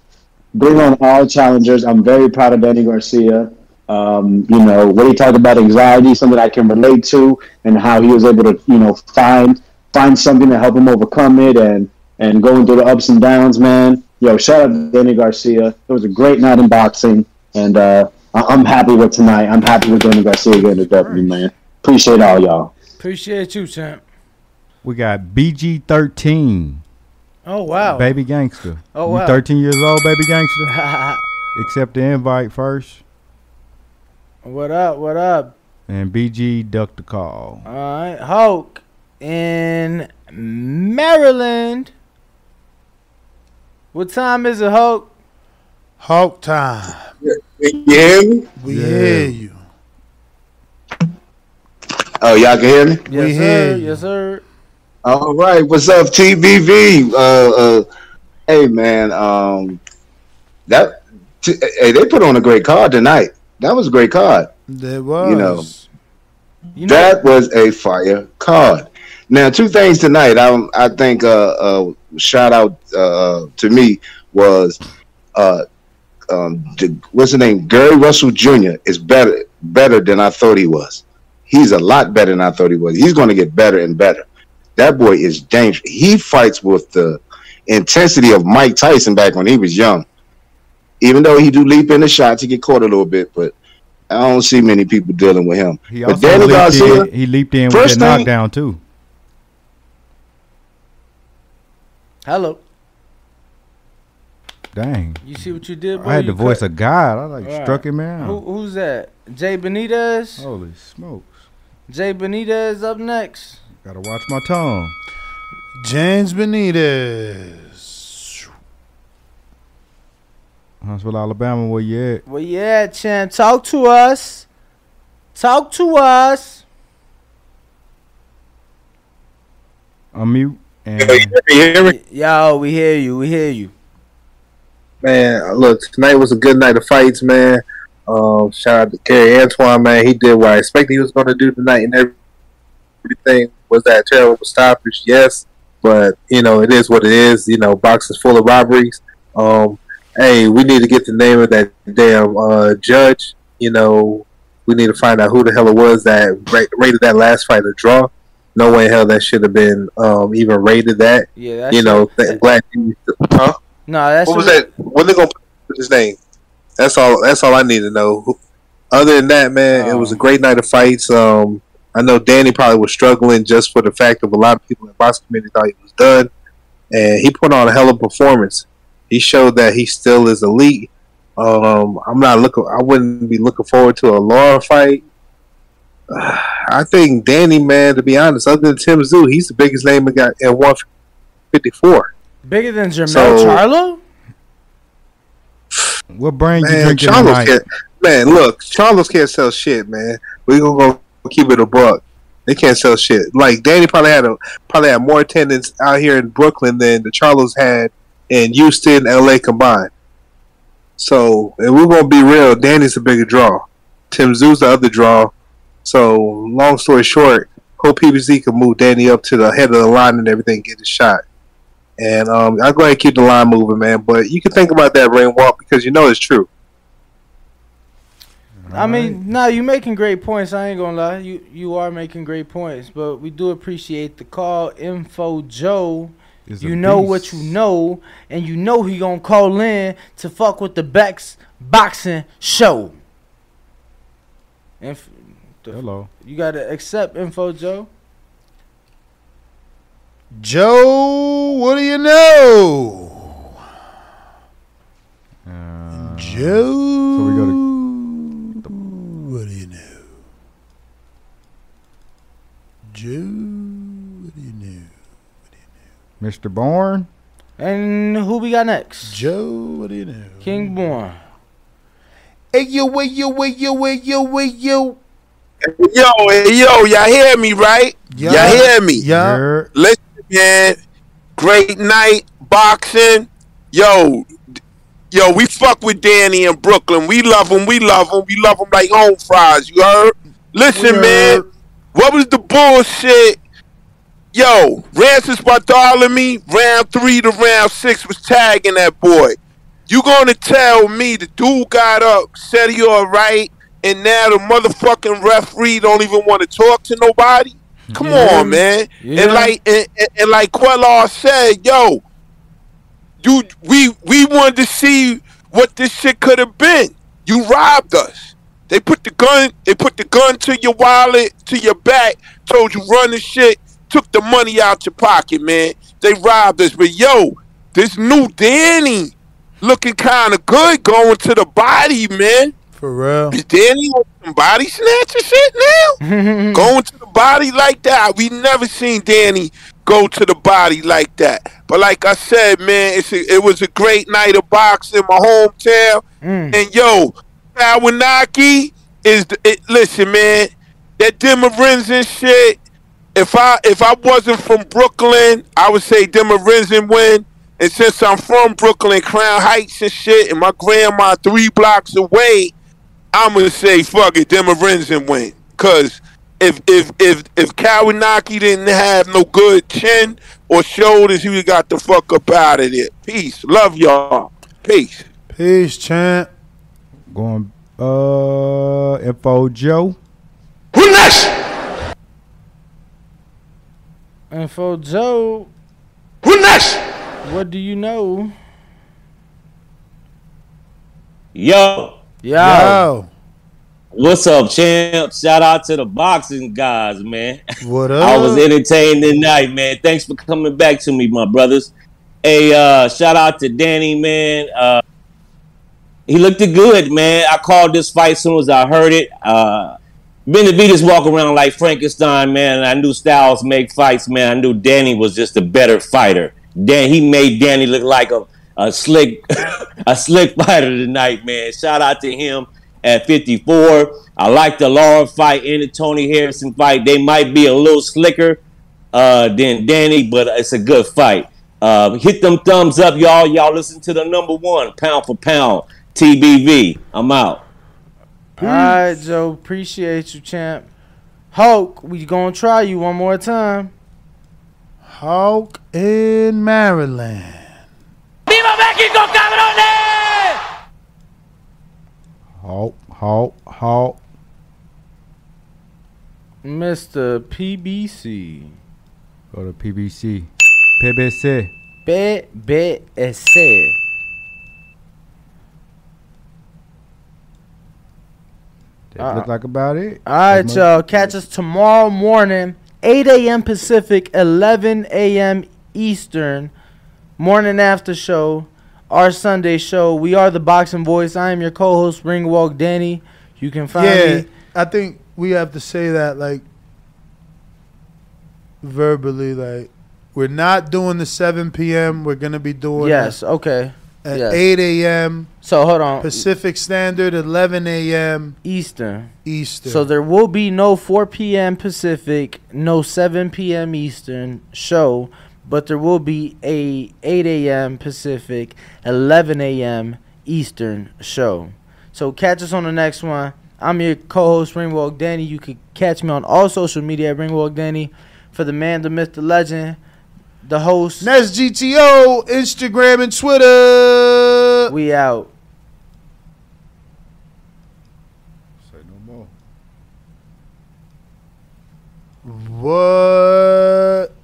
N: Bring on all challengers. I'm very proud of Danny Garcia. Um, you know, what he talked about anxiety, something I can relate to, and how he was able to, you know, find find something to help him overcome it and and going through the ups and downs, man. Yo, shout out to Danny Garcia. It was a great night in boxing, and uh, I- I'm happy with tonight. I'm happy with Danny Garcia getting the W, man. Appreciate all y'all.
K: Appreciate you, champ.
A: We got BG13,
K: Oh wow.
A: Baby Gangster.
K: Oh,
A: you
K: wow.
A: 13 years old, Baby Gangster? Accept the invite first.
K: What up? What up?
A: And BG ducked the call.
K: All right, Hulk in Maryland. What time is it, Hulk?
F: Hulk time.
V: You hear me?
F: We hear you.
V: Oh, y'all can hear me?
K: Yes, sir. Yes, sir.
V: All right, what's up, TBV? Uh, uh, hey, man, um, that t- hey, they put on a great card tonight. That was a great card.
F: There was.
V: You know, that was a fire card. Now, two things tonight. I I think uh, uh, shout out uh, to me was uh, um, the, what's his name? Gary Russell Jr. is better better than I thought he was. He's a lot better than I thought he was. He's going to get better and better. That boy is dangerous. He fights with the intensity of Mike Tyson back when he was young. Even though he do leap in the shots, he get caught a little bit, but I don't see many people dealing with him.
A: He
V: but
A: also
V: Danny
A: leaped
V: Garcia,
A: in, he leaped in with
V: first
A: that
V: thing-
A: knockdown, too.
K: Hello.
A: Dang.
K: You see what you did? Boy?
A: I had
K: You
A: the voice
K: cut-
A: of God. I like
K: All right.
A: struck him out.
K: Who, who's that? Jay Benitez.
A: Holy smokes!
K: Jay Benitez up next.
A: Gotta watch my tongue.
F: James Benitez.
A: Huntsville, Alabama, where you at?
K: Well, yeah, champ. Talk to us. Talk to us.
A: I'm mute. And
K: Yo, we hear you. We hear you.
W: Man, look, tonight was a good night of fights, man.
B: Um, shout out to Gary Antoine, man. He did what I expected he was going to do tonight, and every- everything was that terrible stoppage. Yes, but you know it is what it is. You know, box is full of robberies. Um, hey, we need to get the name of that damn uh, judge. You know, we need to find out who the hell it was that ra- rated that last fight a draw. No way in hell that should have been um, even rated that.
K: Yeah, that's
B: you know, th- glad. you- Huh?
K: No, that's
B: what was that? When they gonna put his name? That's all. That's all I need to know. Who- Other than that, man, it was a great night of fights. Um, I know Danny probably was struggling just for the fact of a lot of people in the boxing community thought he was done, and he put on a hell of a performance. He showed that he still is elite. Um, I'm not looking. I wouldn't be looking forward to a Laura fight. I think Danny, man, to be honest, other than Tim Zoo, he's the biggest name in got at 154.
K: Bigger than Jermel
B: So-
K: Charlo?
A: What brand you
B: Man,
A: drinking
B: Charlos
A: tonight?
B: can't. Man, look, Charlos can't sell shit, man. We gonna go keep it a buck. They can't sell shit. Like Danny probably had a probably had more attendance out here in Brooklyn than the Charlos had in Houston, L.A. combined. So, and we're gonna be real. Danny's the bigger draw. Tim Zoo's the other draw. So, long story short, hope PBZ can move Danny up to the head of the line and everything, get his shot. And um, I'll go ahead and keep the line moving, man. But you can think about that rain walk because you know it's true.
K: I mean, nah, you making great points. I ain't gonna lie, you you are making great points. But we do appreciate the call, Info Joe.
A: Is
K: you
A: a
K: know what you know, and you know he gonna call in to fuck with the Bex boxing show. Inf- the-
A: Hello.
K: You gotta accept Info Joe.
F: Joe, what do you know? Joe. So we go to. What do you know? Joe.
A: Mr. Bourne.
K: And who we got next?
F: Joe. What do you know?
K: King Born.
F: Hey, yo, hey, yo, hey, yo, hey, yo, hey, yo.
W: Yo, hey, yo, y'all hear me, right? Y'all hear me?
F: Yeah.
W: Listen, man. Great night boxing. Yo, d- yo, we fuck with Danny in Brooklyn. We love him. We love him. We love him like home fries. You heard? Listen, man. What was the bullshit? Yo, Rancis Bartholomew, round three to round six was tagging that boy. You gonna tell me the dude got up, said he all right, and now the motherfucking referee don't even want to talk to nobody? Come
U: Yeah.
W: on, man.
U: Yeah.
W: And like and, and, and like Quellar said, yo, you we we wanted to see what this shit could have been. You robbed us. They put the gun. They put the gun to your wallet, to your back. Told you run the shit. Took the money out your pocket, man. They robbed us. But yo, this new Danny looking kind of good going to the body, man.
F: For real.
W: Is Danny on some body snatcher shit now? Going to the body like that. We never seen Danny go to the body like that. But like I said, man, it's a, it was a great night of boxing in my hometown. And yo, Kawanaki is the, it, listen, man, that Demarenzin shit. If I if I wasn't from Brooklyn, I would say Demarenzin win. And since I'm from Brooklyn, Crown Heights and shit, and my grandma three blocks away, I'm gonna say fuck it, Demarenzin win. Cause if if if if Kawanaki didn't have no good chin or shoulders, he would've got the fuck up out of there. Peace, love y'all. Peace.
F: Peace, champ.
A: Going uh Info Joe.
W: Who next?
K: Info Joe.
W: Who next?
K: What do you know?
X: Yo.
K: Yo.
X: What's up, champ? Shout out to the boxing guys, man.
F: What
X: I was entertained tonight, man. Thanks for coming back to me, my brothers. Hey, uh, shout out to Danny, man. Uh, he looked good, man. I called this fight as soon as I heard it. Uh, Benavides walk around like Frankenstein, man. And I knew Styles make fights, man. I knew Danny was just a better fighter. Dan, he made Danny look like a, a slick, a slick fighter tonight, man. Shout out to him at 54. I like the Laura fight and the Tony Harrison fight. They might be a little slicker uh, than Danny, but it's a good fight. Uh, hit them thumbs up, y'all. Y'all listen to the number one, pound for pound, TBV. I'm out.
K: All right, Joe. Appreciate you, champ. Hulk, we gonna try you one more time.
F: Hulk in Maryland.
E: ¡Viva México, cabrones!
A: Halt, halt, halt.
K: Mr. PBC.
A: Go to PBC. PBC.
K: PBC.
A: That
K: Uh,
A: look like about it.
K: All right, y'all. Catch us tomorrow morning, 8 a.m. Pacific, 11 a.m. Eastern. Morning after show, our Sunday show. We are the Boxing Voice. I am your co-host, Ringwalk Danny. You can find
F: yeah,
K: me.
F: I think we have to say that like verbally. Like we're not doing the 7 p.m. We're gonna be doing
K: Yes.
F: it
K: Okay.
F: at
K: Yes.
F: 8 a.m.
K: So hold on.
F: Pacific Standard, 11 a.m.
K: Eastern.
F: Eastern.
K: So there will be no 4 p.m. Pacific, no 7 p.m. Eastern show, but there will be a 8 a.m. Pacific, 11 a.m. Eastern show. So catch us on the next one. I'm your co-host Ringwalk Danny. You can catch me on all social media at Ringwalk Danny. For the man, the myth, the legend, the host.
F: That's GTO, Instagram and Twitter.
K: We out.
A: Say no more.
F: What?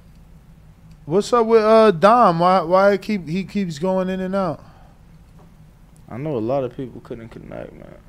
F: What's up with uh Dom? Why why keep he keeps going in and out?
K: I know a lot of people couldn't connect, man.